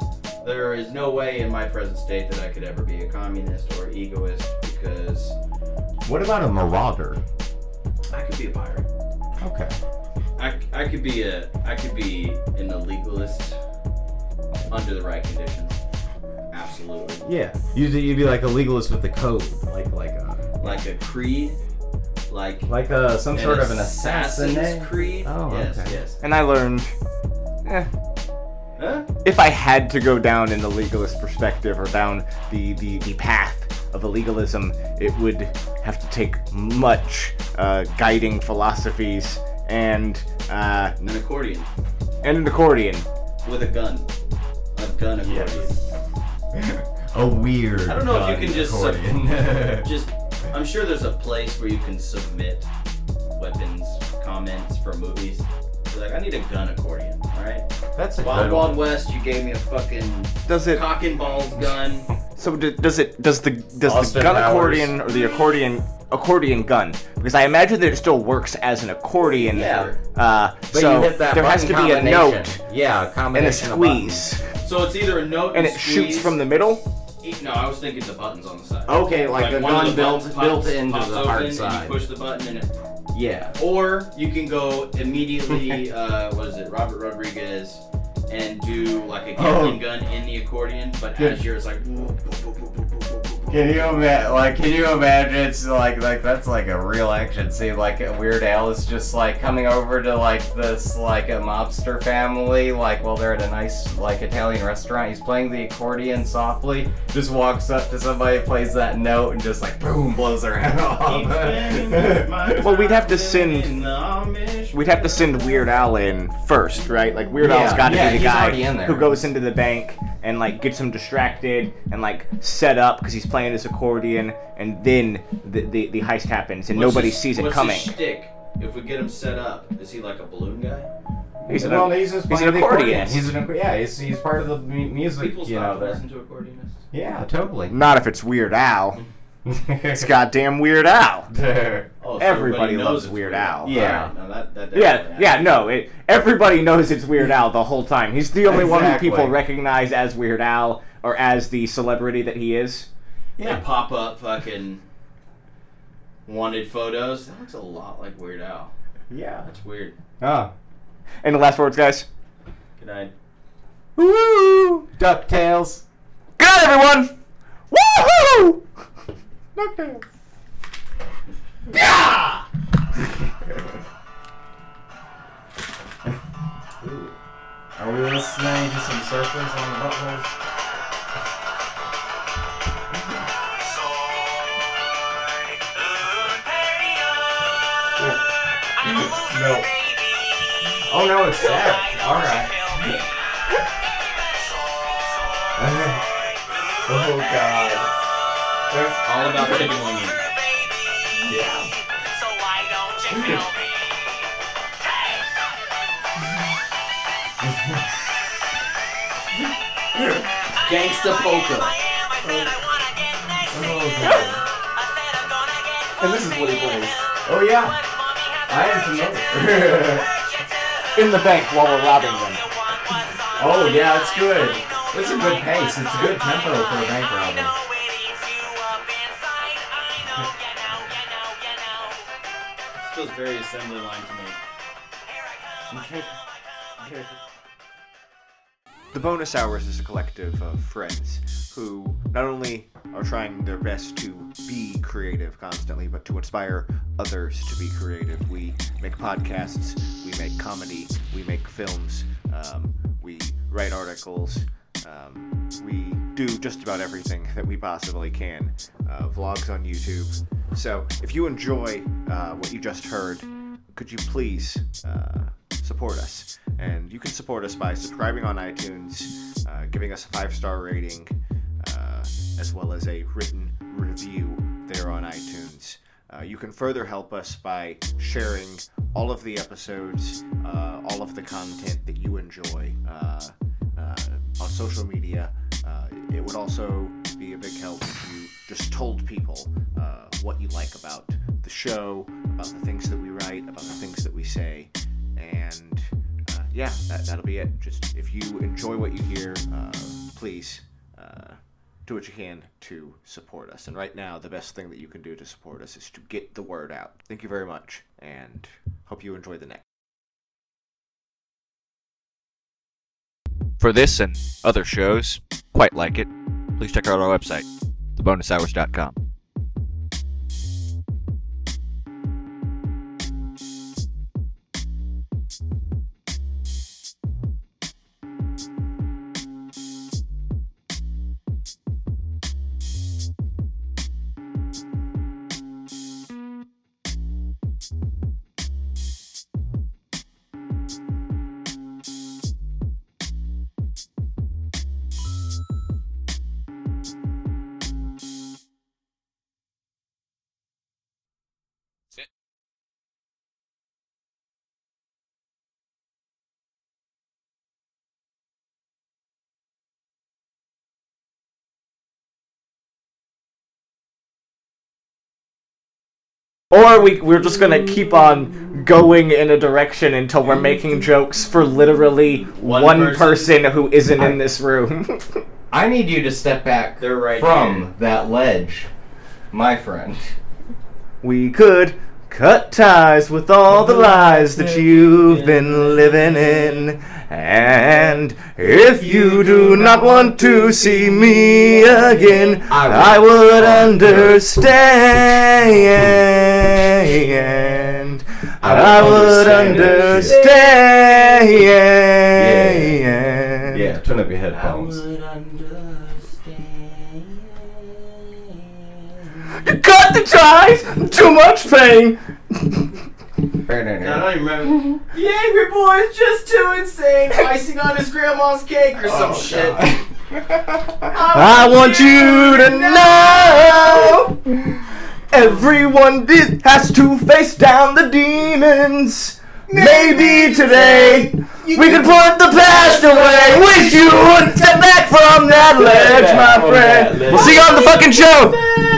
Speaker 2: there is no way in my present state that I could ever be a communist or egoist because
Speaker 7: What about a marauder?
Speaker 2: I could be a pirate.
Speaker 7: Okay.
Speaker 2: I, I could be a I could be an illegalist under the right conditions. Absolutely.
Speaker 7: Yeah. You'd, you'd be like a legalist with the code, like like a
Speaker 2: Like a creed, like
Speaker 7: like a some sort of an assassin.
Speaker 2: assassin's creed.
Speaker 7: Oh,
Speaker 2: yes,
Speaker 7: okay.
Speaker 2: yes.
Speaker 4: And I learned
Speaker 2: Huh?
Speaker 4: if I had to go down in the legalist perspective or down the, the, the path of illegalism, it would have to take much uh, guiding philosophies and uh,
Speaker 2: An accordion
Speaker 4: and an accordion.
Speaker 2: with a gun. A gun accordion.
Speaker 7: A weird.
Speaker 2: I don't know if you
Speaker 7: gun
Speaker 2: can just sub-
Speaker 7: accordion.
Speaker 2: Just I'm sure there's a place where you can submit weapons comments for movies. You're like I need a gun accordion, all right?
Speaker 7: That's a
Speaker 2: Wild
Speaker 7: good
Speaker 2: Wild
Speaker 7: one.
Speaker 2: West, you gave me a fucking
Speaker 4: Does it?
Speaker 2: cock and balls gun.
Speaker 4: So d- does it? Does the does
Speaker 3: Austin
Speaker 4: the gun
Speaker 3: Powers.
Speaker 4: accordion or the accordion accordion gun? Because I imagine that it still works as an accordion.
Speaker 2: Yeah.
Speaker 4: Uh,
Speaker 7: But
Speaker 4: so
Speaker 7: you hit that
Speaker 4: there has
Speaker 7: button
Speaker 4: to be a
Speaker 7: combination.
Speaker 4: note
Speaker 7: Yeah, a
Speaker 4: and
Speaker 7: combination
Speaker 4: a
Speaker 7: of buttons.
Speaker 4: squeeze,
Speaker 2: So it's either a note
Speaker 4: and it shoots from the middle.
Speaker 2: the. No, I was thinking the buttons on the side.
Speaker 3: Oh,
Speaker 7: Okay, like, a
Speaker 2: one of
Speaker 7: gun
Speaker 2: the
Speaker 7: built
Speaker 2: buttons
Speaker 7: built
Speaker 2: pops-
Speaker 7: into
Speaker 2: pops
Speaker 7: the
Speaker 2: open
Speaker 7: hard
Speaker 2: and
Speaker 7: side.
Speaker 2: You push the button and it,
Speaker 7: Yeah.
Speaker 2: or you can go immediately. uh, what is it, Robert Rodriguez? And do like
Speaker 4: Oh.
Speaker 2: a Gatling gun in the accordion, but
Speaker 3: Yeah.
Speaker 2: as yours like. woo, boop, boop, boop, boop, boop, boop, boop, boop.
Speaker 3: Can you imagine? Like, can you imagine? It's like, like that's like a real action scene. Like, Weird Al is just like coming over to like this like a mobster family. Like, while they're at a nice like Italian restaurant, he's playing the accordion softly. Just walks up to somebody, plays that note, and just like boom, blows their head off.
Speaker 2: Keep spending my
Speaker 4: Oh. Well, we'd have to
Speaker 2: time
Speaker 4: send-
Speaker 2: in the Amish
Speaker 4: We'd have to send Weird Al in first, right? Like Weird Al's
Speaker 3: Yeah,
Speaker 4: got to
Speaker 3: yeah,
Speaker 4: be the
Speaker 3: he's already in
Speaker 4: guy
Speaker 3: there.
Speaker 4: who goes into the bank and like gets him distracted and like set up because he's playing his accordion, and then the the, the heist happens and
Speaker 2: What's
Speaker 4: nobody
Speaker 2: his-
Speaker 4: sees it
Speaker 2: what's
Speaker 4: coming.
Speaker 2: His shtick? If we get him set up, is he like a balloon guy?
Speaker 4: He's an-
Speaker 3: well, he's just
Speaker 4: he's an
Speaker 3: playing the accordion.
Speaker 4: accordionist.
Speaker 3: He's an accordion. Yeah, he's, he's part of the mu- music.
Speaker 2: People
Speaker 3: you
Speaker 2: stop
Speaker 3: know,
Speaker 2: to
Speaker 3: there.
Speaker 2: listen to accordionists.
Speaker 3: Yeah, totally.
Speaker 4: Not if it's Weird Al. It's goddamn Weird Al.
Speaker 2: Oh, so
Speaker 4: Everybody
Speaker 2: knows
Speaker 4: loves
Speaker 2: it's
Speaker 4: Weird Al.
Speaker 3: Yeah.
Speaker 2: Alright, no, that, that
Speaker 4: Yeah,
Speaker 2: definitely
Speaker 4: yeah,
Speaker 2: happened.
Speaker 4: no. It, everybody knows it's Weird Al the whole time. He's the only one who
Speaker 3: Exactly.
Speaker 4: people recognize as Weird Al or as the celebrity that he is.
Speaker 2: They pop up fucking wanted photos. That looks a lot like Weird Al.
Speaker 3: yeah.
Speaker 2: That's weird.
Speaker 3: Oh.
Speaker 4: And the last words, guys.
Speaker 2: Good night.
Speaker 4: Woo!
Speaker 3: DuckTales.
Speaker 4: Good night, everyone. Woohoo!
Speaker 3: Are we listening to some surfers on the buttholes? No. Oh no, it's sad. Alright. oh god.
Speaker 2: All about chicken wing.
Speaker 3: Yeah.
Speaker 2: Gangsta polka.
Speaker 3: Oh god.
Speaker 8: And this is what he plays.
Speaker 3: Oh yeah. I am familiar.
Speaker 4: In the bank while we're robbing them.
Speaker 3: oh yeah, it's good. It's a good pace. It's a good tempo for a bank robbery.
Speaker 2: This feels very assembly line to me.
Speaker 4: The Bonus Hours is a collective of friends who not only are trying their best to be creative constantly, but to inspire others to be creative. We make podcasts, we make comedy, we make films, um, we write articles, um, we do just about everything that we possibly can. Uh, vlogs on YouTube. So if you enjoy uh, what you just heard, could you please uh, support us? And you can support us by subscribing on iTunes, uh, giving us a five star rating, uh, as well as a written review there on iTunes. Uh, you can further help us by sharing all of the episodes, uh, all of the content that you enjoy uh, uh, on social media, uh, Uh, it would also be a big help if you just told people uh, what you like about the show, about the things that we write, about the things that we say, and uh, yeah, that, that'll be it. Just if you enjoy what you hear, uh, please uh, do what you can to support us. And right now, the best thing that you can do to support us is to get the word out. Thank you very much, and hope you enjoy the next.
Speaker 9: For this and other shows quite like it, please check out our website, thebonushours.com.
Speaker 4: Or we, we're just gonna keep on going in a direction until we're making jokes for literally one,
Speaker 2: One
Speaker 4: person.
Speaker 2: person.
Speaker 4: who isn't in this room.
Speaker 3: I need you to step back
Speaker 2: They're right
Speaker 3: from
Speaker 2: here.
Speaker 3: that ledge, my friend.
Speaker 4: we could cut ties with all the lies that you've been living in. And if you do not want to see me again, I would understand. I would understand.
Speaker 7: Yeah, turn up your headphones.
Speaker 4: Cut the ties! Too much pain!
Speaker 2: I don't even remember. the angry boy is just too insane, icing on his grandma's cake or some shit.
Speaker 4: I want you to know everyone did, has to face down the demons. Maybe today we can put the past away. Wish you would step back from that ledge, my friend. We'll see you on the fucking show.